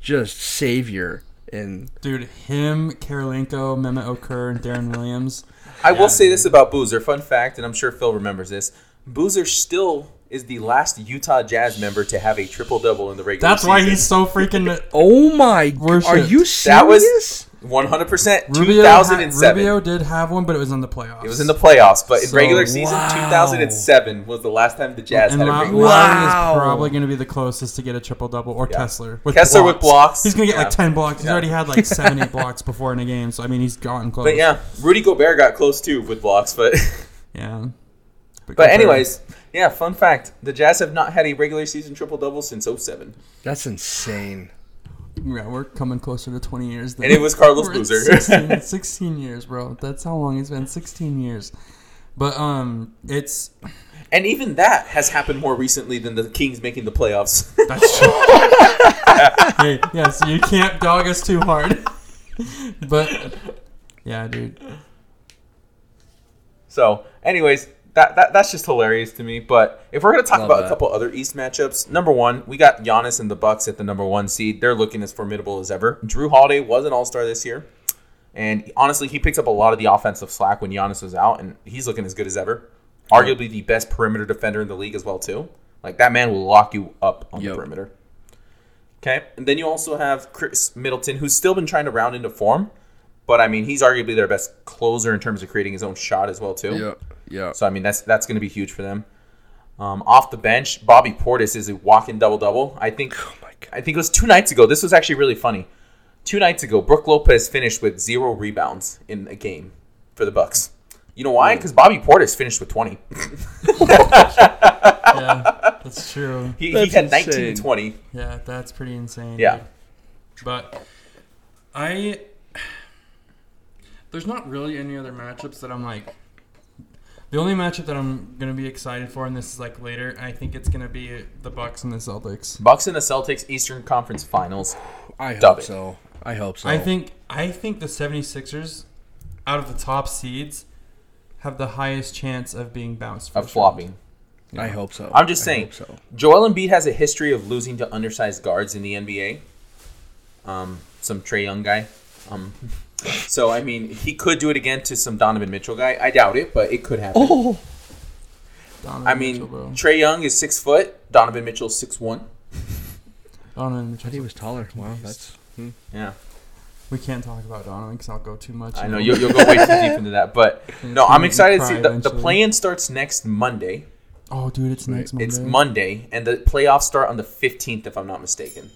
[SPEAKER 3] just savior. And
[SPEAKER 2] Dude, him, Karolinko, Mehmet Okur, and
[SPEAKER 1] *laughs*
[SPEAKER 2] Darren Williams.
[SPEAKER 1] I will say this about Boozer. Fun fact, and I'm sure Phil remembers this. Boozer still is the last Utah Jazz member to have a triple double in the regular
[SPEAKER 2] That's why
[SPEAKER 1] season.
[SPEAKER 2] he's
[SPEAKER 1] *laughs*
[SPEAKER 2] so freaking.
[SPEAKER 3] oh my, god, are
[SPEAKER 2] Worshipped.
[SPEAKER 3] you serious?
[SPEAKER 1] That was 100%
[SPEAKER 2] Rubio, had,
[SPEAKER 1] 2007.
[SPEAKER 2] Rubio did have one, but it was in the playoffs.
[SPEAKER 1] it was in the playoffs, but in
[SPEAKER 2] So,
[SPEAKER 1] regular season,
[SPEAKER 3] wow.
[SPEAKER 1] 2007 was the last time the Jazz
[SPEAKER 2] And
[SPEAKER 1] had a
[SPEAKER 2] Low-
[SPEAKER 1] big
[SPEAKER 2] Lowry
[SPEAKER 1] one.
[SPEAKER 3] Wow.
[SPEAKER 2] is probably going to be the closest to get a triple double, or
[SPEAKER 1] Yeah.
[SPEAKER 2] Kessler with
[SPEAKER 1] Kessler
[SPEAKER 2] blocks.
[SPEAKER 1] with blocks,
[SPEAKER 2] He's going to get like
[SPEAKER 1] yeah.
[SPEAKER 2] ten blocks. He's
[SPEAKER 1] Yeah. *laughs*
[SPEAKER 2] already had like seven, eight blocks before in a game. So I mean, he's gotten close.
[SPEAKER 1] But yeah, Rudy Gobert got close too with blocks, but *laughs*
[SPEAKER 2] Yeah.
[SPEAKER 1] but anyways, yeah, fun fact, the Jazz have not had a regular season triple double since 07.
[SPEAKER 3] That's insane.
[SPEAKER 2] yeah, we're coming closer to 20 years. Than
[SPEAKER 1] And it was Carlos
[SPEAKER 2] *laughs* We're at
[SPEAKER 1] Boozer. *laughs*
[SPEAKER 2] 16, 16 years, bro. That's how long it's been. 16 years. But um, it's
[SPEAKER 1] And even that has happened more recently than the Kings making the playoffs. *laughs*
[SPEAKER 2] that's true. *laughs* hey, yeah, so you can't dog us too hard. *laughs* but yeah, dude.
[SPEAKER 1] So, anyways, that, that that's just hilarious to me. But if we're gonna talk
[SPEAKER 3] Love
[SPEAKER 1] about a
[SPEAKER 3] that.
[SPEAKER 1] couple other East matchups, number one, we got Giannis and the Bucks at the number one seed. They're looking as formidable as ever. Drew Holiday was an All Star this year, and honestly, he picked up a lot of the offensive slack when Giannis was out, and he's looking as good as ever. Arguably the best perimeter defender in the league as well, too. Like that man will lock you up on
[SPEAKER 3] Yep.
[SPEAKER 1] the perimeter. Okay, and then you also have Chris Middleton, who's still been trying to round into form, but I mean he's arguably their best closer in terms of creating his own shot as well too.
[SPEAKER 3] Yep. Yep.
[SPEAKER 1] So I mean that's that's going to be huge for them. Um, off the bench, Bobby Portis is a walking double double. I think
[SPEAKER 3] Oh my god.
[SPEAKER 1] I think it was two nights ago. This was actually really funny. Two nights ago, Brooke Lopez finished with zero rebounds in a game for the Bucks. You know why? Because Bobby Portis finished with twenty.
[SPEAKER 2] Yeah, that's true.
[SPEAKER 1] He, he
[SPEAKER 3] That's
[SPEAKER 1] had nineteen and
[SPEAKER 3] insane.
[SPEAKER 1] twenty.
[SPEAKER 2] Yeah, that's pretty insane.
[SPEAKER 1] Yeah.
[SPEAKER 2] dude. But I there's not really any other matchups that I'm like the only matchup that I'm gonna be excited for, and this is like later, I think it's gonna be the Bucks and the Celtics.
[SPEAKER 1] Bucks and the Celtics Eastern Conference Finals.
[SPEAKER 3] I hope
[SPEAKER 1] Dub it.
[SPEAKER 3] so. I hope
[SPEAKER 1] Oh.
[SPEAKER 3] so.
[SPEAKER 2] I think I think the 76ers, out of the top seeds, have the highest chance of being bounced.
[SPEAKER 1] of
[SPEAKER 2] first
[SPEAKER 1] flopping.
[SPEAKER 2] round.
[SPEAKER 3] I hope so.
[SPEAKER 1] I'm just
[SPEAKER 3] I
[SPEAKER 1] saying,
[SPEAKER 3] hope so.
[SPEAKER 1] Joel Embiid has a history of losing to undersized guards in the NBA. Um, some Trey Young guy. Um, *laughs* so I mean, he could do it again to some Donovan Mitchell guy. I doubt it, but it could happen.
[SPEAKER 3] Oh.
[SPEAKER 2] Donovan
[SPEAKER 1] I
[SPEAKER 2] Mitchell, bro.
[SPEAKER 1] mean, Trey Young is six foot. Donovan Mitchell's six one.
[SPEAKER 2] Donovan Mitchell.
[SPEAKER 3] But he was taller. Wow, that's
[SPEAKER 1] Yeah,
[SPEAKER 2] We can't talk about Donovan because I'll go too much.
[SPEAKER 1] I
[SPEAKER 2] and
[SPEAKER 1] know
[SPEAKER 2] it'll-
[SPEAKER 1] you'll, you'll go way too deep into that,
[SPEAKER 2] *laughs*
[SPEAKER 1] but
[SPEAKER 2] it's
[SPEAKER 1] no,
[SPEAKER 2] gonna
[SPEAKER 1] I'm
[SPEAKER 2] make me
[SPEAKER 1] excited to
[SPEAKER 2] cry
[SPEAKER 1] see the, the
[SPEAKER 2] eventually.
[SPEAKER 1] play-in starts next Monday.
[SPEAKER 2] Oh, dude, it's next Monday.
[SPEAKER 1] It's Monday, and the playoffs start on the 15th, if I'm not mistaken.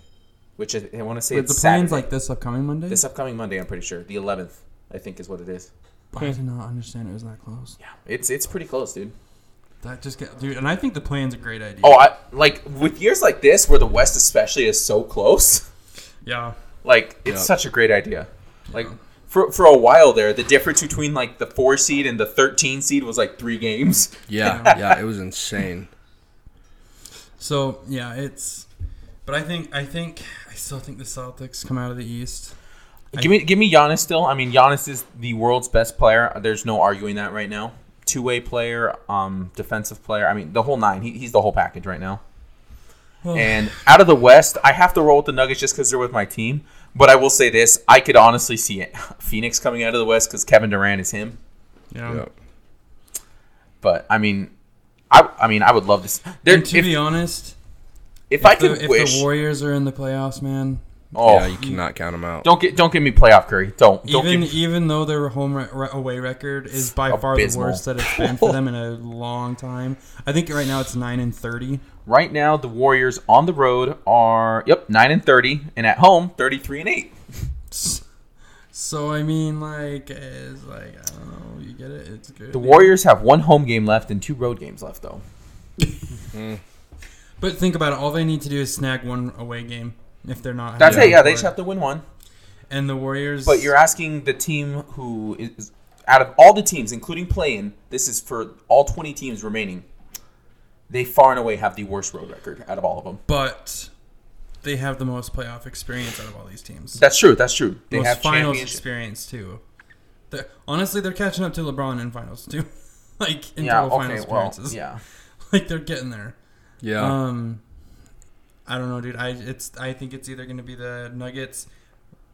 [SPEAKER 1] Which I, I want to say
[SPEAKER 2] Wait,
[SPEAKER 1] it's
[SPEAKER 2] the
[SPEAKER 1] Saturday.
[SPEAKER 2] plan's like this upcoming Monday.
[SPEAKER 1] this upcoming Monday. I'm pretty sure the 11th. I think is what it is.
[SPEAKER 2] I did not understand it was that close.
[SPEAKER 1] Yeah, it's it's pretty close, dude.
[SPEAKER 2] That just get dude, and I think the plan's a great idea.
[SPEAKER 1] Oh, I like with years like this where the West especially is so close. *laughs*
[SPEAKER 2] yeah.
[SPEAKER 1] Like it's
[SPEAKER 3] Yeah.
[SPEAKER 1] such a great idea. Like for for a while there, the difference between like the four seed and the thirteen seed was like three games. *laughs*
[SPEAKER 3] yeah, yeah. It was insane.
[SPEAKER 2] So yeah, it's. But I think I think I still think the Celtics come out of the East.
[SPEAKER 1] give me give me Giannis still. I mean, Giannis is the world's best player. There's no arguing that right now. Two way player, um, defensive player. I mean, the whole nine. He, he's the whole package right now. And out of the West, I have to roll with the Nuggets just because they're with my team. But I will say this: I could honestly see it. *laughs* Phoenix coming out of the West because Kevin Durant is him.
[SPEAKER 2] Yeah.
[SPEAKER 3] Yeah.
[SPEAKER 1] But I mean, I I mean, I would love this. There,
[SPEAKER 2] And
[SPEAKER 1] if,
[SPEAKER 2] to be honest,
[SPEAKER 1] if I
[SPEAKER 2] if, the,
[SPEAKER 1] could
[SPEAKER 2] if
[SPEAKER 1] wish,
[SPEAKER 2] the Warriors are in the playoffs, man,
[SPEAKER 1] oh,
[SPEAKER 3] yeah, you cannot count him out.
[SPEAKER 1] don't get don't give me playoff Curry. Don't don't
[SPEAKER 2] even
[SPEAKER 1] give.
[SPEAKER 2] even though their home re- re- away record is by far the
[SPEAKER 1] abysmal.
[SPEAKER 2] worst that it's been for them
[SPEAKER 1] *laughs*
[SPEAKER 2] in a long time. I think right now it's nine and thirty.
[SPEAKER 1] Right now, the Warriors on the road are yep nine and thirty, and at home thirty three and eight.
[SPEAKER 2] So I mean, like, it's like I don't know. You get it? It's good.
[SPEAKER 1] The Warriors have one home game left and two road games left, though.
[SPEAKER 2] But think about it. All they need to do is snag one away game if they're not.
[SPEAKER 1] That's
[SPEAKER 2] having
[SPEAKER 1] it. Yeah, they
[SPEAKER 2] one.
[SPEAKER 1] just have to win one.
[SPEAKER 2] And the Warriors.
[SPEAKER 1] But you're asking the team who is out of all the teams, including play-in. This is for all 20 teams remaining. They far and away have the worst road record out of all of them.
[SPEAKER 2] But they have the most playoff experience out of all these teams.
[SPEAKER 1] That's true. That's true. They
[SPEAKER 2] most
[SPEAKER 1] have
[SPEAKER 2] finals
[SPEAKER 1] championships.
[SPEAKER 2] experience too. They're, honestly, they're catching up to LeBron in finals too. *laughs* like in
[SPEAKER 1] Yeah.
[SPEAKER 2] total
[SPEAKER 1] Okay.
[SPEAKER 2] finals
[SPEAKER 1] Well.
[SPEAKER 2] appearances.
[SPEAKER 1] Yeah.
[SPEAKER 2] *laughs* Like they're getting there.
[SPEAKER 1] Uh,
[SPEAKER 3] Yeah,
[SPEAKER 2] Um, I don't know, dude. I it's I think it's either going to be the Nuggets.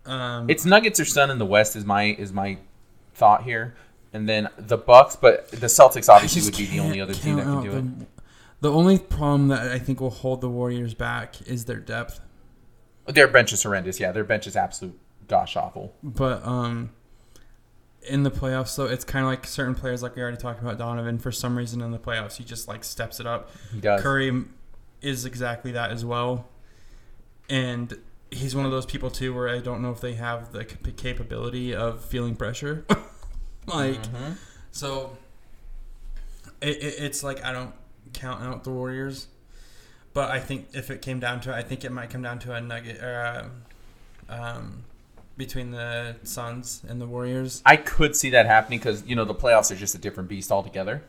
[SPEAKER 2] Um,
[SPEAKER 1] It's Nuggets or Sun in the West is my is my thought here, and then the Bucks. But the Celtics
[SPEAKER 2] I
[SPEAKER 1] obviously
[SPEAKER 2] just
[SPEAKER 1] would be the only
[SPEAKER 2] can't
[SPEAKER 1] other team that can
[SPEAKER 2] count
[SPEAKER 1] do
[SPEAKER 2] out
[SPEAKER 1] it.
[SPEAKER 2] the, The only problem that I think will hold the Warriors back is their depth.
[SPEAKER 1] Their bench is horrendous. Yeah, their bench is absolute gosh awful.
[SPEAKER 2] But um, in the playoffs, though, it's kind of like certain players, like we already talked about Donovan. For some reason, in the playoffs, he just like steps it up.
[SPEAKER 1] He does.
[SPEAKER 2] Curry is exactly that as well, and he's one of those people too where I don't know if they have the cap- capability of feeling pressure. *laughs* like
[SPEAKER 1] Mhm.
[SPEAKER 2] so, it, it, it's like I don't count out the Warriors, but I think if it came down to it, I think it might come down to a nugget or um, um, between the Suns and the Warriors.
[SPEAKER 1] I could see that happening because you know the playoffs are just a different beast altogether.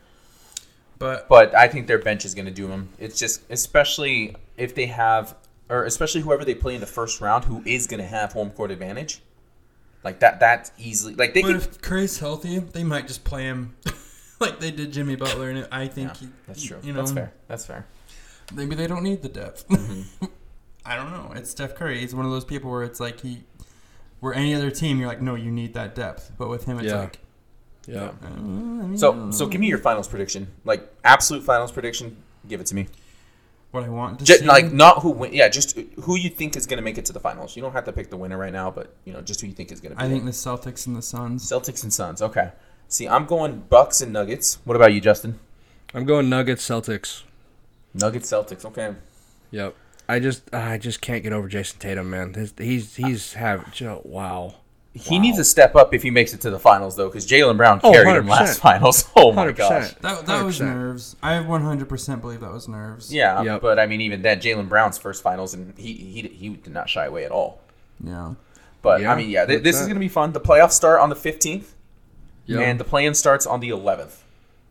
[SPEAKER 2] But
[SPEAKER 1] but I think their bench is going to do them. It's just especially if they have, or especially whoever they play in the first round, who is going to have home court advantage. Like that, that's easily like they
[SPEAKER 2] but
[SPEAKER 1] can.
[SPEAKER 2] if Curry's healthy, they might just play him. *laughs* Like they did Jimmy Butler, and I think
[SPEAKER 1] Yeah,
[SPEAKER 2] he-
[SPEAKER 1] that's true.
[SPEAKER 2] You know,
[SPEAKER 1] that's fair. Mm-hmm. That's fair.
[SPEAKER 2] Maybe they don't need the depth. *laughs* I don't know. It's Steph Curry. He's one of those people where it's like he, where any other team, you're like, no, you need that depth. But with him, it's
[SPEAKER 3] Yeah.
[SPEAKER 2] like,
[SPEAKER 3] yeah.
[SPEAKER 2] uh, I mean, I
[SPEAKER 1] So,
[SPEAKER 3] Mm.
[SPEAKER 2] don't
[SPEAKER 1] so
[SPEAKER 2] know.
[SPEAKER 1] give me your finals prediction, like absolute finals prediction. Give it to me.
[SPEAKER 2] what I want to
[SPEAKER 1] Just,
[SPEAKER 2] see.
[SPEAKER 3] mm.
[SPEAKER 1] like not who win, yeah, just who you think is going to make it to the finals. You don't have to pick the winner right now, but you know, just who you think is going to.
[SPEAKER 2] I think the Celtics and the Suns.
[SPEAKER 1] Celtics and Suns. Okay. See, I'm going Bucks and Nuggets. What about you, Justin?
[SPEAKER 3] I'm going Nuggets Celtics.
[SPEAKER 1] Nuggets Celtics. Okay.
[SPEAKER 3] Yep. I just ah, I just can't get over Jason Tatum, man. His, he's he's have jo- wow.
[SPEAKER 1] He
[SPEAKER 3] Wow.
[SPEAKER 1] needs to step up if he makes it to the finals, though, because Jalen Brown
[SPEAKER 3] Oh,
[SPEAKER 1] carried him last *laughs*
[SPEAKER 3] 100%.
[SPEAKER 1] finals. Oh my
[SPEAKER 3] 100%.
[SPEAKER 1] gosh.
[SPEAKER 2] That that was
[SPEAKER 3] 100%.
[SPEAKER 2] nerves. I 100% believe that was nerves.
[SPEAKER 1] Yeah,
[SPEAKER 3] Yep.
[SPEAKER 1] but I mean, even then, Jalen Brown's first finals, and he he he did not shy away at all.
[SPEAKER 2] Yeah.
[SPEAKER 1] But I
[SPEAKER 3] Yeah,
[SPEAKER 1] mean, yeah, th-
[SPEAKER 3] that's
[SPEAKER 1] this is
[SPEAKER 3] it.
[SPEAKER 1] going to be fun. The playoffs start on the fifteenth,
[SPEAKER 3] Yep.
[SPEAKER 1] and the play-in starts on the eleventh.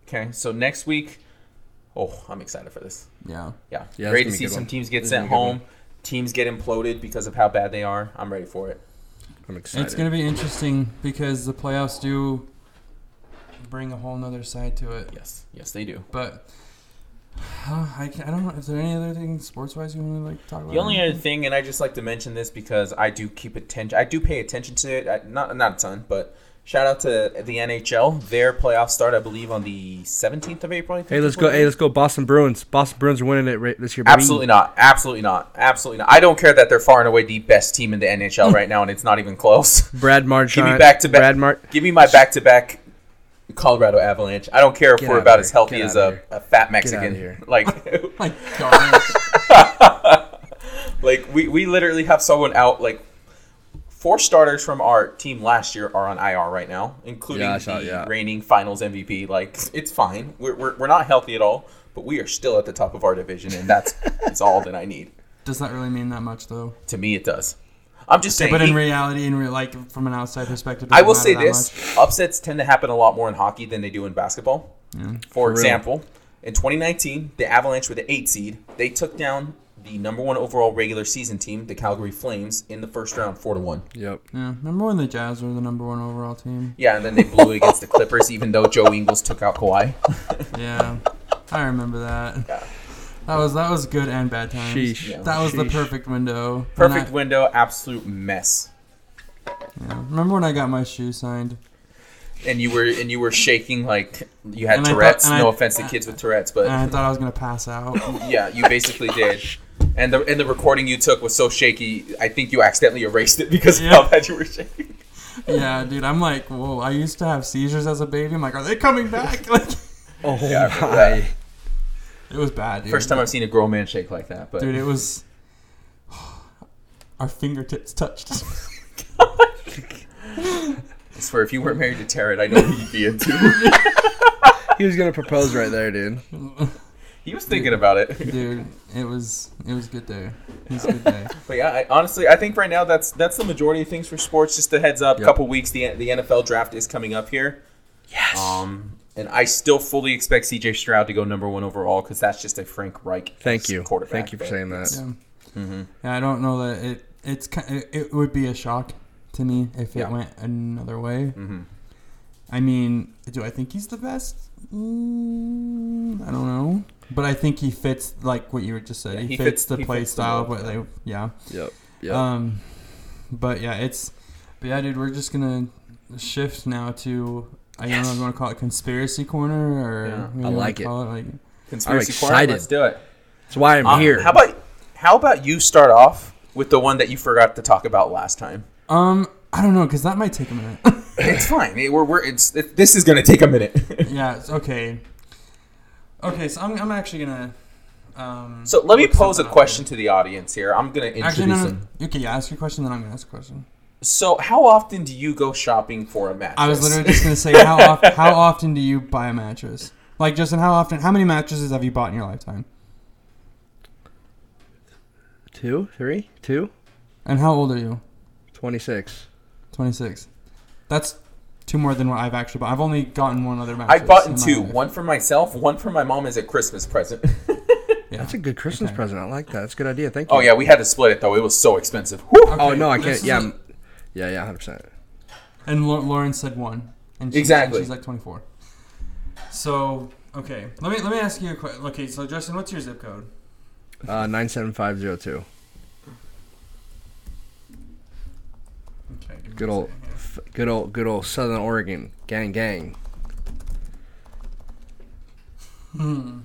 [SPEAKER 1] Okay, so next week, oh, I'm excited for this.
[SPEAKER 2] Yeah.
[SPEAKER 1] Yeah,
[SPEAKER 3] Yeah, it's
[SPEAKER 1] great
[SPEAKER 3] gonna
[SPEAKER 1] to
[SPEAKER 3] be a
[SPEAKER 1] see
[SPEAKER 3] good
[SPEAKER 1] some
[SPEAKER 3] one.
[SPEAKER 1] teams get
[SPEAKER 3] It's
[SPEAKER 1] sent
[SPEAKER 3] gonna be a good
[SPEAKER 1] home, teams get imploded because of how bad they are. I'm ready for it.
[SPEAKER 3] I'm excited.
[SPEAKER 2] It's going to be interesting because the playoffs do bring a whole nother side to it.
[SPEAKER 1] Yes, yes, they
[SPEAKER 3] Um,
[SPEAKER 1] do.
[SPEAKER 2] But uh, I, can, I don't know. Is there any other thing sports wise you want to like talk about?
[SPEAKER 1] The only other thing, and I just like to mention this because I do keep attention. I do pay attention to it. I, not not a ton, but Shout out to the NHL. Their playoffs start, I believe, on the 17th of April. I think
[SPEAKER 3] Hey, let's
[SPEAKER 1] is
[SPEAKER 3] go.
[SPEAKER 1] what it
[SPEAKER 3] Hey,
[SPEAKER 1] is.
[SPEAKER 3] let's go. Boston Bruins. Boston Bruins are winning it right this year. baby.
[SPEAKER 1] Absolutely not. Absolutely not. Absolutely not. I don't care that they're far and away the best team in the
[SPEAKER 3] Hmm.
[SPEAKER 1] NHL right now, and it's not even close. *laughs*
[SPEAKER 3] Brad Marchand.
[SPEAKER 1] Give me back to back.
[SPEAKER 3] Brad Mar-
[SPEAKER 1] Give me my back to back Colorado Avalanche. I don't care if
[SPEAKER 3] Get
[SPEAKER 1] we're
[SPEAKER 3] outta
[SPEAKER 1] about
[SPEAKER 3] here.
[SPEAKER 1] as healthy
[SPEAKER 3] Get
[SPEAKER 1] as
[SPEAKER 3] outta
[SPEAKER 1] a, a fat
[SPEAKER 3] here.
[SPEAKER 1] Mexican. *laughs* Like,
[SPEAKER 2] *laughs* My God.
[SPEAKER 1] like we, we literally have someone out. Like, four starters from our team last year are on IR right now, including
[SPEAKER 3] Yeah, I saw-
[SPEAKER 1] the
[SPEAKER 3] yeah.
[SPEAKER 1] reigning Finals MVP. Like, it's fine. We're, we're, we're not healthy at all, but we are still at the top of our division, and that's
[SPEAKER 3] *laughs*
[SPEAKER 1] it's all that I need.
[SPEAKER 2] Does that really mean that much though?
[SPEAKER 1] To me, it does. I'm just saying.
[SPEAKER 2] But in
[SPEAKER 1] he-
[SPEAKER 2] reality, in real, like from an outside perspective,
[SPEAKER 1] I
[SPEAKER 2] doesn't
[SPEAKER 1] will
[SPEAKER 2] matter
[SPEAKER 1] say
[SPEAKER 2] that
[SPEAKER 1] this:
[SPEAKER 2] much.
[SPEAKER 1] upsets tend to happen a lot more in hockey than they do in basketball. for
[SPEAKER 3] real.
[SPEAKER 1] example, in 2019, the Avalanche were the eight seed. They took down the number one overall regular season team, the Calgary Flames, in the first round, four to one.
[SPEAKER 3] Yep.
[SPEAKER 1] Mm.
[SPEAKER 2] Yeah, number one, the Jazz are the number one overall team.
[SPEAKER 1] Yeah, and then they blew against the Clippers, even though Joe Ingles took out
[SPEAKER 2] *laughs*
[SPEAKER 1] Kawhi.
[SPEAKER 2] Yeah, I remember that. That was that was good and bad times.
[SPEAKER 3] Sheesh. Yeah.
[SPEAKER 2] That was the
[SPEAKER 3] Sheesh.
[SPEAKER 2] perfect window. When
[SPEAKER 1] Perfect window, absolute mess.
[SPEAKER 2] I, yeah. Remember when I got my shoe signed?
[SPEAKER 1] And you were and you were shaking like you had
[SPEAKER 2] And I thought-
[SPEAKER 1] Tourette's.
[SPEAKER 2] and I-
[SPEAKER 1] no offense to kids with Tourette's,
[SPEAKER 2] And I
[SPEAKER 1] but
[SPEAKER 2] thought I was gonna pass out.
[SPEAKER 1] *laughs* yeah, you
[SPEAKER 2] *laughs* Oh
[SPEAKER 1] basically did. And the and the recording you took was so shaky. I think you accidentally erased it because
[SPEAKER 2] Yeah.
[SPEAKER 1] of how bad you were shaking.
[SPEAKER 2] *laughs* yeah, dude. I'm like, whoa. I used to have seizures as a baby. I'm like, are they coming back? *laughs* Like,
[SPEAKER 3] Oh
[SPEAKER 1] Yeah, I remember
[SPEAKER 3] my.
[SPEAKER 2] it was bad, dude.
[SPEAKER 1] First time I've seen a grown man shake like that, but
[SPEAKER 2] dude. It was. *sighs* Our fingertips touched.
[SPEAKER 1] *laughs*
[SPEAKER 2] *laughs*
[SPEAKER 1] I swear, if you weren't married to Tarot, I know what you'd be into.
[SPEAKER 2] *laughs*
[SPEAKER 3] *laughs* He was gonna propose right there, dude.
[SPEAKER 1] he was thinking about it,
[SPEAKER 2] dude it was it was a good day it was a good day
[SPEAKER 1] but yeah, I, honestly, I think right now that's that's the majority of things for sports. Just a heads up,
[SPEAKER 3] Yep.
[SPEAKER 1] couple weeks, the the NFL draft is coming up here,
[SPEAKER 3] Yes.
[SPEAKER 1] um, and I still fully expect C.J. Stroud to go number one overall because that's just a Frank Reich.
[SPEAKER 3] Thank you.
[SPEAKER 1] quarterback,
[SPEAKER 3] Thank you for
[SPEAKER 1] but
[SPEAKER 3] saying that.
[SPEAKER 2] yeah. yeah i don't know that it it's ki- it, it would be a shock to me if it
[SPEAKER 1] Yeah. Mm-hmm.
[SPEAKER 2] went another way i mean do i think he's the best mm, i don't know but i think he fits like what you were just said
[SPEAKER 1] Yeah,
[SPEAKER 2] he,
[SPEAKER 1] he
[SPEAKER 2] fits,
[SPEAKER 1] fits-
[SPEAKER 2] the
[SPEAKER 1] he
[SPEAKER 2] play
[SPEAKER 1] fits the
[SPEAKER 2] style
[SPEAKER 1] mold,
[SPEAKER 2] but they yeah
[SPEAKER 3] Yep. Yep.
[SPEAKER 1] Uh,
[SPEAKER 2] Um, but yeah, it's but yeah, dude, we're just gonna shift now to I don't know if you want to call it conspiracy corner or
[SPEAKER 1] Yeah.
[SPEAKER 2] what do you
[SPEAKER 3] I
[SPEAKER 2] wanna
[SPEAKER 3] like it.
[SPEAKER 2] Call it like
[SPEAKER 1] Conspiracy corner.
[SPEAKER 3] excited.
[SPEAKER 1] Let's do it.
[SPEAKER 3] That's why I'm
[SPEAKER 1] Uh,
[SPEAKER 3] here.
[SPEAKER 1] How about how about you start off with the one that you forgot to talk about last time?
[SPEAKER 2] um I don't know because that might take a minute. *laughs*
[SPEAKER 3] *laughs*
[SPEAKER 1] It's fine. It- we're, we're, it's, it, this is going to take a minute. *laughs*
[SPEAKER 2] yeah, it's okay. Okay, so I'm I'm actually gonna. Um,
[SPEAKER 1] so let me
[SPEAKER 2] look
[SPEAKER 1] pose a
[SPEAKER 2] something up
[SPEAKER 1] question to the audience here. I'm going to
[SPEAKER 2] here. Actually,
[SPEAKER 1] introduce
[SPEAKER 2] no, no.
[SPEAKER 1] them.
[SPEAKER 2] Okay, yeah, ask your question, then I'm gonna ask a question.
[SPEAKER 1] So, how often do you go shopping for a mattress?
[SPEAKER 2] I was literally just gonna say how
[SPEAKER 3] *laughs*
[SPEAKER 2] often, how often do you buy a mattress? Like Justin, how often? How many mattresses have you bought in your lifetime?
[SPEAKER 3] Two, three, two,
[SPEAKER 2] And how old are you?
[SPEAKER 3] twenty-six.
[SPEAKER 2] 26. That's two more than what I've actually bought. I've only gotten one other mattress.
[SPEAKER 1] *laughs* I bought in
[SPEAKER 2] my
[SPEAKER 1] two.
[SPEAKER 2] life.
[SPEAKER 1] One for myself, one for my mom as a Christmas present. *laughs*
[SPEAKER 2] Yeah.
[SPEAKER 3] That's a good Christmas
[SPEAKER 2] Okay.
[SPEAKER 3] present. I like that. That's a good idea. Thank you.
[SPEAKER 1] oh, yeah, we had to split it, though. It was so expensive. Whew.
[SPEAKER 3] Oh no, I
[SPEAKER 2] this
[SPEAKER 3] can't.
[SPEAKER 2] is
[SPEAKER 3] Yeah.
[SPEAKER 2] a-
[SPEAKER 3] I'm- yeah. Yeah. Hundred percent.
[SPEAKER 2] and Lau- Lauren said one. And she-
[SPEAKER 1] Exactly.
[SPEAKER 2] and she's like 24. So, okay. Let me let me ask you a question. Okay, so Justin, what's your zip code?
[SPEAKER 3] Uh, nine seven five zero two.
[SPEAKER 2] Okay. give me
[SPEAKER 3] Good
[SPEAKER 2] a
[SPEAKER 3] old,
[SPEAKER 2] second here.
[SPEAKER 3] f- good old, good old Southern Oregon gang, gang.
[SPEAKER 2] Hmm.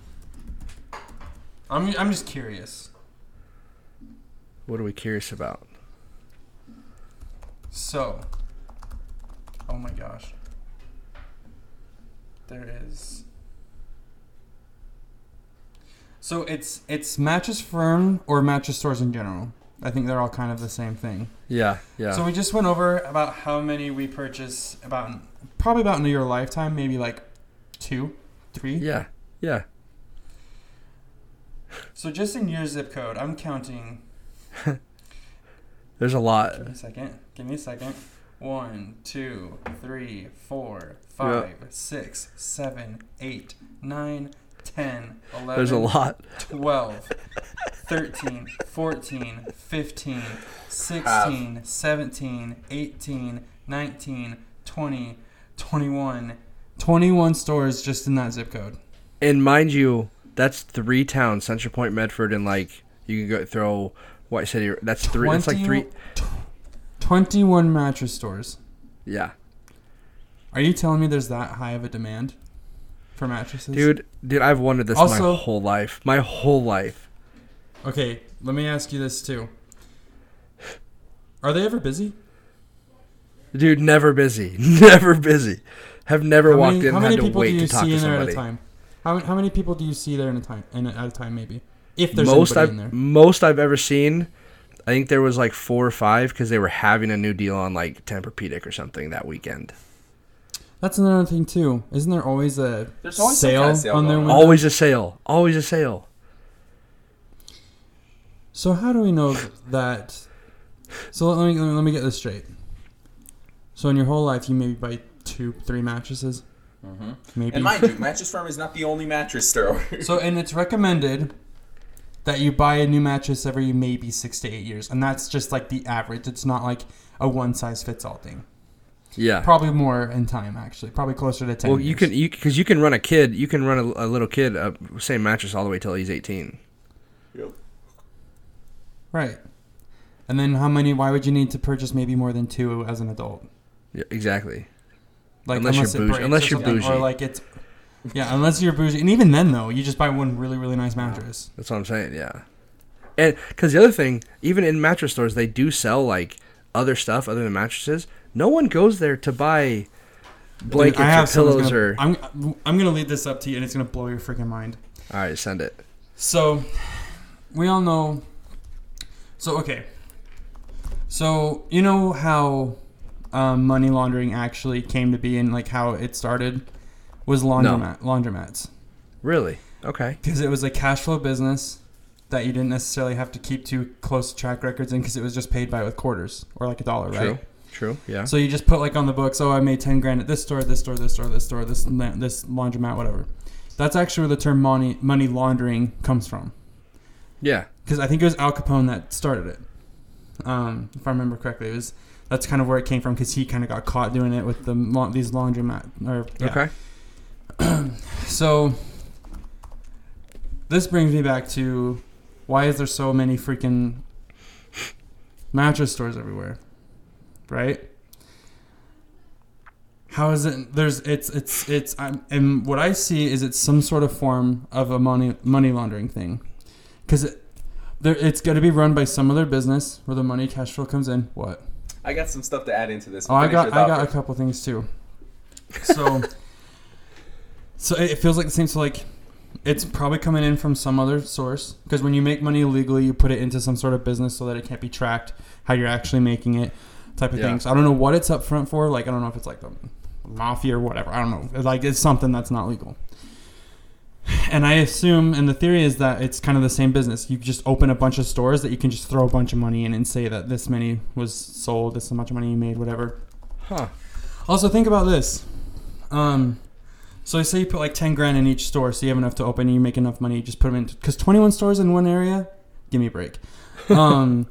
[SPEAKER 2] I'm I'm just curious.
[SPEAKER 3] What are we curious about?
[SPEAKER 2] So, oh my gosh. There is. So it's it's mattress firm or mattress stores in general. I think they're all kind of the same thing.
[SPEAKER 3] Yeah. Yeah.
[SPEAKER 2] So we just went over about how many we purchase about probably about in your lifetime, maybe like two, three.
[SPEAKER 3] yeah. Yeah.
[SPEAKER 2] So just in your zip code, I'm counting.
[SPEAKER 3] There's a lot.
[SPEAKER 2] Give me a second. Give me a second. One, two, three, four, five, six, seven, eight, nine, ten, eleven.
[SPEAKER 3] There's a lot.
[SPEAKER 2] 12, 13, 14, 15, 16, 17, 18, 19, 20, 21. 21 stores just in that zip code.
[SPEAKER 3] And mind you, that's three towns: Central Point, Medford, and like you can go throw White City. That's three. That's like
[SPEAKER 2] 20
[SPEAKER 3] three.
[SPEAKER 2] tw- 21 mattress stores.
[SPEAKER 3] Yeah.
[SPEAKER 2] Are you telling me there's that high of a demand for mattresses?
[SPEAKER 3] Dude, dude, I've wanted this
[SPEAKER 2] Also-
[SPEAKER 3] my whole life. My whole life.
[SPEAKER 2] Okay, let me ask you this too. Are they ever busy?
[SPEAKER 3] Dude, never busy. *laughs* Never busy. Have never
[SPEAKER 2] how
[SPEAKER 3] walked
[SPEAKER 2] many,
[SPEAKER 3] in
[SPEAKER 2] how
[SPEAKER 3] and
[SPEAKER 2] many
[SPEAKER 3] had to
[SPEAKER 2] people do
[SPEAKER 3] wait
[SPEAKER 2] you
[SPEAKER 3] to talk
[SPEAKER 2] see
[SPEAKER 3] to
[SPEAKER 2] in there at
[SPEAKER 3] somebody.
[SPEAKER 2] a time? How, how many people do you see there in a time in a, at a time maybe? If there's
[SPEAKER 3] Most
[SPEAKER 2] anybody
[SPEAKER 3] I've
[SPEAKER 2] in there.
[SPEAKER 3] most I've ever seen, I think there was like four or five because they were having a new deal on like Tempur-Pedic or something that weekend.
[SPEAKER 2] That's another thing too. Isn't there always a
[SPEAKER 1] There's always some
[SPEAKER 2] sale,
[SPEAKER 1] kind of sale
[SPEAKER 2] on their
[SPEAKER 1] going on.
[SPEAKER 2] window?
[SPEAKER 3] Always a sale. Always a sale.
[SPEAKER 2] So how do we know that? So let me, let me let me get this straight. So in your whole life, you maybe buy two, three mattresses.
[SPEAKER 1] Mhm.
[SPEAKER 2] Maybe.
[SPEAKER 1] And mind you, Mattress Firm is not the only mattress store. *laughs*
[SPEAKER 2] so and it's recommended that you buy a new mattress every maybe six to eight years, and that's just like the average. It's not like a one size fits all thing.
[SPEAKER 3] Yeah.
[SPEAKER 2] Probably more in time, actually. Probably closer to ten.
[SPEAKER 3] Well, you
[SPEAKER 2] years.
[SPEAKER 3] can e- you because you can run a kid. You can run a, a little kid up same mattress all the way till he's eighteen.
[SPEAKER 2] right. And then how many? Why would you need to purchase maybe more than two as an adult?
[SPEAKER 3] Yeah, exactly.
[SPEAKER 2] Like
[SPEAKER 3] Unless you're
[SPEAKER 2] it
[SPEAKER 3] bougie-
[SPEAKER 2] breaks
[SPEAKER 3] unless
[SPEAKER 2] or
[SPEAKER 3] you're
[SPEAKER 2] something,
[SPEAKER 3] bougie.
[SPEAKER 2] or like it's yeah, unless you're bougie. And even then, though, you just buy one really really nice mattress.
[SPEAKER 3] That's what I'm saying. Yeah. And because the other thing, even in mattress stores, they do sell like other stuff other than mattresses. No one goes there to buy blankets
[SPEAKER 2] Dude, I
[SPEAKER 3] or
[SPEAKER 2] have someone's
[SPEAKER 3] pillows
[SPEAKER 2] gonna-
[SPEAKER 3] or.
[SPEAKER 2] I'm I'm gonna lead this up to you, and it's gonna blow your freaking mind.
[SPEAKER 3] All right, send it.
[SPEAKER 2] So, we all know. So okay. So you know how um, money laundering actually came to be, and like how it started was laundromat laundromats
[SPEAKER 3] Really? Okay.
[SPEAKER 2] because it was a cash flow business that you didn't necessarily have to keep too close track records in because it was just paid by with quarters or like a dollar, right?
[SPEAKER 3] True. True. Yeah.
[SPEAKER 2] So you just put like on the books, oh, I made 10 grand at this store, this store, this store, this store, this la- this laundromat, whatever. That's actually where the term money money laundering comes from,
[SPEAKER 3] Yeah.
[SPEAKER 2] because I think it was Al Capone that started it, um, if I remember correctly. It was that's kind of where it came from, because he kind of got caught doing it with the la- these laundromat or yeah.
[SPEAKER 3] Okay.
[SPEAKER 2] So this brings me back to why is there so many freaking mattress stores everywhere? Right? How is it there's it's it's it's I'm, and what I see is it's some sort of form of a money money laundering thing. Cuz it there, it's going to be run by some other business where the money cash flow comes in. What?
[SPEAKER 1] I got some stuff to add into this.
[SPEAKER 2] Oh, I
[SPEAKER 1] Finish
[SPEAKER 2] got
[SPEAKER 1] your
[SPEAKER 2] I
[SPEAKER 1] thought
[SPEAKER 2] got a
[SPEAKER 1] first.
[SPEAKER 2] couple things too. So, so it it feels like the same. So like, it's probably coming in from some other source because when you make money illegally, you put it into some sort of business so that it can't be tracked how you're actually making it, type of
[SPEAKER 3] Yeah.
[SPEAKER 2] thing. So I don't know what it's up front for. Like I don't know if it's like the mafia or whatever. I don't know. Like it's something that's not legal. And I assume, and the theory is that it's kind of the same business. You just open a bunch of stores that you can just throw a bunch of money in and say that this many was sold, this much money you made, whatever.
[SPEAKER 3] Huh.
[SPEAKER 2] Also, think about this. Um, so I say you put like ten grand in each store, so you have enough to open. and You make enough money, you just put them in because twenty-one stores in one area. Give me a break. Um,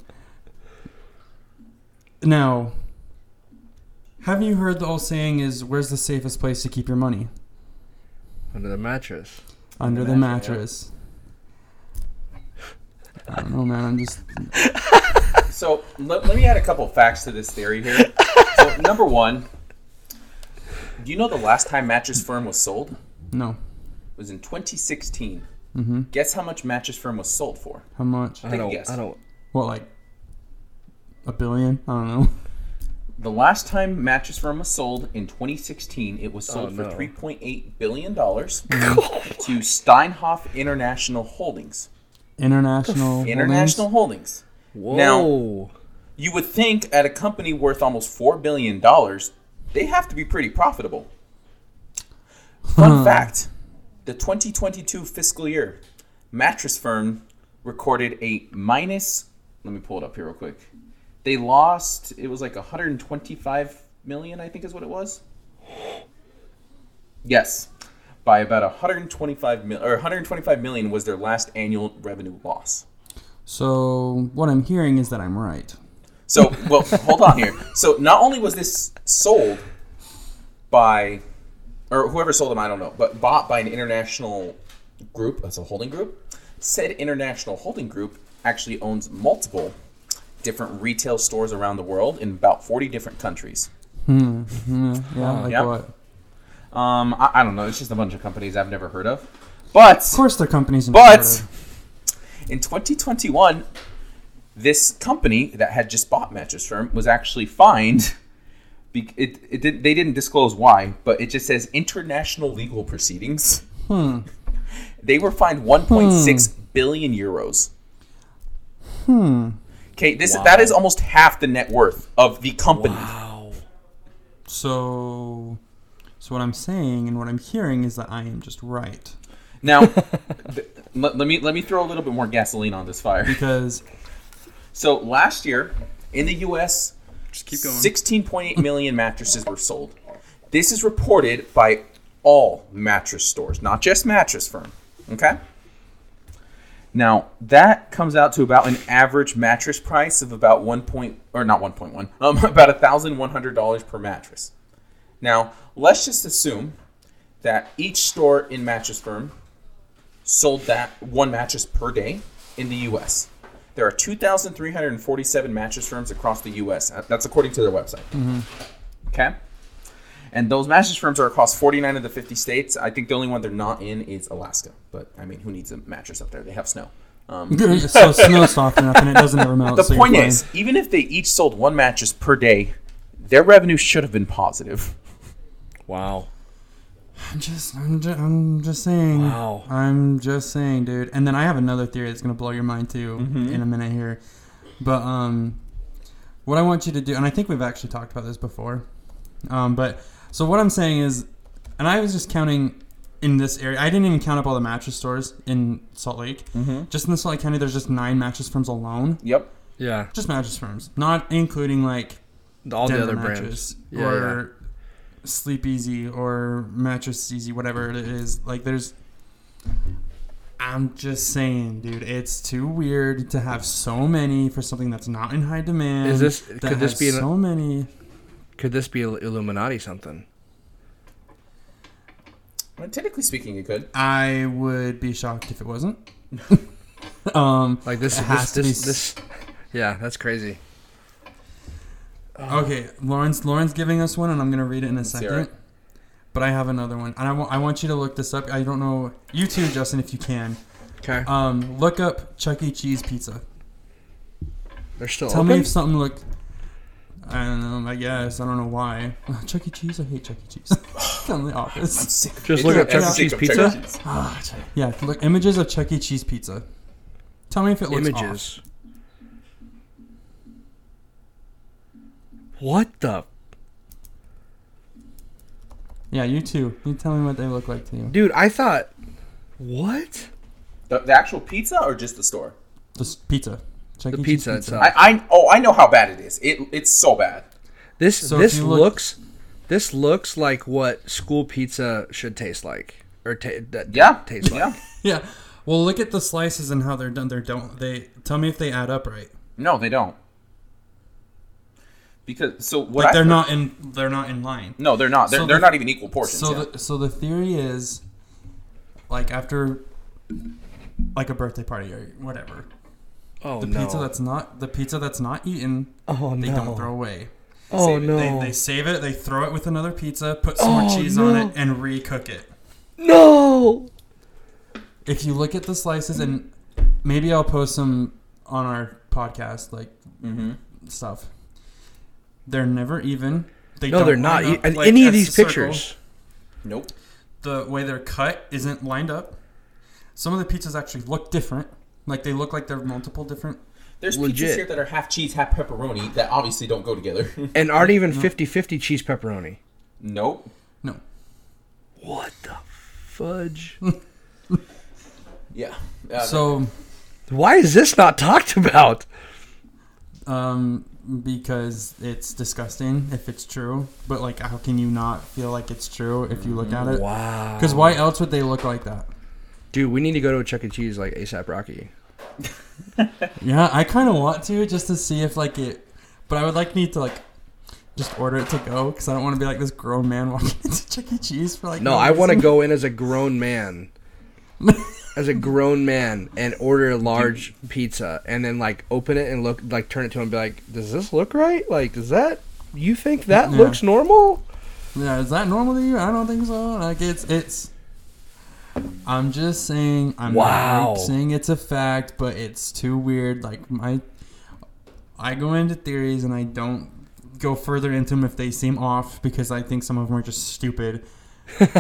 [SPEAKER 2] now, have you heard the old saying? Is where's the safest place to keep your money?
[SPEAKER 3] Under the mattress.
[SPEAKER 2] Under the
[SPEAKER 1] mattress,
[SPEAKER 2] mattress. I don't know, man. I'm just
[SPEAKER 1] So let, let me add a couple facts to this theory here.
[SPEAKER 2] *laughs*
[SPEAKER 1] so, number one, do you know the last time Mattress Firm was sold? It
[SPEAKER 2] no.
[SPEAKER 1] was in 2016.
[SPEAKER 2] Mm-hmm.
[SPEAKER 1] Guess how much Mattress Firm was sold for?
[SPEAKER 2] How much?
[SPEAKER 3] I
[SPEAKER 1] Take a
[SPEAKER 3] don't.
[SPEAKER 1] guess.
[SPEAKER 3] I don't.
[SPEAKER 2] What like a billion? I don't know.
[SPEAKER 1] The last time Mattress Firm was sold in 2016, it was sold
[SPEAKER 3] Oh,
[SPEAKER 1] for
[SPEAKER 3] no.
[SPEAKER 1] 3.8 billion
[SPEAKER 3] *laughs*
[SPEAKER 1] dollars to Steinhoff International Holdings.
[SPEAKER 2] International.
[SPEAKER 1] International Holdings.
[SPEAKER 3] Whoa.
[SPEAKER 1] You would think at a company worth almost four billion dollars, they have to be pretty profitable. Fun fact: the 2022 fiscal year, mattress firm recorded a minus. Let me pull it up here real quick. They lost. It was like 125 million, I think, is what it was. Yes, by about 125 million or 125 million was their last annual revenue loss.
[SPEAKER 2] So what I'm hearing is that I'm right.
[SPEAKER 1] So, well, hold on here. So, not only was this sold by, or whoever sold them, I don't know, but bought by an international group, that's a holding group. Said international holding group actually owns multiple different retail stores around the world in about 40 different countries.
[SPEAKER 2] Hmm. hmm, Yeah. Like
[SPEAKER 1] Mm. Yep.
[SPEAKER 2] what?
[SPEAKER 1] Um, I, I don't know. It's just a bunch of companies I've never heard of. But
[SPEAKER 2] Of course, their companies. in
[SPEAKER 1] But
[SPEAKER 2] Florida.
[SPEAKER 1] in 2021, this company that had just bought Mattress Firm was actually fined. Be- it, it did, they didn't disclose why, but it just says international legal proceedings. *laughs* They were fined 1.6 billion euros. Hmm. Okay, this that is almost half the net worth of the company.
[SPEAKER 3] Wow.
[SPEAKER 2] so, so what I'm saying and what I'm hearing is that I am just right
[SPEAKER 1] Now, th- let, let me let me throw a little bit more gasoline on this fire. *laughs*
[SPEAKER 2] because
[SPEAKER 1] So last year in the U.S.,
[SPEAKER 3] Just keep going.
[SPEAKER 1] 16.8 million mattresses were sold. This is reported by all mattress stores, not just Mattress Firm. Okay? Now, that comes out to about an average mattress price of about 1 point or not 1.1, *laughs* um, about $1,100 per mattress. Now, let's just assume that each store in Mattress Firm sold that one mattress per day in the US. There are 2,347 mattress firms across the US. Uh, That's according to their website.
[SPEAKER 3] Mm-hmm.
[SPEAKER 1] Okay? And those mattress firms are across 49 of the 50 states. I think the only one they're not in is Alaska. But I mean, who needs a mattress up there? They have snow. Um,
[SPEAKER 2] it's so snow soft enough and it doesn't ever melt.
[SPEAKER 1] the
[SPEAKER 2] so you're
[SPEAKER 1] point
[SPEAKER 2] fine.
[SPEAKER 1] is, even if they each sold one mattress per day, their revenue should have been positive.
[SPEAKER 3] Wow.
[SPEAKER 2] I'm just, I'm just, I'm just saying.
[SPEAKER 3] Wow.
[SPEAKER 2] I'm just saying, dude. And then I have another theory that's gonna blow your mind too in a minute here. But um, what I want you to do, and I think we've actually talked about this before. Um, but so what I'm saying is, and I was just counting in this area. I didn't even count up all the mattress stores in Salt Lake. Just in the Salt Lake County, there's just nine mattress firms alone.
[SPEAKER 1] Yep.
[SPEAKER 3] Yeah.
[SPEAKER 2] Just mattress firms, not including like
[SPEAKER 3] All the
[SPEAKER 2] Denver
[SPEAKER 3] other brands.
[SPEAKER 2] mattress
[SPEAKER 3] Yeah,
[SPEAKER 2] or Sleep Easy or Mattress Easy, whatever it is. Like there's I'm just saying, dude, it's too weird to have so many for something that's not in high demand.
[SPEAKER 3] Is this-
[SPEAKER 2] that
[SPEAKER 3] could this
[SPEAKER 2] has
[SPEAKER 3] be an-
[SPEAKER 2] so many?
[SPEAKER 3] Could this be Ill- Illuminati something?
[SPEAKER 1] Well, technically speaking, you could.
[SPEAKER 2] I would be shocked if it wasn't. *laughs* um,
[SPEAKER 3] Like this
[SPEAKER 2] It
[SPEAKER 3] this
[SPEAKER 2] has to be
[SPEAKER 3] this,
[SPEAKER 2] s-
[SPEAKER 3] this Yeah, that's crazy. Uh-huh.
[SPEAKER 2] okay, Lauren's Lauren's giving us one, and I'm gonna read it in a
[SPEAKER 1] hear
[SPEAKER 2] second.
[SPEAKER 1] it.
[SPEAKER 2] But I have another one, and I wa- I want you to look this up. I don't know you too, Justin, if you can.
[SPEAKER 3] Okay.
[SPEAKER 2] Um, look up Chuck E. Cheese pizza.
[SPEAKER 3] They're still
[SPEAKER 2] Tell me
[SPEAKER 3] open?
[SPEAKER 2] if something looked. I don't know. I guess I don't know why. Oh, Chuck E. Cheese. I hate Chuck E. Cheese. Come the office.
[SPEAKER 1] Sick of
[SPEAKER 3] Just
[SPEAKER 1] it.
[SPEAKER 3] look up
[SPEAKER 1] I'm
[SPEAKER 3] Chuck E.
[SPEAKER 1] sick
[SPEAKER 3] Cheese
[SPEAKER 1] of Chuck E.
[SPEAKER 3] pizza?
[SPEAKER 1] Cheese.
[SPEAKER 2] Ah, Chuck- yeah, look images of Chuck E. Cheese pizza. Tell me if it looks Images.
[SPEAKER 3] images. What the
[SPEAKER 2] Yeah, you too. You tell me what they look like to you.
[SPEAKER 3] dude? I thought what?
[SPEAKER 1] The, the actual pizza or just the store?
[SPEAKER 2] Just pizza. Chuck
[SPEAKER 3] The
[SPEAKER 2] E. Cheese
[SPEAKER 3] pizza itself.
[SPEAKER 1] I, I oh I know how bad it is. It it's so bad.
[SPEAKER 3] This
[SPEAKER 2] So if
[SPEAKER 3] this
[SPEAKER 2] you look-
[SPEAKER 3] looks this looks like what school pizza should taste like or ta- that
[SPEAKER 1] Yeah.
[SPEAKER 3] tastes like.
[SPEAKER 1] Yeah.
[SPEAKER 2] *laughs* Yeah. Well, look at the slices and how they're done. They don't. They tell me if they add up right.
[SPEAKER 1] No, they don't. Because so what?
[SPEAKER 2] Like
[SPEAKER 1] I
[SPEAKER 2] they're
[SPEAKER 1] heard-
[SPEAKER 2] not in. They're not in line.
[SPEAKER 1] No, they're not. They're,
[SPEAKER 2] So
[SPEAKER 1] they're
[SPEAKER 2] the-
[SPEAKER 1] not even equal portions.
[SPEAKER 2] So
[SPEAKER 1] yeah.
[SPEAKER 2] the so the theory is, like after, like a birthday party or whatever,
[SPEAKER 3] Oh
[SPEAKER 2] the
[SPEAKER 3] no.
[SPEAKER 2] pizza that's not the pizza that's not eaten,
[SPEAKER 3] oh
[SPEAKER 2] they
[SPEAKER 3] no.
[SPEAKER 2] don't throw away.
[SPEAKER 3] oh
[SPEAKER 2] They-
[SPEAKER 3] no.
[SPEAKER 2] They, they save it. They throw it with another pizza, put some more
[SPEAKER 3] Oh,
[SPEAKER 2] cheese on it, and recook it.
[SPEAKER 3] no.
[SPEAKER 2] If you look at the slices, and maybe I'll post some on our podcast, like Mm-hmm.
[SPEAKER 1] Mhm.
[SPEAKER 2] stuff. They're never even. They
[SPEAKER 3] No,
[SPEAKER 2] don't
[SPEAKER 3] they're not.
[SPEAKER 2] line
[SPEAKER 3] e-
[SPEAKER 2] up,
[SPEAKER 3] and
[SPEAKER 2] like,
[SPEAKER 3] any of
[SPEAKER 2] as a
[SPEAKER 3] these
[SPEAKER 2] circle.
[SPEAKER 3] pictures.
[SPEAKER 1] Nope.
[SPEAKER 2] the way they're cut isn't lined up. Some of the pizzas actually look different. Like they look like they're multiple different.
[SPEAKER 1] There's pizzas
[SPEAKER 3] Legit.
[SPEAKER 1] here that are half cheese, half pepperoni that obviously don't go together. *laughs*
[SPEAKER 3] And aren't even 50 50 cheese pepperoni.
[SPEAKER 1] nope.
[SPEAKER 2] No.
[SPEAKER 3] What the fudge? *laughs*
[SPEAKER 1] Yeah. Uh,
[SPEAKER 2] So,
[SPEAKER 3] Why is this not
[SPEAKER 2] *laughs*
[SPEAKER 3] talked about?
[SPEAKER 2] um, because it's disgusting if it's true, but like, how can you not feel like it's true if you look at it?
[SPEAKER 3] Wow.
[SPEAKER 2] Because why else would they look like that?
[SPEAKER 3] Dude, we need to go to a Chuck E. Cheese like ASAP Rocky.
[SPEAKER 2] Yeah, I kind of want to just to see if like it, but I would like need to like just order it to go because I don't want to be like this grown man walking *laughs* into Chuck E. Cheese for like
[SPEAKER 3] No, I want to
[SPEAKER 2] reason.
[SPEAKER 3] go in as a grown man.
[SPEAKER 2] *laughs*
[SPEAKER 3] as a grown man and order a large pizza and then like open it and look like turn it to him and be like, "Does this look right? Like, does that you think that
[SPEAKER 2] Yeah.
[SPEAKER 3] looks normal?
[SPEAKER 2] Yeah, is that normal to you? I don't think so. Like it's it's. I'm just saying. I'm not
[SPEAKER 3] Wow.
[SPEAKER 2] saying it's a fact, but it's too weird. Like my, I go into theories and I don't go further into them if they seem off because I think some of them are just
[SPEAKER 3] *laughs*
[SPEAKER 2] stupid.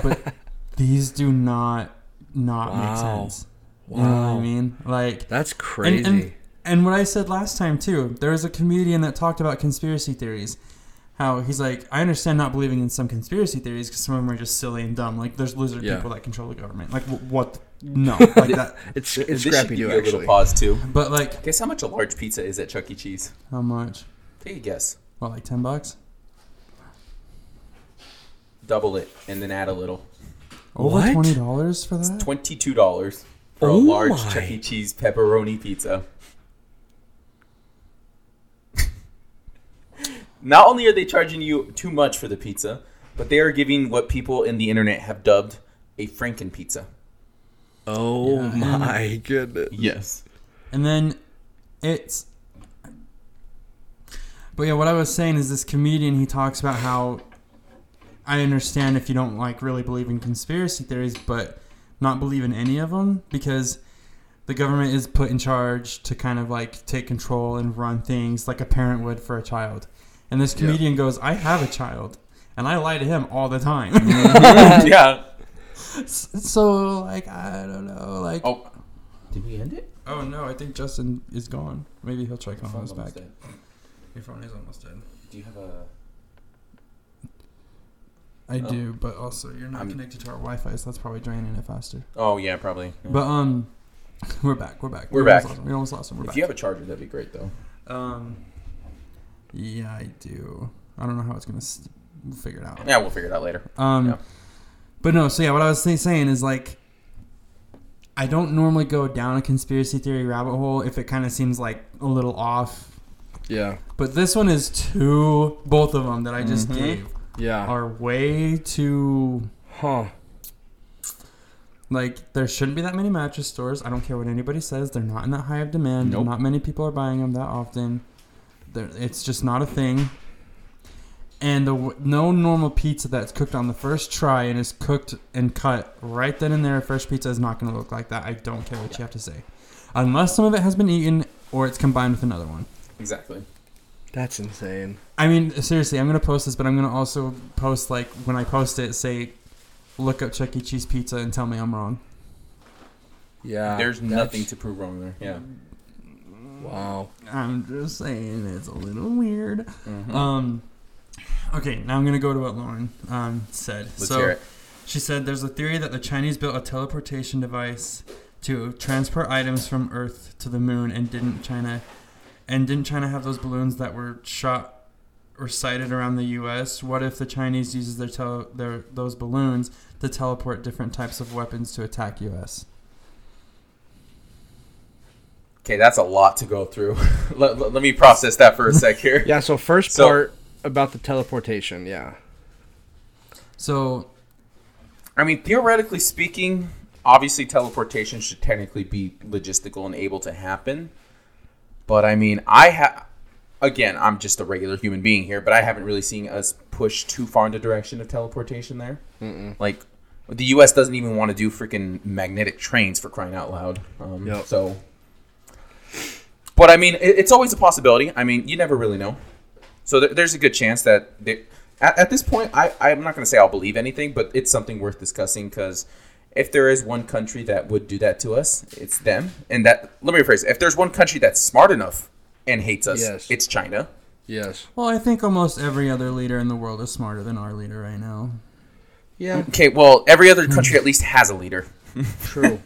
[SPEAKER 2] But these do not not
[SPEAKER 3] Wow.
[SPEAKER 2] make sense. You know what
[SPEAKER 3] Wow.
[SPEAKER 2] I mean? Like
[SPEAKER 3] That's crazy.
[SPEAKER 2] and, and, and what I said last time too, there was a comedian that talked about conspiracy theories. How he's like, I understand not believing in some conspiracy theories because some of them are just silly and dumb. Like there's lizard
[SPEAKER 3] Yeah.
[SPEAKER 2] people that control the government. Like wh- what? No, like that.
[SPEAKER 3] it's
[SPEAKER 1] Th- this
[SPEAKER 3] it's
[SPEAKER 1] should
[SPEAKER 3] Scrappy
[SPEAKER 1] give
[SPEAKER 3] Doo
[SPEAKER 1] you a little
[SPEAKER 3] actually.
[SPEAKER 1] pause too.
[SPEAKER 2] But like,
[SPEAKER 1] Guess how much a large pizza is at Chuck E. Cheese?
[SPEAKER 2] how much?
[SPEAKER 1] Take a guess.
[SPEAKER 2] What, like ten bucks?
[SPEAKER 1] Double it and then add a little.
[SPEAKER 2] Over
[SPEAKER 3] What?
[SPEAKER 2] twenty dollars for that?
[SPEAKER 1] Twenty-two dollars for a
[SPEAKER 3] Oh
[SPEAKER 1] large
[SPEAKER 3] my.
[SPEAKER 1] Chuck E. Cheese pepperoni pizza. Not only are they charging you too much for the pizza, but they are giving what people in the internet have dubbed a Franken pizza.
[SPEAKER 3] Oh
[SPEAKER 2] Yeah, and-
[SPEAKER 3] my goodness.
[SPEAKER 1] Yes.
[SPEAKER 2] And then it's. But yeah, what I was saying is this comedian, he talks about how I understand if you don't like really believe in conspiracy theories, but not believe in any of them because the government is put in charge to kind of like take control and run things like a parent would for a child. And this comedian goes, I have a child. And I lie to him all the time.
[SPEAKER 1] *laughs*
[SPEAKER 2] *laughs*
[SPEAKER 1] yeah.
[SPEAKER 2] so, like, I don't know. Like, oh,
[SPEAKER 1] Oh, did we end it?
[SPEAKER 2] no, I think Justin is gone. Maybe he'll try calling us back. Your phone is almost dead.
[SPEAKER 1] Do you have a?
[SPEAKER 2] I
[SPEAKER 1] Oh.
[SPEAKER 2] do, but also you're not
[SPEAKER 1] I'm-
[SPEAKER 2] connected to our Wi-Fi, so that's probably draining it faster.
[SPEAKER 1] Oh yeah, probably.
[SPEAKER 2] But um, *laughs* we're back. We're back.
[SPEAKER 1] We're
[SPEAKER 2] We almost
[SPEAKER 1] back.
[SPEAKER 2] lost him, We almost lost him. We're
[SPEAKER 1] if
[SPEAKER 2] back.
[SPEAKER 1] you have a charger, that'd be great though.
[SPEAKER 2] um, yeah, I do. I don't know how it's gonna s we'll figure it out.
[SPEAKER 1] Yeah, we'll figure it out later.
[SPEAKER 2] Um,
[SPEAKER 1] Yeah.
[SPEAKER 2] but no. So yeah, what I was say- saying is like, I don't normally go down a conspiracy theory rabbit hole if it kind of seems like a little off.
[SPEAKER 3] Yeah.
[SPEAKER 2] But this one is too. Both of them that I just
[SPEAKER 1] Mhm.
[SPEAKER 2] gave
[SPEAKER 3] Yeah.
[SPEAKER 2] are way too
[SPEAKER 3] Huh.
[SPEAKER 2] Like there shouldn't be that many mattress stores. I don't care what anybody says; they're not in that high of demand.
[SPEAKER 1] Nope.
[SPEAKER 2] Not many people are buying them that often. They're, it's just not a thing. And the, w- no normal pizza that's cooked on the first try and is cooked and cut right then and there, a fresh pizza is not going to look like that. I don't care what you have to say, unless some of it has been eaten or it's combined with another one.
[SPEAKER 1] Exactly.
[SPEAKER 3] That's insane.
[SPEAKER 2] I mean, seriously, I'm gonna post this, but I'm gonna also post like when I post it, say, look up Chuck E. Cheese pizza and tell me I'm wrong.
[SPEAKER 3] Yeah.
[SPEAKER 1] There's
[SPEAKER 3] Ah, that's-
[SPEAKER 1] nothing to prove wrong there. Yeah.
[SPEAKER 3] Wow.
[SPEAKER 2] I'm just saying it's a little weird.
[SPEAKER 1] Mhm.
[SPEAKER 2] Um, okay, now I'm gonna go to what Lauren um, said.
[SPEAKER 1] Let's
[SPEAKER 2] so
[SPEAKER 1] hear it.
[SPEAKER 2] she said there's a theory that the Chinese built a teleportation device to transport items from Earth to the moon, and didn't China, and didn't China have those balloons that were shot or sighted around the U.S.? What if the Chinese uses their tele- their those balloons to teleport different types of weapons to attack U.S.
[SPEAKER 1] Okay, that's a lot to go through. *laughs* let, let, let me process that for a sec here.
[SPEAKER 3] *laughs* Yeah. So first
[SPEAKER 1] So-
[SPEAKER 3] part about the teleportation. Yeah.
[SPEAKER 2] So
[SPEAKER 1] I mean, theoretically speaking, obviously teleportation should technically be logistical and able to happen. But I mean, I have. Again, I'm just a regular human being here, but I haven't really seen us push too far in the direction of teleportation there. Like, the U.S. doesn't even want to do freaking magnetic trains for crying out loud. Um,
[SPEAKER 3] Yep.
[SPEAKER 1] So. But I mean, it, it's always a possibility. I mean, you never really know. So there, there's a good chance that they, at, at this point, I, I'm not going to say I'll believe anything, but it's something worth discussing because if there is one country that would do that to us, it's them. And that, let me rephrase, if there's one country that's smart enough and hates us,
[SPEAKER 3] Yes.
[SPEAKER 1] it's China.
[SPEAKER 3] Yes.
[SPEAKER 2] Well, I think almost every other leader in the world is smarter than our leader right now.
[SPEAKER 3] Yeah.
[SPEAKER 1] Okay, well, every other country at least has a *laughs* leader.
[SPEAKER 3] True.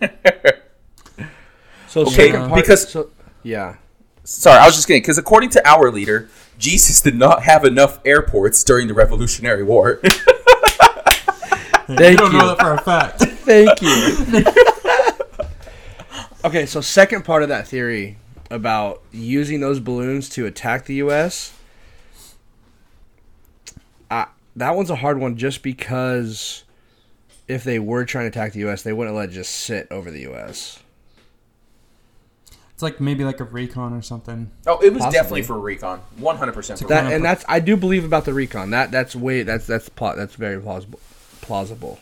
[SPEAKER 3] so
[SPEAKER 1] Okay,
[SPEAKER 3] second
[SPEAKER 1] because-
[SPEAKER 3] so- yeah.
[SPEAKER 1] Sorry, I was just kidding. Because according to our leader, Jesus did not have enough airports during the Revolutionary *laughs* War.
[SPEAKER 2] you
[SPEAKER 3] Thank
[SPEAKER 2] don't
[SPEAKER 3] you.
[SPEAKER 2] know that for a fact. *laughs*
[SPEAKER 3] Thank you. okay, so second part of that theory about using those balloons to attack the U.S. I, that one's a hard one, just because if they were trying to attack the U.S., they wouldn't let it just sit over the U.S.
[SPEAKER 2] It's like maybe like a recon or something.
[SPEAKER 1] Oh, it was
[SPEAKER 3] Possibly.
[SPEAKER 1] definitely for recon. 100% for
[SPEAKER 3] That
[SPEAKER 1] recon.
[SPEAKER 2] Kinda
[SPEAKER 3] and
[SPEAKER 2] pro-
[SPEAKER 3] that's I do believe about the recon. That that's way that's that's plot that's very plausible. Plausible.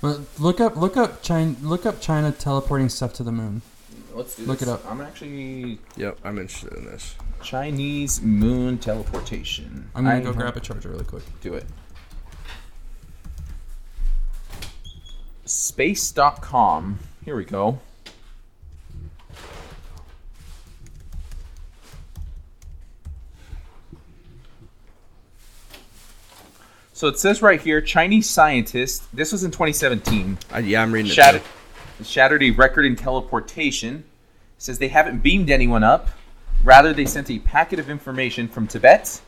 [SPEAKER 2] But look up look up China look up China teleporting stuff to the moon.
[SPEAKER 1] Let's do
[SPEAKER 2] Look
[SPEAKER 1] this.
[SPEAKER 2] it up.
[SPEAKER 1] I'm actually
[SPEAKER 3] Yep, I'm interested in this.
[SPEAKER 1] Chinese moon teleportation.
[SPEAKER 2] I'm gonna
[SPEAKER 1] I
[SPEAKER 2] go
[SPEAKER 1] have-
[SPEAKER 2] grab a charger really quick.
[SPEAKER 1] Do it. Space.com. Here we go. So it says right here Chinese scientist, this was in 2017,
[SPEAKER 3] I, yeah, I'm reading
[SPEAKER 1] shattered,
[SPEAKER 3] it. too.
[SPEAKER 1] shattered a record in teleportation. Says they haven't beamed anyone up. Rather, they sent a packet of information from Tibet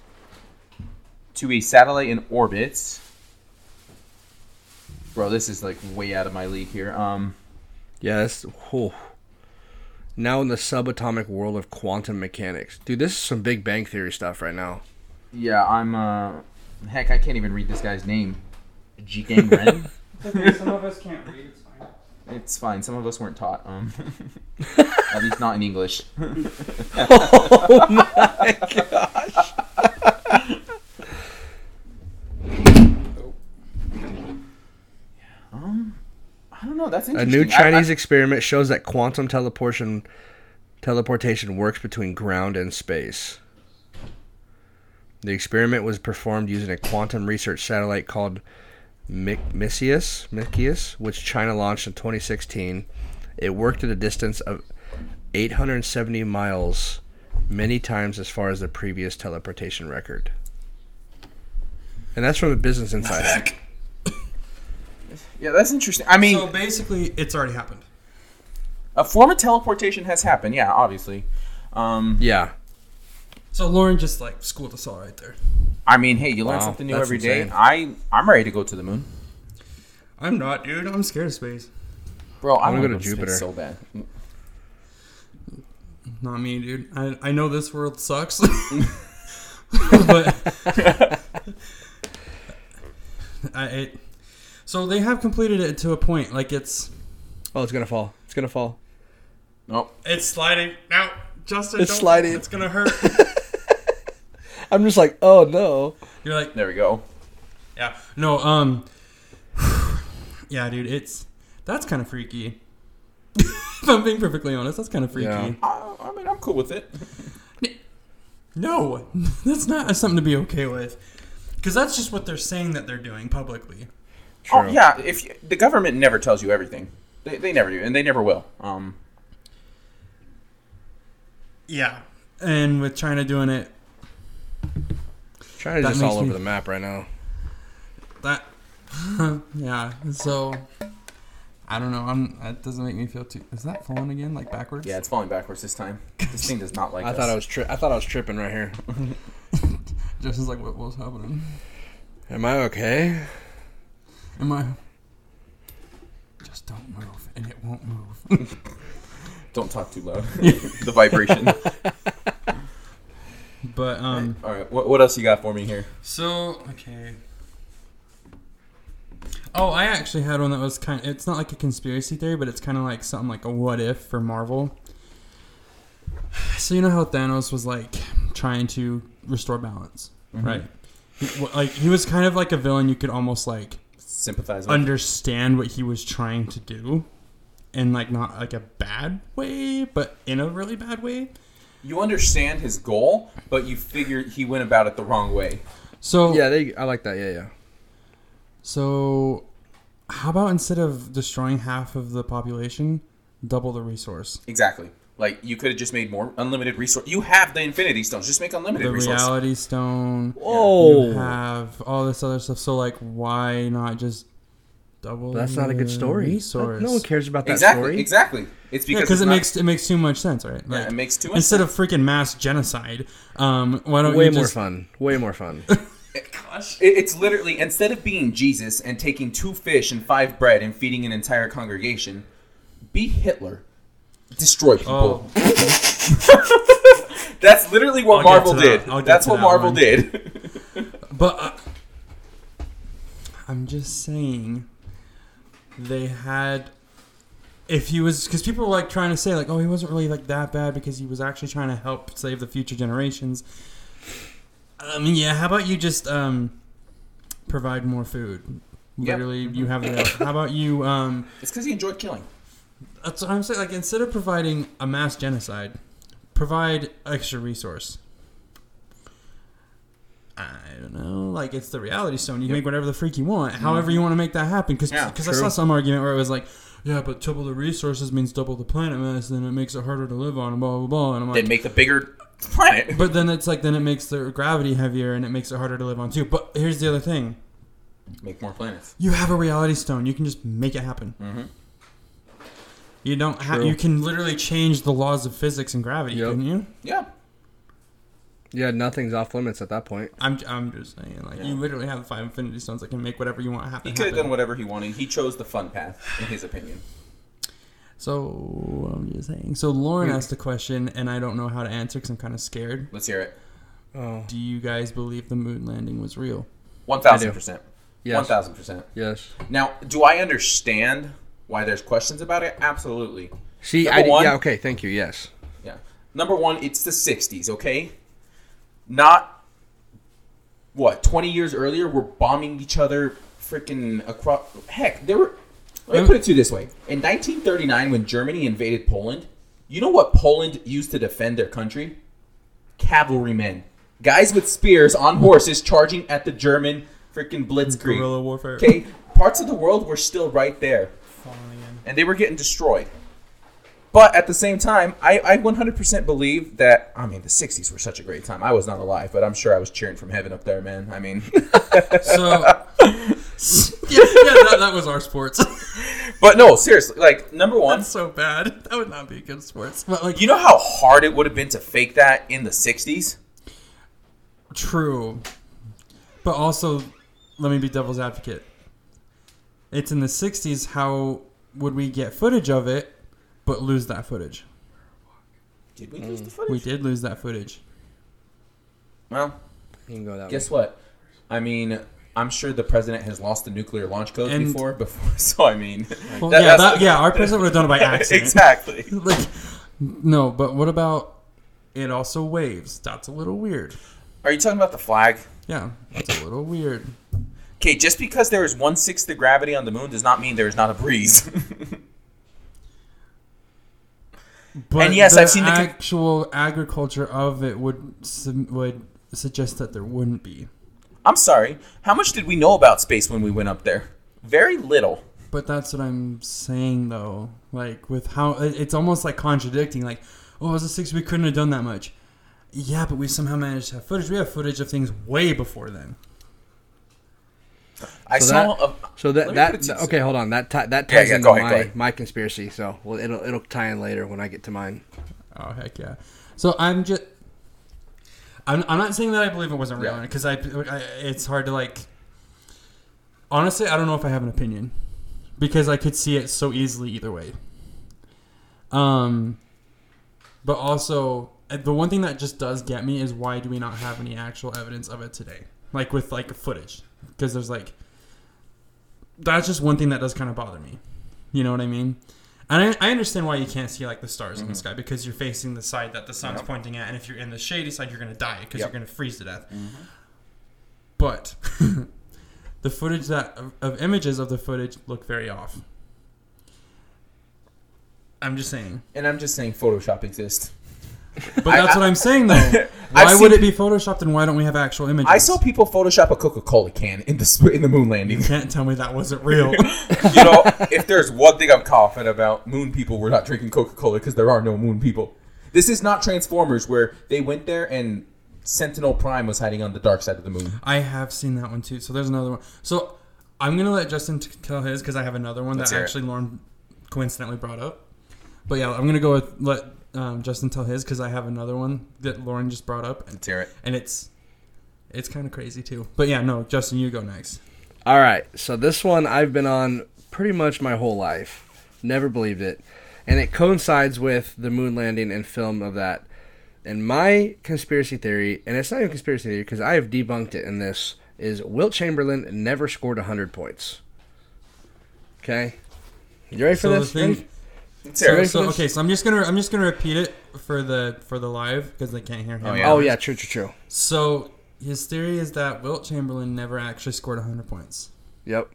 [SPEAKER 1] to a satellite in orbit. Bro, this is like way out of my league here. Um,
[SPEAKER 3] Yeah, that's whew. now in the subatomic world of quantum mechanics. Dude, this is some Big Bang Theory stuff right now.
[SPEAKER 1] yeah, I'm. Uh, heck, I can't even read this guy's name. Jigang Ren.
[SPEAKER 2] Some of us can't read. It's fine.
[SPEAKER 1] it's fine. Some of us weren't taught.
[SPEAKER 3] *laughs*
[SPEAKER 1] Um, at least not in English.
[SPEAKER 3] oh my gosh.
[SPEAKER 1] Oh. Um, I don't know. *laughs* That's
[SPEAKER 3] A
[SPEAKER 1] interesting.
[SPEAKER 3] new
[SPEAKER 1] I- I-
[SPEAKER 3] Chinese experiment shows that quantum teleportation teleportation works between ground and space. The experiment was performed using a quantum research satellite called Micius, Micius, which China launched in 2016. It worked at a distance of 870 miles, many times as far as the previous teleportation record. And that's from the Business Insider.
[SPEAKER 1] yeah, that's interesting. I mean,
[SPEAKER 2] So basically, it's already happened.
[SPEAKER 1] A form of teleportation has happened, yeah, obviously. Um,
[SPEAKER 3] Yeah.
[SPEAKER 2] So Lauren just like schooled us all right there.
[SPEAKER 1] I mean, hey, you learn
[SPEAKER 3] Wow,
[SPEAKER 1] something new
[SPEAKER 3] that's
[SPEAKER 1] every day.
[SPEAKER 3] insane.
[SPEAKER 1] I I'm ready to go to the moon,
[SPEAKER 2] I'm not, dude. I'm scared of space.
[SPEAKER 1] bro. I
[SPEAKER 3] wanna
[SPEAKER 1] want to go
[SPEAKER 3] go
[SPEAKER 1] to
[SPEAKER 3] to
[SPEAKER 1] Jupiter so
[SPEAKER 3] Jupiter.
[SPEAKER 1] bad.
[SPEAKER 2] Not me, dude. I, I know this world
[SPEAKER 3] *laughs*
[SPEAKER 2] sucks, but I. It, so they have completed it to a point. Like it's
[SPEAKER 3] Oh, it's going to fall. It's going to fall.
[SPEAKER 1] Nope.
[SPEAKER 2] it's sliding now. Justin,
[SPEAKER 3] It's
[SPEAKER 2] don't-
[SPEAKER 3] sliding.
[SPEAKER 2] It's gonna hurt.
[SPEAKER 3] *laughs* I'm just like, oh no.
[SPEAKER 2] You're like,
[SPEAKER 1] There we go.
[SPEAKER 2] yeah, no, um, *sighs* yeah, dude. It's that's kind of freaky. *laughs* if I'm being perfectly honest, that's kind of freaky.
[SPEAKER 3] Yeah.
[SPEAKER 1] I, I mean, I'm cool with it.
[SPEAKER 2] No, *laughs* that's not something to be okay with. Because that's just what they're saying that they're doing publicly.
[SPEAKER 1] Oh yeah, if you, the government never tells you everything, they, they never do, and they never will. Um,
[SPEAKER 2] Yeah. And with China doing it,
[SPEAKER 3] China's
[SPEAKER 2] That
[SPEAKER 3] just
[SPEAKER 2] makes
[SPEAKER 3] all
[SPEAKER 2] me-
[SPEAKER 3] over the map right now.
[SPEAKER 2] that. *laughs* yeah. So. I don't know. I'm. That doesn't make me feel too. Is that falling again, like backwards?
[SPEAKER 1] yeah, it's falling backwards this time. This thing does not like.
[SPEAKER 3] I
[SPEAKER 1] us.
[SPEAKER 3] thought I was tri- I thought I was tripping right here.
[SPEAKER 2] Just as like what was happening.
[SPEAKER 3] Am I okay?
[SPEAKER 2] Am I? Just don't move, and it won't move. *laughs*
[SPEAKER 1] Don't talk too *laughs* loud. the vibration.
[SPEAKER 2] but um.
[SPEAKER 1] All right, what, what else you got for me here?
[SPEAKER 2] So okay. Oh, I actually had one that was kind. it's not like a conspiracy theory, but it's kind of like something like a what if for Marvel. So you know how Thanos was like trying to restore balance, right? He, w- like he was kind of like a villain. You could almost like
[SPEAKER 1] Sympathize. with-
[SPEAKER 2] understand what he was trying to do, in like not like a bad way, but in a really bad way.
[SPEAKER 1] you understand his goal, but you figure he went about it the wrong way.
[SPEAKER 2] So
[SPEAKER 3] Yeah, they, I like that. Yeah, yeah.
[SPEAKER 2] So, how about instead of destroying half of the population, double the resource?
[SPEAKER 1] Exactly. Like you could have just made more unlimited resource. You have the Infinity Stones. Just make unlimited
[SPEAKER 2] The
[SPEAKER 1] resource.
[SPEAKER 2] reality stone. You
[SPEAKER 3] Whoa,
[SPEAKER 2] have all this other stuff. So, like, why not just double?
[SPEAKER 3] that's not a good
[SPEAKER 2] the
[SPEAKER 3] story.
[SPEAKER 2] Resource.
[SPEAKER 3] No one cares about that
[SPEAKER 1] exactly.
[SPEAKER 3] story.
[SPEAKER 1] Exactly. It's because
[SPEAKER 2] Because
[SPEAKER 1] it's
[SPEAKER 2] it
[SPEAKER 1] not-
[SPEAKER 2] makes it makes too much sense, right?
[SPEAKER 1] Yeah, it makes too much
[SPEAKER 2] Instead of freaking mass genocide, um, why don't
[SPEAKER 3] Way
[SPEAKER 2] you
[SPEAKER 3] more
[SPEAKER 2] just
[SPEAKER 3] fun. Way more *laughs* fun.
[SPEAKER 1] It- it's literally instead of being Jesus and taking two fish and five bread and feeding an entire congregation, be Hitler, destroy people.
[SPEAKER 2] Oh,
[SPEAKER 1] That's literally what
[SPEAKER 2] I'll get
[SPEAKER 1] Marvel
[SPEAKER 2] to that.
[SPEAKER 1] did.
[SPEAKER 2] I'll get
[SPEAKER 1] That's
[SPEAKER 2] to
[SPEAKER 1] what
[SPEAKER 2] that
[SPEAKER 1] Marvel
[SPEAKER 2] one.
[SPEAKER 1] did. *laughs*
[SPEAKER 2] but uh, I'm just saying they had if he was because people were like trying to say like oh he wasn't really like that bad because he was actually trying to help save the future generations i mean yeah how about you just um provide more food
[SPEAKER 1] Yep.
[SPEAKER 2] literally you have the how about you um
[SPEAKER 1] It's because he enjoyed killing.
[SPEAKER 2] that's what i'm saying like instead of providing a mass genocide provide extra resource I don't know. Like it's the reality stone. You make whatever the freak you want, however you want to make that happen. Because
[SPEAKER 1] Yeah,
[SPEAKER 2] I saw
[SPEAKER 3] true.
[SPEAKER 2] some argument where it was like, yeah, but double the resources means double the planet mass, and then it makes it harder to live on, and blah blah blah. And I'm like,
[SPEAKER 1] Then make the bigger planet.
[SPEAKER 2] but then it's like then it makes the gravity heavier, and it makes it harder to live on too. But here's the other thing:
[SPEAKER 1] Make more planets.
[SPEAKER 2] you have a reality stone. You can just make it happen. You don't. Ha-
[SPEAKER 3] Mm-hmm. True.
[SPEAKER 2] you can literally change the laws of physics and gravity,
[SPEAKER 3] Yep.
[SPEAKER 2] couldn't you?
[SPEAKER 1] Yeah.
[SPEAKER 3] Yeah, nothing's off limits at that point.
[SPEAKER 2] I'm, I'm just saying, like
[SPEAKER 1] Yeah.
[SPEAKER 2] you literally have the five infinity stones that can make whatever you want happen.
[SPEAKER 1] He could have
[SPEAKER 2] happen.
[SPEAKER 1] done whatever he wanted. He chose the fun path, in his opinion.
[SPEAKER 2] So I'm just saying. So
[SPEAKER 3] Hmm.
[SPEAKER 2] Lauren asked a question, and I don't know how to answer because I'm kind of scared.
[SPEAKER 1] Let's hear it.
[SPEAKER 3] Oh,
[SPEAKER 2] Do you guys believe the moon landing was real?
[SPEAKER 1] One thousand percent. One
[SPEAKER 3] yes,
[SPEAKER 1] thousand percent.
[SPEAKER 3] yes.
[SPEAKER 1] Now, do I understand why there's questions about it? Absolutely.
[SPEAKER 3] See,
[SPEAKER 1] Number
[SPEAKER 3] I did-
[SPEAKER 1] one-
[SPEAKER 3] yeah, okay, thank you. Yes,
[SPEAKER 1] Yeah. Number one, it's the '60s. Okay. Not what 20 years earlier, we're bombing each other. Freaking across. Heck, there were. Let me put it to you this way: in 1939, when Germany invaded Poland, you know what Poland used to defend their country? Cavalrymen, guys with spears on horses charging at the German freaking blitzkrieg.
[SPEAKER 2] Guerrilla warfare.
[SPEAKER 1] Okay, parts of the world were still right there,
[SPEAKER 2] Falling in.
[SPEAKER 1] and they were getting destroyed. But at the same time, I, I 100% believe that. I mean, the 60s were such a great time. I was not alive, but I'm sure I was cheering from heaven up there, man. I mean, *laughs*
[SPEAKER 2] So *laughs* yeah, yeah, that, that was our sports. *laughs*
[SPEAKER 1] but no, seriously, like, number one,
[SPEAKER 2] That's so bad. That would not be good sports. But like,
[SPEAKER 1] you know how hard it would have been to fake that in the 60s?
[SPEAKER 2] True. But also, let me be devil's advocate. It's in the 60s. How would we get footage of it, but lose that footage?
[SPEAKER 1] Did we lose the
[SPEAKER 2] We
[SPEAKER 1] footage?
[SPEAKER 2] did lose that footage.
[SPEAKER 1] Well,
[SPEAKER 3] you can go that
[SPEAKER 1] guess what? I mean, I'm sure the president has lost the nuclear launch code
[SPEAKER 2] And-
[SPEAKER 1] before, *laughs* before. So, I mean,
[SPEAKER 2] Well,
[SPEAKER 1] that-
[SPEAKER 2] yeah,
[SPEAKER 1] that's- *laughs*
[SPEAKER 2] that, yeah, our president would have done it by accident.
[SPEAKER 1] exactly.
[SPEAKER 2] *laughs* Like, no, but what about it also waves? That's a little weird.
[SPEAKER 1] Are you talking about the flag?
[SPEAKER 2] Yeah, that's a little weird.
[SPEAKER 1] Okay, just because there is one sixth the gravity on the moon does not mean there is not a breeze. *laughs*
[SPEAKER 2] But
[SPEAKER 1] And yes,
[SPEAKER 2] the
[SPEAKER 1] I've seen the con-
[SPEAKER 2] actual agriculture of it would su- would suggest that there wouldn't be.
[SPEAKER 1] I'm sorry. How much did we know about space when we went up there? Very little.
[SPEAKER 2] But that's what I'm saying, though. Like with how it- it's almost like contradicting. Like, oh, it was a six. We couldn't have done that much. Yeah, but we somehow managed to have footage. We have footage of things way before then.
[SPEAKER 1] I
[SPEAKER 3] So
[SPEAKER 1] saw.
[SPEAKER 3] that-
[SPEAKER 1] a,
[SPEAKER 3] So
[SPEAKER 1] Let
[SPEAKER 3] that
[SPEAKER 1] me put it
[SPEAKER 3] that
[SPEAKER 1] to you,
[SPEAKER 3] okay,
[SPEAKER 1] sir.
[SPEAKER 3] hold on. That ti- that
[SPEAKER 1] Yeah,
[SPEAKER 3] ties
[SPEAKER 1] yeah,
[SPEAKER 3] into
[SPEAKER 1] go ahead, go
[SPEAKER 3] my
[SPEAKER 1] ahead.
[SPEAKER 3] my conspiracy. So well, it'll it'll tie in later when I get to mine.
[SPEAKER 2] Oh heck yeah! So I'm just. I'm, I'm not saying that I believe it wasn't real
[SPEAKER 1] Yeah.
[SPEAKER 2] because I, I it's hard to like. Honestly, I don't know if I have an opinion, because I could see it so easily either way. Um, but also uh, the one thing that just does get me is why do we not have any actual evidence of it today? Like with like footage, because there's like. That's just one thing that does kind of bother me. You know what I mean? And I, I understand why you can't see like the stars in the sky because you're facing the side that the sun's
[SPEAKER 1] Mm-hmm. Yep.
[SPEAKER 2] pointing at, and if you're in the shady side, you're gonna die because
[SPEAKER 1] Yep. Mm-hmm.
[SPEAKER 2] you're gonna freeze to death. But *laughs* the footage that of, of images of the footage look very off. I'm
[SPEAKER 1] *laughs*
[SPEAKER 2] just saying.
[SPEAKER 1] and I'm just saying Photoshop exists.
[SPEAKER 2] But that's
[SPEAKER 1] I-
[SPEAKER 2] what I'm saying though. Why
[SPEAKER 1] *laughs* I've
[SPEAKER 2] would
[SPEAKER 1] seen-
[SPEAKER 2] it be photoshopped and why don't we have actual images?
[SPEAKER 1] I saw people Photoshop a Coca-Cola can in the sp- in the moon landing. *laughs*
[SPEAKER 2] You can't tell me that wasn't real.
[SPEAKER 1] you know, if there's one thing I'm confident about, moon people were not drinking Coca-Cola because there are no moon people. This is not Transformers where they went there and Sentinel Prime was hiding on the dark side of the moon.
[SPEAKER 2] I have seen that one too. So there's another one. So I'm gonna let Justin t- tell his because I have another one
[SPEAKER 1] Let's
[SPEAKER 2] that
[SPEAKER 1] hear it.
[SPEAKER 2] actually Lauren coincidentally brought up. But yeah, I'm gonna go with let um, Justin tell his because I have another one that Lauren just brought up,
[SPEAKER 1] Let's hear it.
[SPEAKER 2] and it's it's kind of crazy too. But yeah, no, Justin, you go next.
[SPEAKER 3] All right, so this one I've been on pretty much my whole life. Never believed it. And it coincides with the moon landing and film of that. And my conspiracy theory, and it's not even conspiracy theory because I have debunked it in this, is Wilt Chamberlain never scored 100 points. Okay? You ready for
[SPEAKER 2] So the
[SPEAKER 3] this?
[SPEAKER 2] thing-
[SPEAKER 3] Ready?
[SPEAKER 1] It's
[SPEAKER 2] So,
[SPEAKER 1] terrible.
[SPEAKER 3] Ready for
[SPEAKER 2] so-
[SPEAKER 3] this?
[SPEAKER 2] okay, so I'm just gonna I'm just gonna repeat it for the for the live because they can't hear him.
[SPEAKER 1] Oh, yeah.
[SPEAKER 3] Oh yeah, true, true, true.
[SPEAKER 2] So his theory is that Wilt Chamberlain never actually scored 100 points.
[SPEAKER 3] Yep.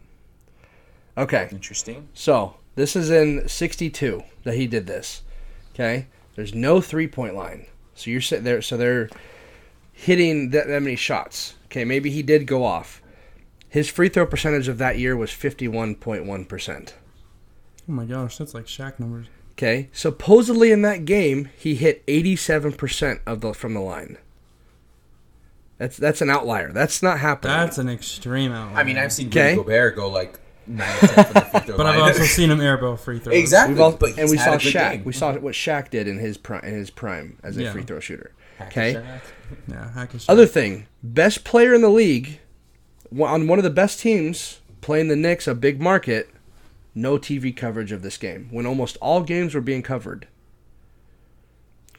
[SPEAKER 3] Okay.
[SPEAKER 1] Interesting.
[SPEAKER 3] So this is in '62 that he did this. Okay, there's no three-point line, so you're sitting there. So they're hitting that, that many shots. Okay, maybe he did go off. His free throw percentage of that year was 51.1 percent.
[SPEAKER 2] Oh my gosh, that's like Shaq numbers.
[SPEAKER 3] Okay, supposedly in that game he hit 87 percent of the from the line. That's that's an outlier. That's not happening.
[SPEAKER 2] That's an extreme outlier.
[SPEAKER 1] I mean, I've seen
[SPEAKER 3] Okay.
[SPEAKER 1] Rudy Gobert go like nine or 10 from the free throw *laughs*
[SPEAKER 2] but I've
[SPEAKER 1] line.
[SPEAKER 2] also seen him airball free throws.
[SPEAKER 1] exactly.
[SPEAKER 3] We've all,
[SPEAKER 1] but
[SPEAKER 3] and we
[SPEAKER 1] he's had
[SPEAKER 3] saw
[SPEAKER 1] a good
[SPEAKER 3] Shaq.
[SPEAKER 1] game.
[SPEAKER 3] We saw what Shaq did in his prime, in his prime as a
[SPEAKER 2] Yeah.
[SPEAKER 3] free throw shooter.
[SPEAKER 1] Shaq,
[SPEAKER 3] Okay.
[SPEAKER 1] Shaq.
[SPEAKER 2] Yeah, hack is
[SPEAKER 3] Other thing, best player in the league wa- on one of the best teams playing the Knicks, a big market. No TV coverage of this game when almost all games were being covered.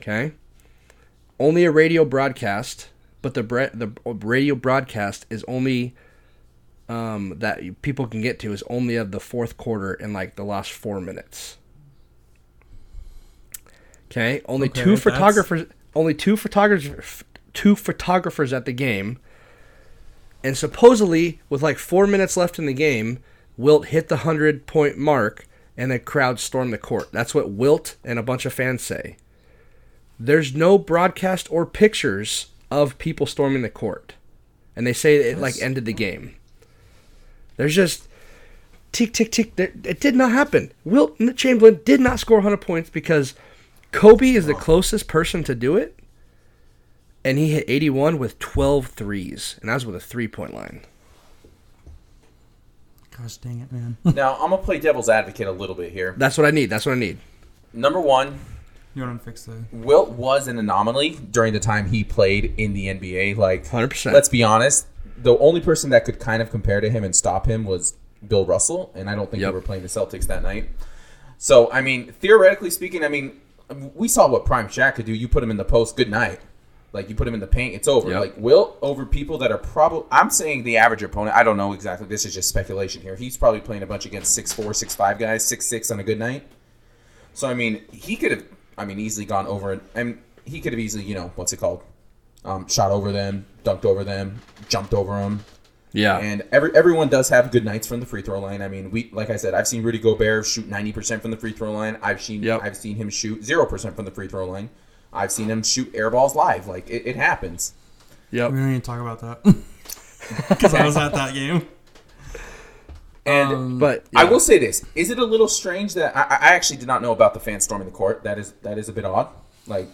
[SPEAKER 3] Okay, only a radio broadcast, but the bre- the radio broadcast is only um, that you- people can get to is only of the fourth quarter and like the last four minutes. Okay, only
[SPEAKER 2] Okay,
[SPEAKER 3] two
[SPEAKER 2] that's-
[SPEAKER 3] photographers, only two photographers, two photographers at the game, and supposedly with like four minutes left in the game, Wilt hit the hundred point mark, and the crowd stormed the court. That's what Wilt and a bunch of fans say. There's no broadcast or pictures of people storming the court, and they say it like
[SPEAKER 2] That's-
[SPEAKER 3] ended the game. There's just tick, tick, tick. There, it did not happen. Wilt Chamberlain did not score 100 points because Kobe is the closest person to do it. And he hit 81 with 12 threes. And that was with a three point line.
[SPEAKER 2] Gosh dang it, man. *laughs*
[SPEAKER 1] Now, I'm going to play devil's advocate a little bit here.
[SPEAKER 3] That's what I need. That's what I need.
[SPEAKER 1] Number one,
[SPEAKER 2] you want to fix the.
[SPEAKER 1] Wilt was an anomaly during the time he played in the NBA. Like,
[SPEAKER 3] 100%.
[SPEAKER 1] Let's be honest. The only person that could kind of compare to him and stop him was Bill Russell, and I don't think
[SPEAKER 3] Yep.
[SPEAKER 1] they were playing the Celtics that night. So, I mean, theoretically speaking, I mean, we saw what Prime Shaq could do. You put him in the post, good night. Like you put him in the paint, it's over.
[SPEAKER 3] Yep.
[SPEAKER 1] Like Wilt over people that are probably. I'm saying the average opponent. I don't know exactly. This is just speculation here. He's probably playing a bunch against six four, six five guys, six six on a good night. So I mean, he could have, I mean, easily gone over it, and he could have easily, you know, what's it called, um, shot over them, dunked over them, jumped over them.
[SPEAKER 3] Yeah.
[SPEAKER 1] And every everyone does have good nights from the free throw line. I mean, we like I said, I've seen Rudy Gobert shoot ninety percent from the free throw line. I've seen
[SPEAKER 3] Yep.
[SPEAKER 1] I've seen him shoot zero percent from the free throw line. I've seen him shoot air balls live. Like it, it happens.
[SPEAKER 2] We
[SPEAKER 3] yep.
[SPEAKER 2] don't even talk about that. *laughs* Because I was at that game.
[SPEAKER 1] And
[SPEAKER 2] Um,
[SPEAKER 3] But
[SPEAKER 1] I
[SPEAKER 3] yeah.
[SPEAKER 1] will say this: Is it a little strange that I, I I actually did not know about the fans storming the court? That is that is a bit odd. Like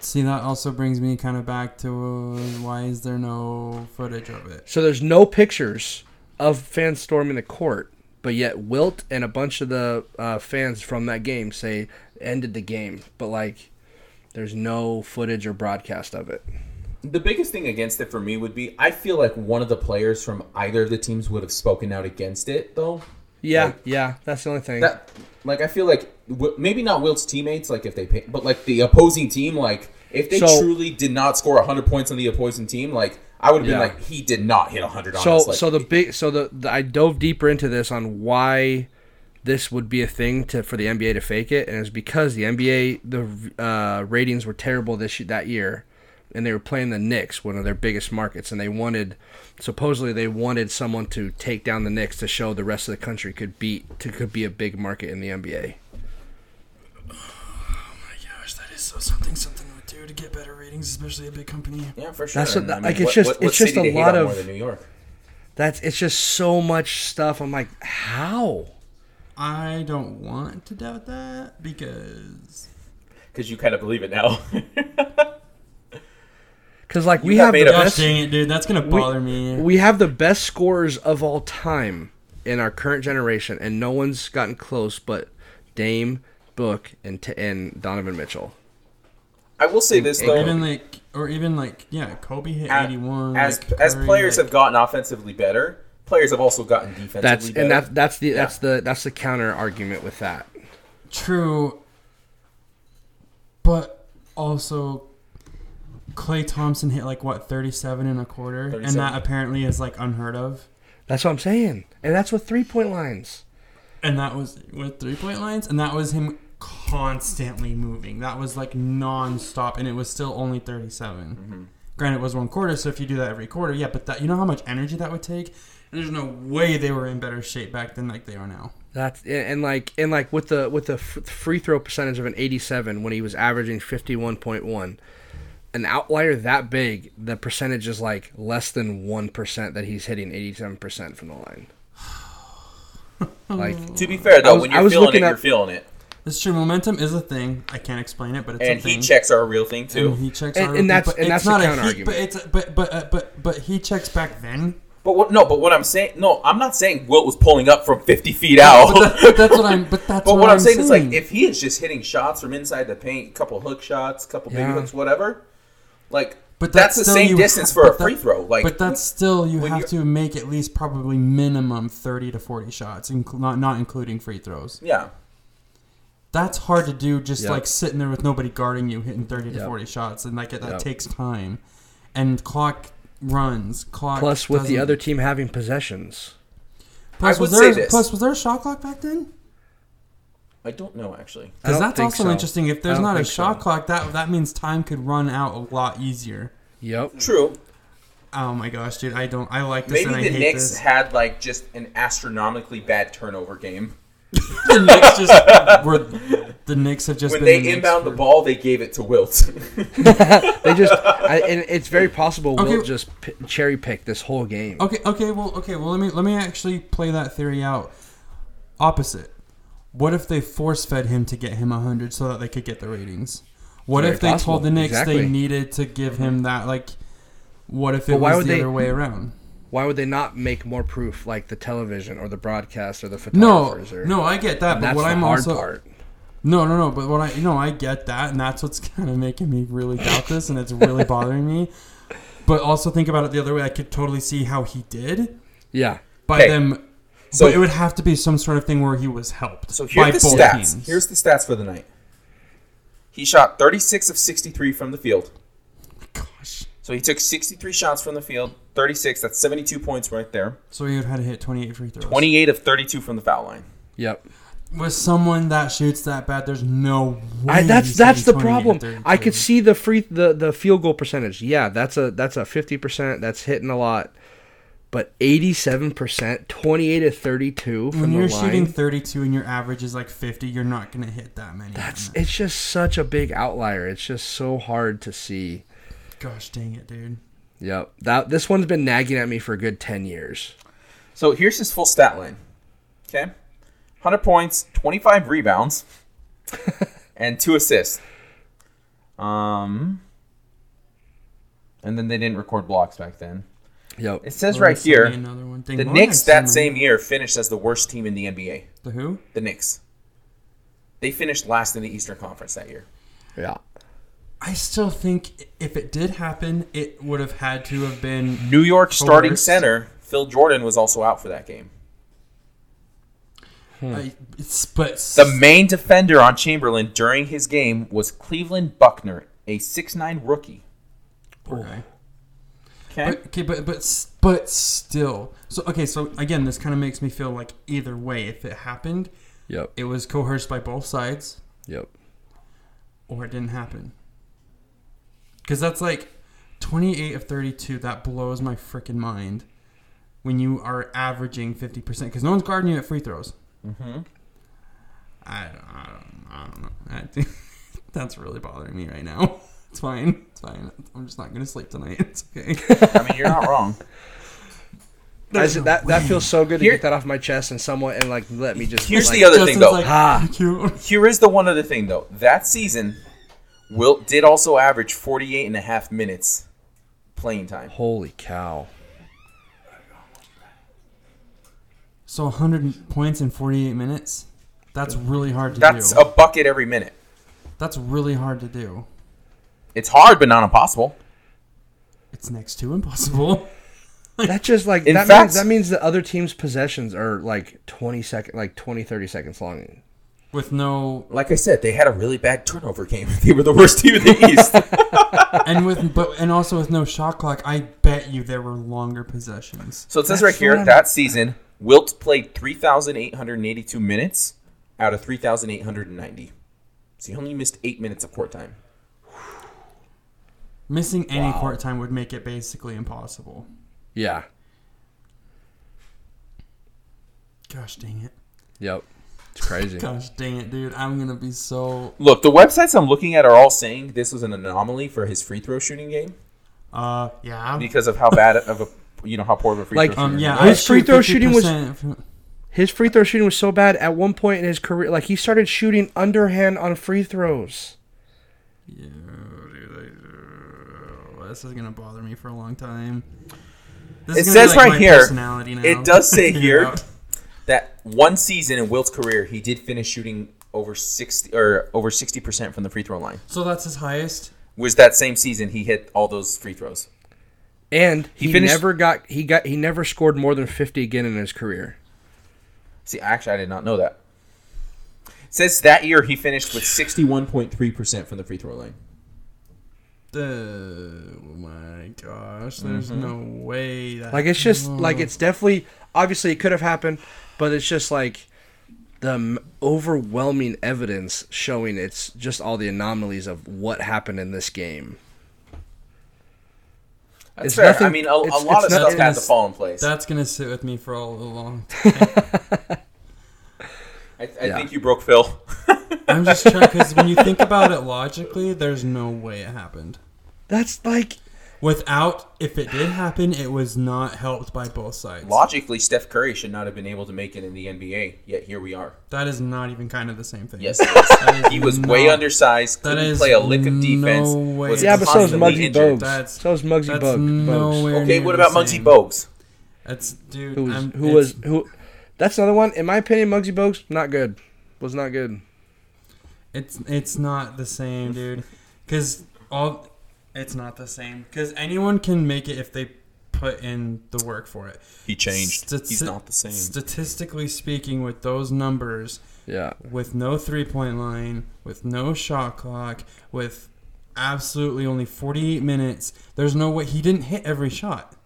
[SPEAKER 2] See, that also brings me kind of back to uh, why is there no footage of it?
[SPEAKER 3] So there's no pictures of fans storming the court, but yet Wilt and a bunch of the uh, fans from that game say ended the game. But like, there's no footage or broadcast of it.
[SPEAKER 1] The biggest thing against it for me would be I feel like one of the players from either of the teams would have spoken out against it though.
[SPEAKER 3] Yeah,
[SPEAKER 1] Like-
[SPEAKER 3] yeah, that's the only thing.
[SPEAKER 1] That like I feel like w- maybe not Wilt's teammates like if they pay, but like the opposing team like if they
[SPEAKER 3] So-
[SPEAKER 1] truly did not score 100 points on the opposing team like I would have
[SPEAKER 3] Yeah.
[SPEAKER 1] been like he did not hit 100 on
[SPEAKER 3] so
[SPEAKER 1] us. Like,
[SPEAKER 3] so the big so the, the I dove deeper into this on why this would be a thing to for the NBA to fake it, and it's because the NBA the uh, ratings were terrible this y- that year, and they were playing the Knicks, one of their biggest markets, and they wanted supposedly they wanted someone to take down the Knicks to show the rest of the country could beat to could be a big market in the NBA.
[SPEAKER 2] Oh my gosh, that is so something something would do to get better ratings, especially a big company.
[SPEAKER 1] yeah, for sure.
[SPEAKER 3] That's what-
[SPEAKER 1] And, I mean,
[SPEAKER 3] like, it's
[SPEAKER 1] what-
[SPEAKER 3] just-
[SPEAKER 1] what- what
[SPEAKER 3] it's just
[SPEAKER 1] city
[SPEAKER 3] a
[SPEAKER 1] they hate
[SPEAKER 3] lot
[SPEAKER 1] on
[SPEAKER 3] of-
[SPEAKER 1] more than New York.
[SPEAKER 3] That's it's just so much stuff. I'm like, how?
[SPEAKER 2] I don't want to doubt that because
[SPEAKER 1] Cuz you kind of believe it now. *laughs*
[SPEAKER 3] Because like we
[SPEAKER 1] got
[SPEAKER 3] have the
[SPEAKER 1] made up.
[SPEAKER 2] gosh
[SPEAKER 3] best
[SPEAKER 2] dang it, dude, that's gonna bother me.
[SPEAKER 3] We have the best scorers of all time in our current generation, and no one's gotten close but Dame, Book, and t- and Donovan Mitchell.
[SPEAKER 1] I will say this
[SPEAKER 2] or
[SPEAKER 1] though.
[SPEAKER 2] even like, or even like, yeah, Kobe hit
[SPEAKER 1] as-
[SPEAKER 2] 81.
[SPEAKER 1] as
[SPEAKER 2] like,
[SPEAKER 1] as
[SPEAKER 2] Curry,
[SPEAKER 1] players
[SPEAKER 2] like-
[SPEAKER 1] have gotten offensively better, players have also gotten defensively
[SPEAKER 3] That's
[SPEAKER 1] better.
[SPEAKER 3] and that's that's the that's the that's the counter argument with that.
[SPEAKER 2] True. But also, Clay Thompson hit like what 37 and a quarter, and
[SPEAKER 1] 37.
[SPEAKER 2] that apparently is like unheard of.
[SPEAKER 3] That's what I'm saying, and that's with three point lines.
[SPEAKER 2] And that was with three point lines, and that was him constantly moving. That was like non-stop, and it was still only 37.
[SPEAKER 1] Mhm.
[SPEAKER 2] Granted, it was one quarter, so if you do that every quarter, yeah, but that you know how much energy that would take. And there's no way they were in better shape back then like they are now.
[SPEAKER 3] That's and and like and like with the with the f- free throw percentage of an 87 when he was averaging 51.1, an outlier that big, the percentage is like less than one percent that he's hitting 87 percent from
[SPEAKER 2] *laughs*
[SPEAKER 3] the line. Like
[SPEAKER 1] To be fair, though,
[SPEAKER 3] I was-
[SPEAKER 1] when
[SPEAKER 3] I
[SPEAKER 1] you're
[SPEAKER 3] was
[SPEAKER 1] feeling it,
[SPEAKER 3] looking at-
[SPEAKER 1] you're feeling it.
[SPEAKER 2] It's true. Momentum is a thing. I can't explain it, but it's
[SPEAKER 1] And
[SPEAKER 2] a thing.
[SPEAKER 1] heat checks are a real thing too.
[SPEAKER 3] Mm-hmm.
[SPEAKER 2] And he checks.
[SPEAKER 3] And-
[SPEAKER 2] our
[SPEAKER 3] and
[SPEAKER 2] rhythm,
[SPEAKER 3] that's-
[SPEAKER 2] but
[SPEAKER 3] and
[SPEAKER 2] it's
[SPEAKER 3] that's the
[SPEAKER 2] not a
[SPEAKER 3] counter
[SPEAKER 2] heat- But it's a, but but uh, but but he checks back then.
[SPEAKER 1] But what, no, but what I'm saying, no, I'm not saying Wilt was pulling up from 50 feet out. *laughs*
[SPEAKER 2] But that- but that's what I'm. But that's
[SPEAKER 1] Oh. But
[SPEAKER 2] what,
[SPEAKER 1] what I'm saying, is like if he is just hitting shots from inside the paint, couple hook shots, couple big
[SPEAKER 3] Yeah.
[SPEAKER 1] hooks, whatever, like
[SPEAKER 2] But
[SPEAKER 1] that's, the
[SPEAKER 2] still
[SPEAKER 1] same
[SPEAKER 2] you
[SPEAKER 1] distance
[SPEAKER 2] *laughs* ha-
[SPEAKER 1] for
[SPEAKER 2] but
[SPEAKER 1] a
[SPEAKER 2] that-
[SPEAKER 1] free throw. Like,
[SPEAKER 2] but that's still you
[SPEAKER 1] when
[SPEAKER 2] have
[SPEAKER 1] you're-
[SPEAKER 2] to make at least probably minimum thirty to forty shots, inclu- not not including free throws.
[SPEAKER 1] yeah,
[SPEAKER 2] That's hard to do, just
[SPEAKER 3] Yep.
[SPEAKER 2] like sitting there with nobody guarding you, hitting thirty to
[SPEAKER 3] Yep.
[SPEAKER 2] forty shots, and like that
[SPEAKER 3] Yep.
[SPEAKER 2] takes time, and clock runs. Clock
[SPEAKER 3] plus with the
[SPEAKER 2] doesn't-
[SPEAKER 3] other team having possessions.
[SPEAKER 2] Plus,
[SPEAKER 1] I
[SPEAKER 2] was
[SPEAKER 1] would
[SPEAKER 2] there
[SPEAKER 1] say this.
[SPEAKER 2] plus was there a shot clock back then?
[SPEAKER 1] I don't know actually.
[SPEAKER 3] I
[SPEAKER 2] Because
[SPEAKER 3] don't
[SPEAKER 2] that's
[SPEAKER 3] think
[SPEAKER 2] also
[SPEAKER 3] so.
[SPEAKER 2] interesting. If
[SPEAKER 3] I
[SPEAKER 2] there's
[SPEAKER 3] don't
[SPEAKER 2] not a
[SPEAKER 3] think so.
[SPEAKER 2] shot clock, that that means time could run out a lot easier.
[SPEAKER 3] Yep.
[SPEAKER 1] True,
[SPEAKER 2] Oh my gosh, dude! I don't. I like
[SPEAKER 1] maybe
[SPEAKER 2] this, and I
[SPEAKER 1] the
[SPEAKER 2] hate
[SPEAKER 1] Knicks *laughs*
[SPEAKER 2] this.
[SPEAKER 1] had like just an astronomically bad turnover game.
[SPEAKER 2] the
[SPEAKER 1] *laughs*
[SPEAKER 2] Knicks just were. The Knicks have just
[SPEAKER 1] When
[SPEAKER 2] been
[SPEAKER 1] they
[SPEAKER 2] the Knicks
[SPEAKER 1] inbound the
[SPEAKER 2] for-
[SPEAKER 1] ball, they gave it to Wilt. *laughs*
[SPEAKER 3] They just I, and it's
[SPEAKER 2] *laughs*
[SPEAKER 3] very possible
[SPEAKER 2] Okay.
[SPEAKER 3] we'll just p- cherry pick this whole game.
[SPEAKER 2] Okay, okay, well, okay, well, let me let me actually play that theory out. Opposite. What if they force fed him to get him hundred so that they could get the ratings? What
[SPEAKER 3] Very
[SPEAKER 2] if they
[SPEAKER 3] possible,
[SPEAKER 2] told the Knicks they
[SPEAKER 3] exactly. Mm-hmm.
[SPEAKER 2] needed to give him that? Like, what if it
[SPEAKER 3] But why
[SPEAKER 2] was
[SPEAKER 3] would
[SPEAKER 2] the
[SPEAKER 3] they-
[SPEAKER 2] other way around?
[SPEAKER 3] Why would they not make more proof like the television or the broadcast or the
[SPEAKER 2] No,
[SPEAKER 3] photographers? or,
[SPEAKER 2] no, I get that, but
[SPEAKER 3] that's
[SPEAKER 2] what
[SPEAKER 3] the
[SPEAKER 2] I'm
[SPEAKER 3] hard
[SPEAKER 2] also
[SPEAKER 3] part.
[SPEAKER 2] No, no, no. But what I, you know, I get that, and that's what's *laughs* kind of making me really doubt this, and it's
[SPEAKER 1] *laughs*
[SPEAKER 2] really bothering me. But also think about it the other way. I could totally see how he did
[SPEAKER 3] Yeah.
[SPEAKER 2] by
[SPEAKER 1] Okay.
[SPEAKER 2] them.
[SPEAKER 1] So-
[SPEAKER 2] but it would have to be some sort of thing where he was helped.
[SPEAKER 1] So here
[SPEAKER 2] by
[SPEAKER 1] are the
[SPEAKER 2] both
[SPEAKER 1] stats.
[SPEAKER 2] teams.
[SPEAKER 1] Here's the stats for the night. He shot 36 of 63 from the field.
[SPEAKER 2] Gosh.
[SPEAKER 1] So he took 63 shots from the field, 36. That's 72 points right there.
[SPEAKER 2] So he would have had to hit 28 free throws.
[SPEAKER 1] 28 of 32 from the foul line.
[SPEAKER 3] Yep.
[SPEAKER 2] With someone that shoots that bad, there's no way.
[SPEAKER 3] I, that's
[SPEAKER 2] he's
[SPEAKER 3] that's the
[SPEAKER 2] hitting 28
[SPEAKER 3] problem.
[SPEAKER 2] and
[SPEAKER 3] I could
[SPEAKER 2] 32.
[SPEAKER 3] see the free the, the field goal percentage. Yeah, that's a that's a fifty percent. That's hitting a lot, but eighty seven percent, twenty eight to thirty two from
[SPEAKER 2] When
[SPEAKER 3] the
[SPEAKER 2] you're
[SPEAKER 3] line.
[SPEAKER 2] shooting 32 and your average is like 50, you're not going to hit that many.
[SPEAKER 3] that's it's just such a big outlier. It's just so hard to see.
[SPEAKER 2] Gosh dang it, dude.
[SPEAKER 3] Yep. That this one's been nagging at me for a good ten years.
[SPEAKER 1] So here's his full stat line. Okay. 100 points, 25 rebounds, and two assists. Um, and then they didn't record blocks back then.
[SPEAKER 3] Yep.
[SPEAKER 1] It says
[SPEAKER 2] Oh,
[SPEAKER 1] right
[SPEAKER 2] send me
[SPEAKER 1] here
[SPEAKER 2] another one. Dang,
[SPEAKER 1] the
[SPEAKER 2] why
[SPEAKER 1] Knicks
[SPEAKER 2] did I
[SPEAKER 1] that
[SPEAKER 2] send
[SPEAKER 1] same year finished as the worst team in the NBA.
[SPEAKER 2] my- The who?
[SPEAKER 1] The Knicks. They finished last in the Eastern Conference that year.
[SPEAKER 3] Yeah.
[SPEAKER 2] I still think if it did happen, it would have had to have been.
[SPEAKER 1] New York starting
[SPEAKER 2] worst.
[SPEAKER 1] center Phil Jordan was also out for that game.
[SPEAKER 2] I, it's, but
[SPEAKER 1] The main defender on Chamberlain during his game was Cleveland Buckner, a 6'9 rookie.
[SPEAKER 2] okay.
[SPEAKER 1] Okay.
[SPEAKER 2] But, okay, but but s- but still. So okay, so again, this kind of makes me feel like either way, if it happened,
[SPEAKER 3] Yep.
[SPEAKER 2] it was coerced by both sides,
[SPEAKER 3] Yep.
[SPEAKER 2] or it didn't happen. Because that's like twenty-eight of thirty-two. That blows my freaking mind. When you are averaging fifty percent, because no one's guarding you at free throws.
[SPEAKER 1] hmm
[SPEAKER 2] I don't, I don't, I don't know. *laughs* I think that's really bothering me right now. *laughs* It's fine. It's fine. I'm just not gonna sleep tonight. *laughs* It's okay.
[SPEAKER 1] I mean, you're not
[SPEAKER 2] *laughs*
[SPEAKER 1] wrong.
[SPEAKER 3] I said that that feels so good to
[SPEAKER 1] Here-
[SPEAKER 3] get that off my chest and someone and like let me just
[SPEAKER 1] Here's
[SPEAKER 3] like,
[SPEAKER 1] the other thing,
[SPEAKER 2] Justin's
[SPEAKER 1] though.
[SPEAKER 2] like,
[SPEAKER 3] Ah.
[SPEAKER 2] cute.
[SPEAKER 1] Here is the one other thing, though. That season, Wilt did also average 48 and a half minutes playing time.
[SPEAKER 3] holy cow.
[SPEAKER 2] So 100 points in 48 minutes. That's really hard to
[SPEAKER 1] That's
[SPEAKER 2] do.
[SPEAKER 1] a bucket every minute.
[SPEAKER 2] That's really hard to do.
[SPEAKER 1] It's hard, but not impossible.
[SPEAKER 2] It's next to impossible. *laughs*
[SPEAKER 3] That just like
[SPEAKER 1] In
[SPEAKER 3] that,
[SPEAKER 1] fact-
[SPEAKER 3] means, that means the other team's possessions are like 20 second like 20 30 seconds long.
[SPEAKER 2] With no
[SPEAKER 1] Like I said, they had a really bad turnover game. *laughs* They were the worst team in *laughs* the East.
[SPEAKER 2] and with but and also with no shot clock, I bet you there were longer possessions.
[SPEAKER 1] So it says
[SPEAKER 3] That's
[SPEAKER 1] right here
[SPEAKER 3] what I'm-
[SPEAKER 1] that season, Wilt played 3,882 minutes out of 3,890. So he only missed eight minutes of court time.
[SPEAKER 2] Missing any court time would make it basically impossible.
[SPEAKER 3] Yeah.
[SPEAKER 2] Gosh dang it.
[SPEAKER 3] Yep. It's crazy.
[SPEAKER 2] Gosh dang it, dude. I'm going to be so.
[SPEAKER 1] Look, the websites I'm looking at are all saying this was an anomaly for his free throw shooting game
[SPEAKER 2] Uh, yeah.
[SPEAKER 1] because of how bad of a you know how poor of a free
[SPEAKER 3] Like,
[SPEAKER 1] throw shooter.
[SPEAKER 2] Um, yeah.
[SPEAKER 3] His
[SPEAKER 2] I
[SPEAKER 3] free
[SPEAKER 2] shoot
[SPEAKER 3] throw shooting was-
[SPEAKER 2] 50%.
[SPEAKER 3] His free throw shooting was so bad at one point in his career, like he started shooting underhand on free throws.
[SPEAKER 2] Yeah, dude, I- this is gonna bother me for a long time. This
[SPEAKER 1] It
[SPEAKER 2] is gonna
[SPEAKER 1] says right
[SPEAKER 2] my
[SPEAKER 1] here-
[SPEAKER 2] Personality now.
[SPEAKER 1] it does
[SPEAKER 2] *laughs*
[SPEAKER 1] say
[SPEAKER 2] Figure
[SPEAKER 1] here
[SPEAKER 2] out.
[SPEAKER 1] that one season in Wilt's career he did finish shooting over sixty or over sixty percent from the free throw line.
[SPEAKER 2] So that's his highest.
[SPEAKER 1] Was that same season he hit all those free throws?
[SPEAKER 3] And he,
[SPEAKER 1] finished-
[SPEAKER 3] never got he got he never scored more than 50 again in his career.
[SPEAKER 1] See, actually, I did not know that. It says that year he finished with sixty-one point three percent from the free throw line.
[SPEAKER 2] Oh my gosh! There's no way that.
[SPEAKER 3] Like it's just like it's definitely obviously it could have happened, but it's just like the m- overwhelming evidence showing it's just all the anomalies of what happened in this game.
[SPEAKER 1] That's
[SPEAKER 3] It's
[SPEAKER 1] fair.
[SPEAKER 3] nothing-
[SPEAKER 1] I mean, a, a
[SPEAKER 3] it's-
[SPEAKER 1] lot
[SPEAKER 3] it's
[SPEAKER 1] of
[SPEAKER 3] not-
[SPEAKER 1] stuff has to
[SPEAKER 2] it's-
[SPEAKER 1] fall in place.
[SPEAKER 2] that's gonna sit with me for a little long.
[SPEAKER 1] I, I
[SPEAKER 3] yeah.
[SPEAKER 1] think you broke Phil.
[SPEAKER 2] I'm just trying because when you think about it logically, there's no way it happened.
[SPEAKER 3] That's like
[SPEAKER 2] Without, if it did happen, it was not helped by both sides.
[SPEAKER 1] Logically, Steph Curry should not have been able to make it in the NBA. Yet here we are.
[SPEAKER 2] That is not even kind of the same thing.
[SPEAKER 1] Yes, it is.
[SPEAKER 2] That is
[SPEAKER 1] *laughs* he was way
[SPEAKER 2] not-
[SPEAKER 1] undersized.
[SPEAKER 2] That
[SPEAKER 1] Couldn't
[SPEAKER 2] is
[SPEAKER 1] play a lick of defense.
[SPEAKER 2] no way.
[SPEAKER 1] was
[SPEAKER 3] yeah, but so is
[SPEAKER 1] constantly
[SPEAKER 3] Muggsy
[SPEAKER 1] injured.
[SPEAKER 3] Bogues.
[SPEAKER 2] That's-
[SPEAKER 3] So is Muggsy
[SPEAKER 2] That's
[SPEAKER 3] Bug, Bogues.
[SPEAKER 2] nowhere
[SPEAKER 1] Okay,
[SPEAKER 2] near
[SPEAKER 1] what
[SPEAKER 2] the
[SPEAKER 1] about Muggsy
[SPEAKER 2] same.
[SPEAKER 1] Bogues?
[SPEAKER 2] That's dude.
[SPEAKER 3] Who was
[SPEAKER 2] I'm-
[SPEAKER 3] who
[SPEAKER 2] it's-
[SPEAKER 3] was who? That's another one. In my opinion, Muggsy Bogues not good. Was not good.
[SPEAKER 2] It's it's not the same, dude. Because all it's not the same. Because anyone can make it if they put in the work for it.
[SPEAKER 1] He changed.
[SPEAKER 2] Stati-
[SPEAKER 1] He's not the same.
[SPEAKER 2] Statistically speaking, with those numbers,
[SPEAKER 3] Yeah.
[SPEAKER 2] with no three point line, with no shot clock, with absolutely only 48 minutes, there's no way he didn't hit every shot.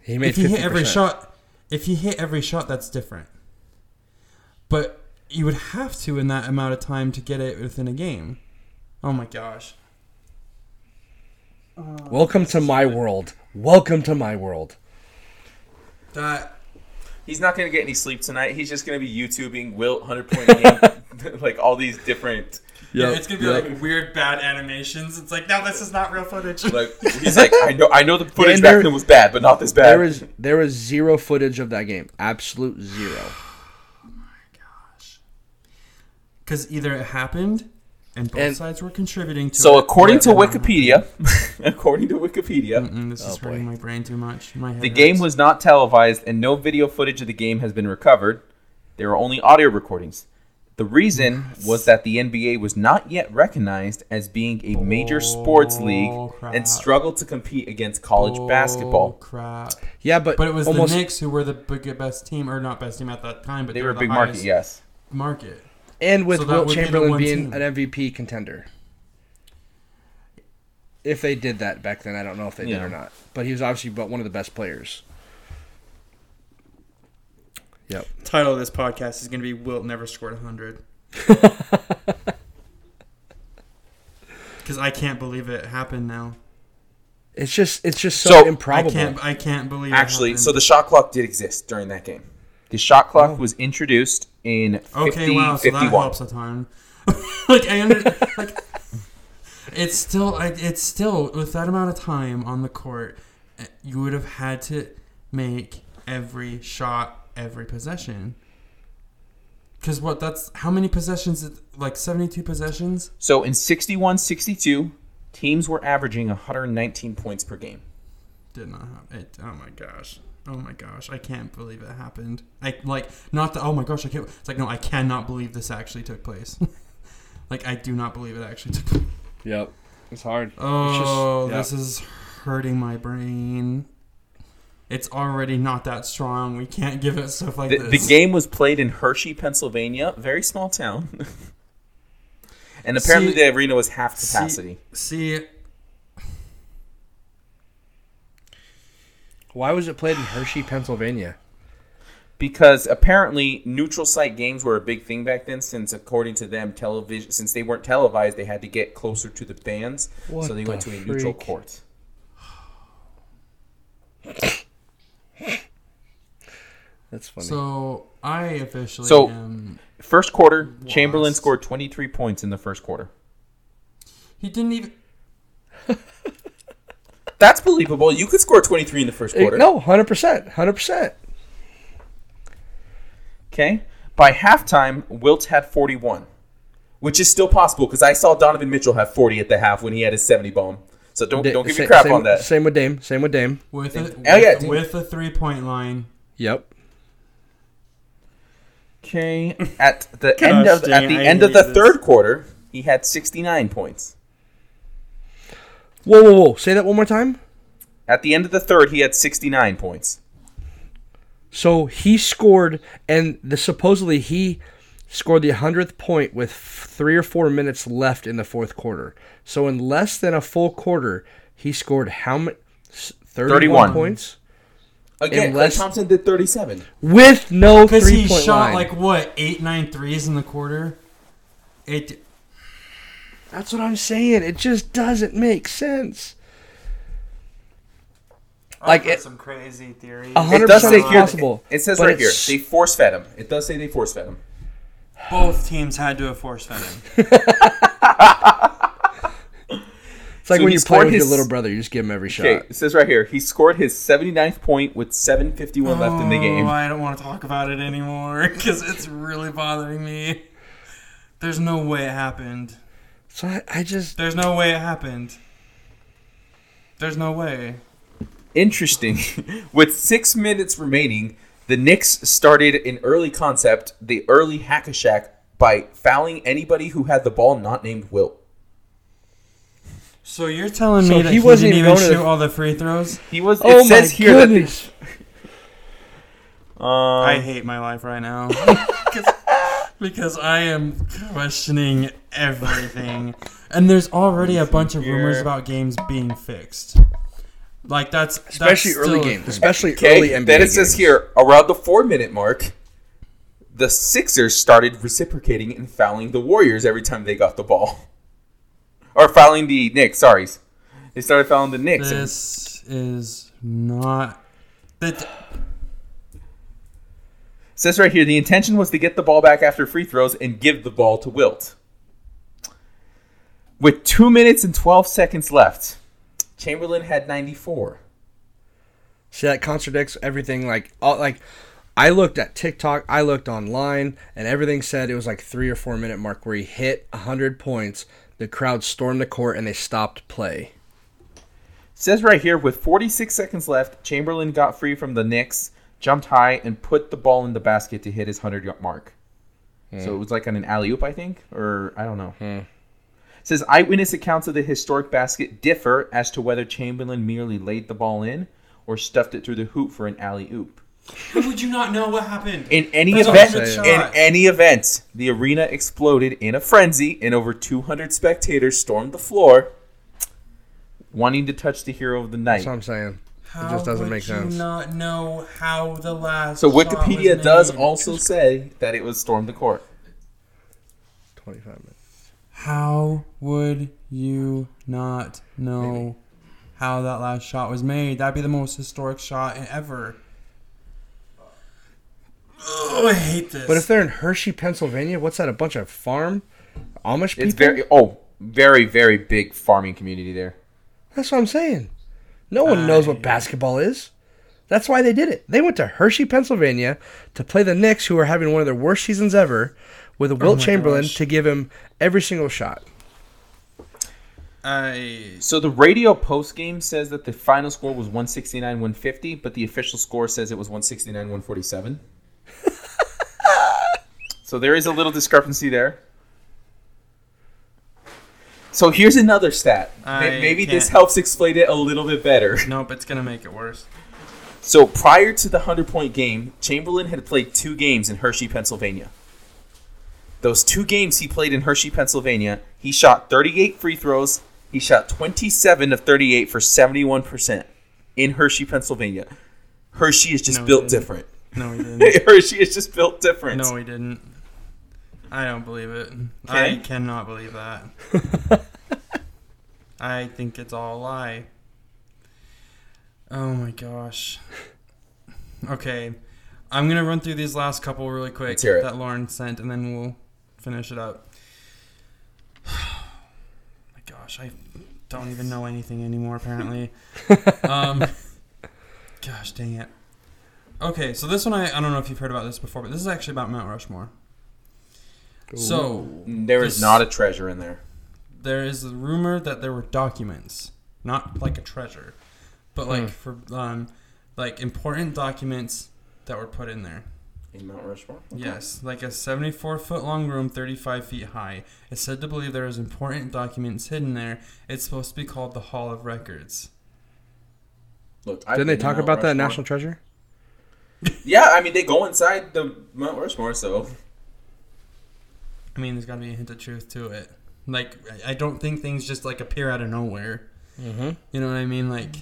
[SPEAKER 3] He
[SPEAKER 2] if he hit every shot, if he hit every shot, that's different. But you would have to in that amount of time to get it within a game. Oh my gosh!
[SPEAKER 3] Welcome to my world. Welcome to my world.
[SPEAKER 2] That
[SPEAKER 1] He's not going to get any sleep tonight. He's just going to be YouTubing Wilt 100 point game, *laughs* like all these different.
[SPEAKER 2] yeah, it's gonna be like weird bad animations. It's like no, this is not real footage.
[SPEAKER 1] Like he's like, I know, I know the footage
[SPEAKER 3] and
[SPEAKER 1] back
[SPEAKER 3] there-
[SPEAKER 1] then was bad, but not this bad.
[SPEAKER 3] there is there is zero footage of that game. Absolute zero.
[SPEAKER 2] Because either it happened, and both
[SPEAKER 3] And-
[SPEAKER 2] sides were contributing to
[SPEAKER 1] so
[SPEAKER 2] it.
[SPEAKER 1] according to
[SPEAKER 2] or it didn't
[SPEAKER 1] Wikipedia, *laughs* according to Wikipedia,
[SPEAKER 2] happen. Mm, this is
[SPEAKER 3] Oh,
[SPEAKER 2] hurting
[SPEAKER 3] boy.
[SPEAKER 2] my brain too much. My head
[SPEAKER 1] the game
[SPEAKER 2] hurts.
[SPEAKER 1] was not televised and no video footage of the game has been recovered. There are only audio recordings. The reason was that the NBA was not yet recognized as being a major sports league
[SPEAKER 2] Bull crap.
[SPEAKER 1] and struggled to compete against college
[SPEAKER 2] Oh,
[SPEAKER 1] basketball.
[SPEAKER 2] crap.
[SPEAKER 3] Yeah, but
[SPEAKER 2] But it was
[SPEAKER 3] almost
[SPEAKER 2] the Knicks who were the big, best team, or not best team at that time, but
[SPEAKER 1] They were a
[SPEAKER 2] the
[SPEAKER 1] big market,
[SPEAKER 2] highest
[SPEAKER 1] yes.
[SPEAKER 2] Market.
[SPEAKER 3] and with
[SPEAKER 2] so that
[SPEAKER 3] Wilt
[SPEAKER 2] would be the
[SPEAKER 3] Chamberlain
[SPEAKER 2] one
[SPEAKER 3] being
[SPEAKER 2] team.
[SPEAKER 3] an MVP contender. If they did that back then, I don't know if they did
[SPEAKER 1] Yeah.
[SPEAKER 3] or not. But he was obviously but one of the best players. Yep.
[SPEAKER 2] Title of this podcast is going to be Wilt never scored
[SPEAKER 1] *laughs*
[SPEAKER 2] *laughs* 100. Because I can't believe it happened now.
[SPEAKER 3] It's just it's just so,
[SPEAKER 1] So, I
[SPEAKER 3] improbable.
[SPEAKER 2] I can't. I can't believe.
[SPEAKER 1] Actually,
[SPEAKER 2] it
[SPEAKER 1] so the shot clock did exist during that game. The shot clock was introduced in 50,
[SPEAKER 2] happened. Oh. okay, wow, so that
[SPEAKER 1] 51.
[SPEAKER 2] helps a ton. *laughs* like I under, like it's still like it's still with that amount of time on the court, eh, you would have had to make every shot, every possession. Because what? That's how many possessions? Like seventy-two possessions.
[SPEAKER 1] So in 61 62, teams were averaging 119 points per game.
[SPEAKER 2] did not happen. It, oh my gosh. Oh my gosh. I can't believe it happened. I like not the oh my gosh, I can't it's like no, I cannot believe this actually took place. *laughs* like I do not believe it actually took place.
[SPEAKER 3] Yep. It's hard.
[SPEAKER 2] Oh,
[SPEAKER 3] yeah.
[SPEAKER 2] this is hurting my brain. It's already not that strong. We can't give it stuff like
[SPEAKER 1] The, the
[SPEAKER 2] this.
[SPEAKER 1] game was played in Hershey, Pennsylvania, very small town. *laughs* and apparently
[SPEAKER 2] See-
[SPEAKER 1] the arena was half capacity.
[SPEAKER 2] See, see
[SPEAKER 3] Why was it played in Hershey, Pennsylvania?
[SPEAKER 1] because apparently neutral site games were a big thing back then since according to them television since they weren't televised they had to get closer to the fans
[SPEAKER 3] What
[SPEAKER 1] so they
[SPEAKER 3] the
[SPEAKER 1] went to a neutral
[SPEAKER 3] freak?
[SPEAKER 1] court
[SPEAKER 3] That's funny.
[SPEAKER 2] So I officially
[SPEAKER 1] So-
[SPEAKER 2] am.
[SPEAKER 1] first quarter chamberlain
[SPEAKER 2] Lost.
[SPEAKER 1] scored 23 points in the first quarter
[SPEAKER 2] He didn't even.
[SPEAKER 1] that's believable you could score 23 in the first
[SPEAKER 3] Eh,
[SPEAKER 1] quarter
[SPEAKER 3] no, hundred percent, hundred percent.
[SPEAKER 1] okay by halftime wilt had 41 which is still possible because i saw donovan mitchell have 40 at the half when he had his 70 bomb so don't, don't give me crap
[SPEAKER 3] same,
[SPEAKER 1] on that
[SPEAKER 3] Same with Dame. Same with Dame.
[SPEAKER 2] With a,
[SPEAKER 1] Oh, yeah,
[SPEAKER 2] with,
[SPEAKER 1] dude.
[SPEAKER 2] with a three point line.
[SPEAKER 3] Yep.
[SPEAKER 1] Okay. At the
[SPEAKER 2] Gosh
[SPEAKER 1] end of
[SPEAKER 2] dang,
[SPEAKER 1] at the
[SPEAKER 2] I
[SPEAKER 1] end of
[SPEAKER 2] hate
[SPEAKER 1] the
[SPEAKER 2] this.
[SPEAKER 1] third quarter, he had 69 points.
[SPEAKER 3] Whoa, whoa, whoa! Say that one more time.
[SPEAKER 1] At the end of the third, he had 69 points.
[SPEAKER 3] So he scored, and the supposedly he scored the hundredth point with f- three or four minutes left in the fourth quarter. So in less than a full quarter, he scored how many? Thirty-one
[SPEAKER 1] 31.
[SPEAKER 3] points
[SPEAKER 1] Again,
[SPEAKER 3] Unless-
[SPEAKER 1] Klay Thompson did 37.
[SPEAKER 3] with no
[SPEAKER 2] Because he
[SPEAKER 3] three-point
[SPEAKER 2] shot
[SPEAKER 3] line.
[SPEAKER 2] like what eight nine threes in the quarter. Eight.
[SPEAKER 3] That's what I'm saying. It just doesn't make sense. Like, heard it-
[SPEAKER 2] some crazy theory.
[SPEAKER 3] A hundred-
[SPEAKER 1] It does
[SPEAKER 3] 100%
[SPEAKER 1] say here.
[SPEAKER 3] possible,
[SPEAKER 1] It says
[SPEAKER 3] but
[SPEAKER 1] right here
[SPEAKER 3] it's-
[SPEAKER 1] they force fed him. It does say they force fed him.
[SPEAKER 2] Both teams had to have forced fed him.
[SPEAKER 3] It's like
[SPEAKER 1] So
[SPEAKER 3] when
[SPEAKER 1] he
[SPEAKER 3] you play
[SPEAKER 1] scored
[SPEAKER 3] with your
[SPEAKER 1] his-
[SPEAKER 3] little brother, you just give him every shot.
[SPEAKER 1] Okay, it says right here he scored his 79th point with 7:51 left in the
[SPEAKER 2] Oh,
[SPEAKER 1] game.
[SPEAKER 2] I don't want to talk about it anymore *laughs* because it's really bothering me. There's no way it happened.
[SPEAKER 3] So I, I just
[SPEAKER 2] There's no way it happened. There's no way.
[SPEAKER 1] Interesting. *laughs* with six minutes remaining, the Knicks started an early concept, the early hack a shack, by fouling anybody who had the ball not named Wilt.
[SPEAKER 2] So you're telling
[SPEAKER 3] So
[SPEAKER 2] me that
[SPEAKER 3] he
[SPEAKER 2] he wasn't
[SPEAKER 3] wasn't
[SPEAKER 2] didn't
[SPEAKER 3] even
[SPEAKER 2] even
[SPEAKER 3] going to
[SPEAKER 2] shoot
[SPEAKER 3] the-
[SPEAKER 2] all the free throws?
[SPEAKER 1] He was. It
[SPEAKER 3] oh
[SPEAKER 1] says
[SPEAKER 3] my
[SPEAKER 1] here that they-
[SPEAKER 3] goodness.
[SPEAKER 1] Um,
[SPEAKER 2] I hate my life right now *laughs* 'Cause- because I am questioning everything, and there's already a bunch of rumors
[SPEAKER 1] Here.
[SPEAKER 2] about games being fixed. Like that's
[SPEAKER 3] especially
[SPEAKER 2] that's
[SPEAKER 3] early
[SPEAKER 2] still-
[SPEAKER 3] games, especially
[SPEAKER 1] okay,
[SPEAKER 3] early NBA.
[SPEAKER 1] then it says
[SPEAKER 3] games.
[SPEAKER 1] here around the four minute mark, the Sixers started reciprocating and fouling the Warriors every time they got the ball, *laughs* or fouling the Knicks. Sorry, they started fouling the Knicks. and-
[SPEAKER 2] This is not. That
[SPEAKER 1] It says right here the intention was to get the ball back after free throws and give the ball to Wilt. With two minutes and twelve seconds left, Chamberlain had ninety four.
[SPEAKER 3] See that contradicts everything. Like, all, like I looked at TikTok, I looked online, and everything said it was like three or four minute mark where he hit hundred points. The crowd stormed the court and they stopped play.
[SPEAKER 1] says right here with 46 seconds left, Chamberlain got free from the Knicks, jumped high, and put the ball in the basket to hit his 100 yard mark. So it was like on an alley oop, I think, or I don't know. Says eyewitness accounts of the historic basket differ as to whether Chamberlain merely laid the ball in or stuffed it through the hoop for an alley oop.
[SPEAKER 2] how would you not know what happened?
[SPEAKER 1] In any
[SPEAKER 2] That's a
[SPEAKER 1] event,
[SPEAKER 2] hundred
[SPEAKER 1] in
[SPEAKER 2] shot.
[SPEAKER 1] any event, the arena exploded in a frenzy, and over 200 spectators stormed the floor, wanting to touch the hero of the night.
[SPEAKER 3] That's what I'm saying.
[SPEAKER 2] how
[SPEAKER 3] just doesn't
[SPEAKER 2] would
[SPEAKER 3] make sense.
[SPEAKER 2] You not know how the last.
[SPEAKER 1] So
[SPEAKER 2] shot
[SPEAKER 1] Wikipedia
[SPEAKER 2] was
[SPEAKER 1] does
[SPEAKER 2] made?
[SPEAKER 1] also say that it was storm the court.
[SPEAKER 3] Twenty five minutes.
[SPEAKER 2] How would you not know how that last shot was made? That'd be the most historic shot ever. Oh, I hate this.
[SPEAKER 3] But if they're in Hershey, Pennsylvania, what's that? A bunch of farm Amish people?
[SPEAKER 1] It's very oh, very very big farming community there.
[SPEAKER 3] That's what I'm saying. No one knows what basketball is. That's why they did it. They went to Hershey, Pennsylvania to play the Knicks, who are having one of their worst seasons ever, with Wilt
[SPEAKER 2] my
[SPEAKER 3] Chamberlain
[SPEAKER 2] gosh.
[SPEAKER 3] to give him every single shot.
[SPEAKER 2] I
[SPEAKER 1] So the radio post game says that the final score was 169-150, but the official score says it was 169-147. *laughs* so there is a little discrepancy there. So here's another stat. Ma-
[SPEAKER 2] I
[SPEAKER 1] Maybe this
[SPEAKER 2] can't-
[SPEAKER 1] helps explain it a little bit better.
[SPEAKER 2] nope, it's gonna make it worse.
[SPEAKER 1] So prior to the 100 point game, Chamberlain had played two games in Hershey, Pennsylvania. Those two games he played in Hershey, Pennsylvania, he shot 38 free throws. He shot 27 of 38 for 71% in Hershey, Pennsylvania. Hershey is just
[SPEAKER 2] No,
[SPEAKER 1] built
[SPEAKER 2] dude.
[SPEAKER 1] different. *laughs*
[SPEAKER 3] *laughs*
[SPEAKER 2] No, he didn't.
[SPEAKER 1] or she is just built different.
[SPEAKER 2] No, he didn't. I don't believe it. I
[SPEAKER 1] Okay.
[SPEAKER 2] cannot believe that.
[SPEAKER 1] *laughs*
[SPEAKER 2] I think it's all a lie. Oh my gosh. Okay. I'm going to run through these last couple really quick
[SPEAKER 1] Let's hear it.
[SPEAKER 2] that Lauren sent, and then we'll finish it up. *sighs* Oh my gosh, I don't even know anything anymore, apparently. um, *laughs* gosh, dang it. Okay, so this one, I, I don't know if you've heard about this before, but this is actually about Mount Rushmore. So,
[SPEAKER 1] There is
[SPEAKER 2] This-
[SPEAKER 1] not a treasure in there.
[SPEAKER 2] there is a rumor that there were documents, not like a treasure, but like for um, like important documents that were put in there.
[SPEAKER 1] In Mount Rushmore?
[SPEAKER 2] Yes, like a 74 foot long room, 35 feet high. It's said to believe there is important documents hidden there. It's supposed to be called the Hall of Records.
[SPEAKER 1] Look, I've
[SPEAKER 3] Didn't they
[SPEAKER 1] been to
[SPEAKER 3] talk
[SPEAKER 1] Mount
[SPEAKER 3] about that
[SPEAKER 1] Rushmore.
[SPEAKER 3] National Treasure?
[SPEAKER 1] Yeah, I mean they go inside the Mount Rushmore, so
[SPEAKER 2] I mean, there's got to be a hint of truth to it. Like, I- I don't think things just like appear out of nowhere.
[SPEAKER 3] Mm-hmm.
[SPEAKER 2] You know what I mean? Like,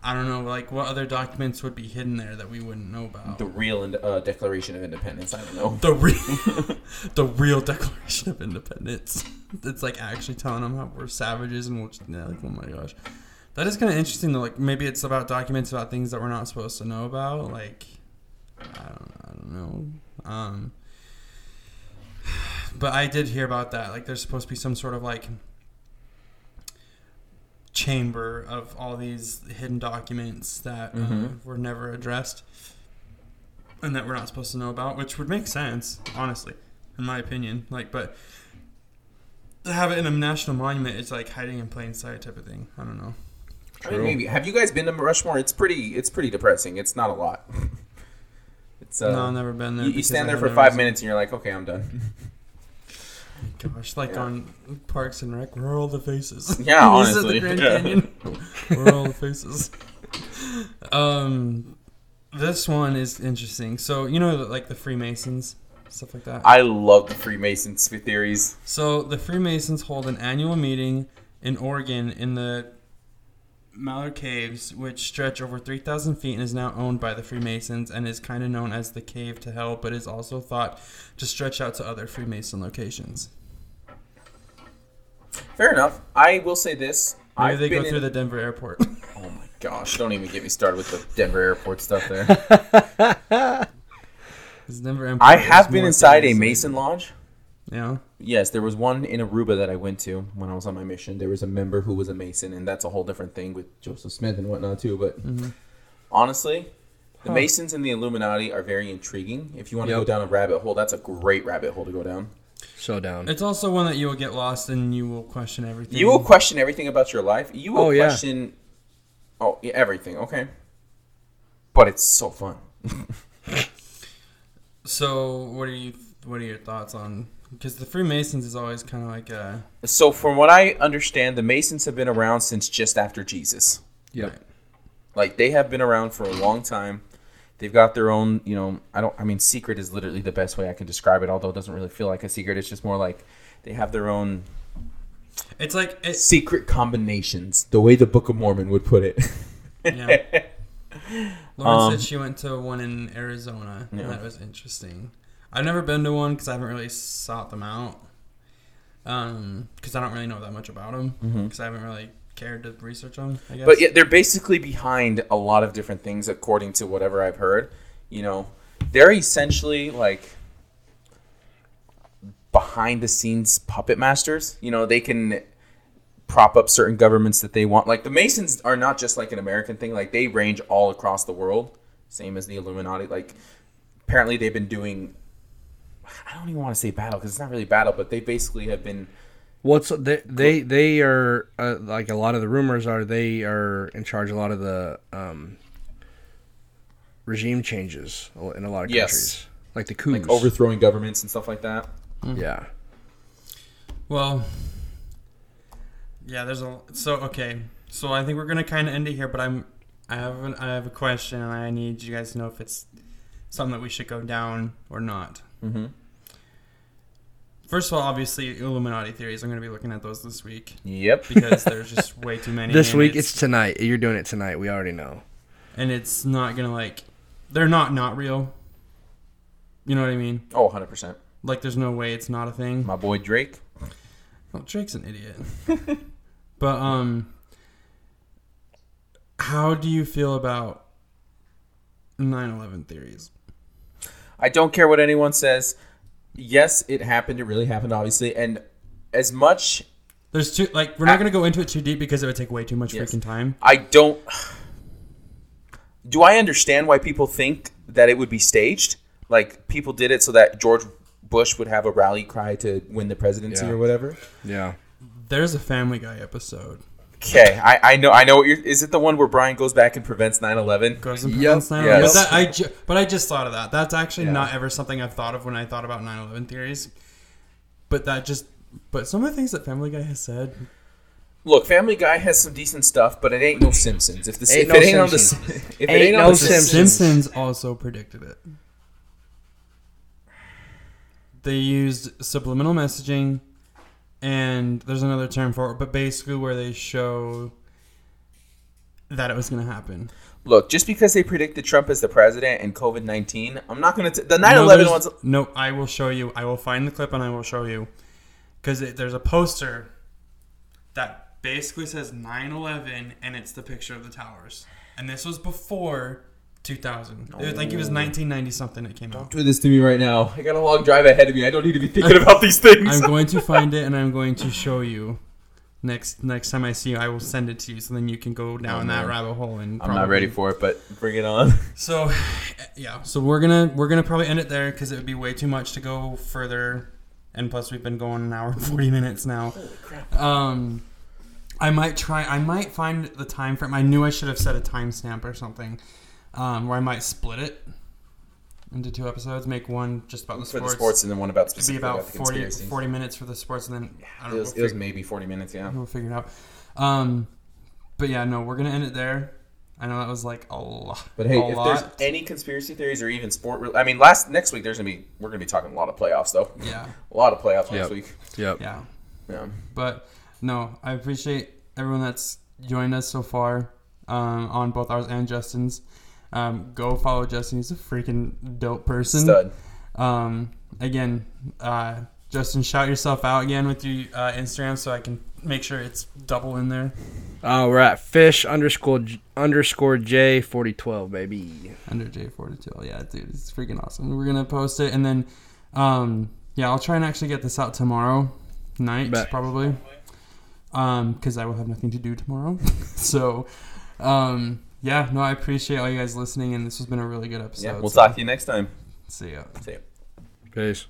[SPEAKER 2] I don't know. Like, what other documents would be hidden there that we wouldn't know about?
[SPEAKER 1] the real ind- uh, Declaration of Independence. I don't know.
[SPEAKER 2] *laughs* the real, *laughs* the real Declaration of Independence. It's like actually telling them how we're savages and we're just, yeah, like, oh my gosh, that is kind of interesting though. Like maybe it's about documents about things that we're not supposed to know about. Like I don't, I don't know. Um, *sighs* but I did hear about that. Like there's supposed to be some sort of like chamber of all these hidden documents that uh,
[SPEAKER 1] Mhm.
[SPEAKER 2] were never addressed and that we're not supposed to know about, which would make sense, honestly, in my opinion. Like, but to have it in a national monument, it's like hiding in plain sight type of thing. I don't know.
[SPEAKER 1] I mean, maybe. Have you guys been to Mount Rushmore? It's pretty. It's pretty depressing. It's not a lot. *laughs* It's uh,
[SPEAKER 2] no, I've never been
[SPEAKER 1] you,
[SPEAKER 2] there.
[SPEAKER 1] you
[SPEAKER 2] because
[SPEAKER 1] stand
[SPEAKER 2] I
[SPEAKER 1] there
[SPEAKER 2] have
[SPEAKER 1] for
[SPEAKER 2] never
[SPEAKER 1] five
[SPEAKER 2] seen-
[SPEAKER 1] minutes and you're like, okay, I'm done.
[SPEAKER 2] Gosh, like
[SPEAKER 1] Yeah.
[SPEAKER 2] on Parks and Rec, we're all the faces.
[SPEAKER 1] *laughs*
[SPEAKER 2] *laughs*
[SPEAKER 1] Yeah,
[SPEAKER 2] This is
[SPEAKER 1] honestly.
[SPEAKER 2] the Grand
[SPEAKER 1] Yeah.
[SPEAKER 2] Canyon. *laughs* we're all the faces. *laughs* Um, this one is interesting. So you know, like the Freemasons, stuff like that.
[SPEAKER 1] I love the Freemasons theories.
[SPEAKER 2] So the Freemasons hold an annual meeting in Oregon in the Mallard Caves, which stretch over 3,000 feet and is now owned by the Freemasons and is kind of known as the Cave to Hell, but is also thought to stretch out to other Freemason locations.
[SPEAKER 1] Fair enough. I will say this.
[SPEAKER 2] Maybe
[SPEAKER 1] I've
[SPEAKER 2] they go
[SPEAKER 1] been
[SPEAKER 2] through
[SPEAKER 1] in-
[SPEAKER 2] the
[SPEAKER 1] *laughs*
[SPEAKER 2] Denver airport. *laughs*
[SPEAKER 1] Oh my gosh! Don't even get me started with the Denver airport stuff there.
[SPEAKER 2] 'Cause Denver airport
[SPEAKER 1] I
[SPEAKER 2] is
[SPEAKER 1] have been
[SPEAKER 2] more
[SPEAKER 1] inside a
[SPEAKER 2] Freemason.
[SPEAKER 1] Mason lodge.
[SPEAKER 2] Yeah.
[SPEAKER 1] Yes, there was one in Aruba that I went to when I was on my mission. There was a member who was a Mason, and that's a whole different thing with Joseph Smith and whatnot too. But
[SPEAKER 3] Mm-hmm.
[SPEAKER 1] honestly, the Masons and the Illuminati are very intriguing. If you want to
[SPEAKER 3] Yep. Mm-hmm.
[SPEAKER 1] go down a rabbit hole, that's a great rabbit hole to go down.
[SPEAKER 3] So down.
[SPEAKER 2] It's also one that you will get lost and you will question everything.
[SPEAKER 1] You will question everything about your life. You will
[SPEAKER 3] Oh, yeah.
[SPEAKER 1] question oh yeah, everything. Okay, but it's so fun.
[SPEAKER 2] So what are you? What are your thoughts on? Because the Freemasons is always kind of like a.
[SPEAKER 1] So, from what I understand, the Masons have been around since just after Jesus.
[SPEAKER 3] Yep.
[SPEAKER 1] Like they have been around for a long time. They've got their own, you know, I don't I mean secret is literally the best way I can describe it, although it doesn't really feel like a secret. It's just more like they have their own
[SPEAKER 2] It's like it,
[SPEAKER 1] secret combinations, the way the Book of Mormon would put it. *laughs*
[SPEAKER 2] Yeah. *laughs*
[SPEAKER 1] Um,
[SPEAKER 2] Lauren said she went to one in Arizona,
[SPEAKER 1] Yeah.
[SPEAKER 2] and that was interesting. I've never been to one because I haven't really sought them out. Um, because I don't really know that much about them because I haven't really cared to research them. I guess.
[SPEAKER 1] Mm-hmm. But yeah, they're basically behind a lot of different things according to whatever I've heard. You know, they're essentially like behind the scenes puppet masters. You know, they can prop up certain governments that they want. Like the Masons are not just like an American thing, like they range all across the world, same as the Illuminati. Like apparently they've been doing I don't even want to say battle because it's not really battle, but they basically have been
[SPEAKER 3] Well, it's, they they they are uh, like a lot of the rumors are they are in charge of a lot of the um, regime changes in a lot of countries,
[SPEAKER 1] Yes.
[SPEAKER 3] like the coups.
[SPEAKER 1] like overthrowing governments and stuff like that.
[SPEAKER 3] yeah.
[SPEAKER 2] well, yeah. There's a so okay. So I think we're gonna kind of end it here. But I'm I have an, I have a question, and I need you guys to know if it's something that we should go down or not.
[SPEAKER 1] Mm-hmm.
[SPEAKER 2] First of all, obviously Illuminati theories. I'm gonna be looking at those this week.
[SPEAKER 1] Yep.
[SPEAKER 2] because there's just way too many.
[SPEAKER 3] This
[SPEAKER 2] and
[SPEAKER 3] week it's tonight. You're doing it tonight. We already know.
[SPEAKER 2] and it's not gonna like they're not not real. You know what I mean?
[SPEAKER 1] Oh, 100%.
[SPEAKER 2] Like there's no way it's not a thing.
[SPEAKER 1] My boy Drake.
[SPEAKER 2] Well, Oh, Drake's an idiot. but um how do you feel about 9/11 theories?
[SPEAKER 1] I don't care what anyone says. Yes, it happened. It really happened, obviously. And as much
[SPEAKER 2] There's two like we're not going to go into it too deep because it would take way too much
[SPEAKER 1] Yes.
[SPEAKER 2] freaking time.
[SPEAKER 1] I don't. Do I understand why people think that it would be staged? Like people did it so that George Bush would have a rally cry to win the presidency
[SPEAKER 3] Yeah.
[SPEAKER 1] or whatever.
[SPEAKER 3] Yeah.
[SPEAKER 2] There's a family guy episode.
[SPEAKER 1] Okay, I, I know I know what you're. Is it the one where Brian goes back and prevents 9-11?
[SPEAKER 2] Goes and
[SPEAKER 3] Yep.
[SPEAKER 2] prevents 9/11.
[SPEAKER 1] Yes.
[SPEAKER 2] But, that, I ju- but I just thought of that. That's actually
[SPEAKER 3] Yeah.
[SPEAKER 2] not ever something I've thought of when I thought about 9/11 theories. But that just but some of the things that Family Guy has said,
[SPEAKER 1] Look, Family Guy has some decent stuff, but it ain't no Simpsons. If the
[SPEAKER 3] Ain't
[SPEAKER 1] if
[SPEAKER 3] no
[SPEAKER 1] it ain't on the
[SPEAKER 3] Simpsons.
[SPEAKER 1] *laughs* if it ain't,
[SPEAKER 3] Ain't
[SPEAKER 1] on
[SPEAKER 3] no
[SPEAKER 1] the
[SPEAKER 3] Simpsons.
[SPEAKER 1] Simpsons,
[SPEAKER 2] Simpsons also predicted it. They used subliminal messaging, and there's another term for it, but basically where they show that it was going to happen.
[SPEAKER 1] look, just because they predicted Trump as the president and COVID nineteen, I'm not gonna t- the
[SPEAKER 2] No,
[SPEAKER 1] 9-11
[SPEAKER 2] there's-
[SPEAKER 1] ones.
[SPEAKER 2] Nope, I will show you. I will find the clip and I will show you. Because there's a poster that basically says 9 11 and it's the picture of the towers. And this was before 2000. I think it was 1990 something it came out.
[SPEAKER 1] Do this to me right now. I got a long drive ahead of me. I don't need to be thinking about these things. *laughs*
[SPEAKER 2] I'm going to find it and I'm going to show you. Next next time I see you, I will send it to you so then you can go down that
[SPEAKER 1] man.
[SPEAKER 2] rabbit hole and
[SPEAKER 1] Oh, I'm not ready
[SPEAKER 2] probably-
[SPEAKER 1] for it, but bring it on. *laughs*
[SPEAKER 2] So, eh, yeah. So we're gonna we're gonna probably end it there because it would be way too much to go further, and plus we've been going an hour and forty minutes now. Um, I might try. I might find the time frame. I knew I should have set a timestamp or something, um, where I might split it into two episodes. Make one just about the
[SPEAKER 1] For
[SPEAKER 2] sports.
[SPEAKER 1] the sports and then one about
[SPEAKER 2] It'd be
[SPEAKER 1] specifically
[SPEAKER 2] about
[SPEAKER 1] the
[SPEAKER 2] 40,
[SPEAKER 1] conspiracy.
[SPEAKER 2] 40 minutes for the sports, and then I
[SPEAKER 1] It
[SPEAKER 2] don't know. Mm-hmm.
[SPEAKER 1] was, it
[SPEAKER 2] we'll
[SPEAKER 1] was maybe 40 minutes, yeah.
[SPEAKER 2] we'll figure it out. Um, but yeah, no, we're gonna end it there. I know that was like a lot.
[SPEAKER 1] But hey,
[SPEAKER 2] a
[SPEAKER 1] if there's
[SPEAKER 2] lot.
[SPEAKER 1] any conspiracy theories or even sport, I mean, last next week there's gonna be we're gonna be talking a lot of playoffs though.
[SPEAKER 2] yeah,
[SPEAKER 1] A lot of playoffs
[SPEAKER 3] Yep.
[SPEAKER 1] next week.
[SPEAKER 3] Yep.
[SPEAKER 2] yeah.
[SPEAKER 1] Yeah.
[SPEAKER 2] But no, I appreciate everyone that's joined us so far um, on both ours and Justin's. Um, go follow Justin. He's a freaking dope person.
[SPEAKER 1] Stud.
[SPEAKER 2] Um, again, uh, Justin, shout yourself out again with your uh, Instagram so I can make sure it's double in there.
[SPEAKER 3] Uh, we're at fish underscore j- underscore J forty twelve baby.
[SPEAKER 2] under J42. Oh, Yeah, dude, it's freaking awesome. We're gonna post it, and then, um, yeah, I'll try and actually get this out tomorrow night,
[SPEAKER 3] Bet.
[SPEAKER 2] probably, um, because I will have nothing to do tomorrow. *laughs* so, um, yeah, no, I appreciate all you guys listening, and this has been a really good episode.
[SPEAKER 1] Yeah. We'll
[SPEAKER 2] so,
[SPEAKER 1] talk to you next time.
[SPEAKER 2] See ya.
[SPEAKER 1] See ya.
[SPEAKER 3] Peace.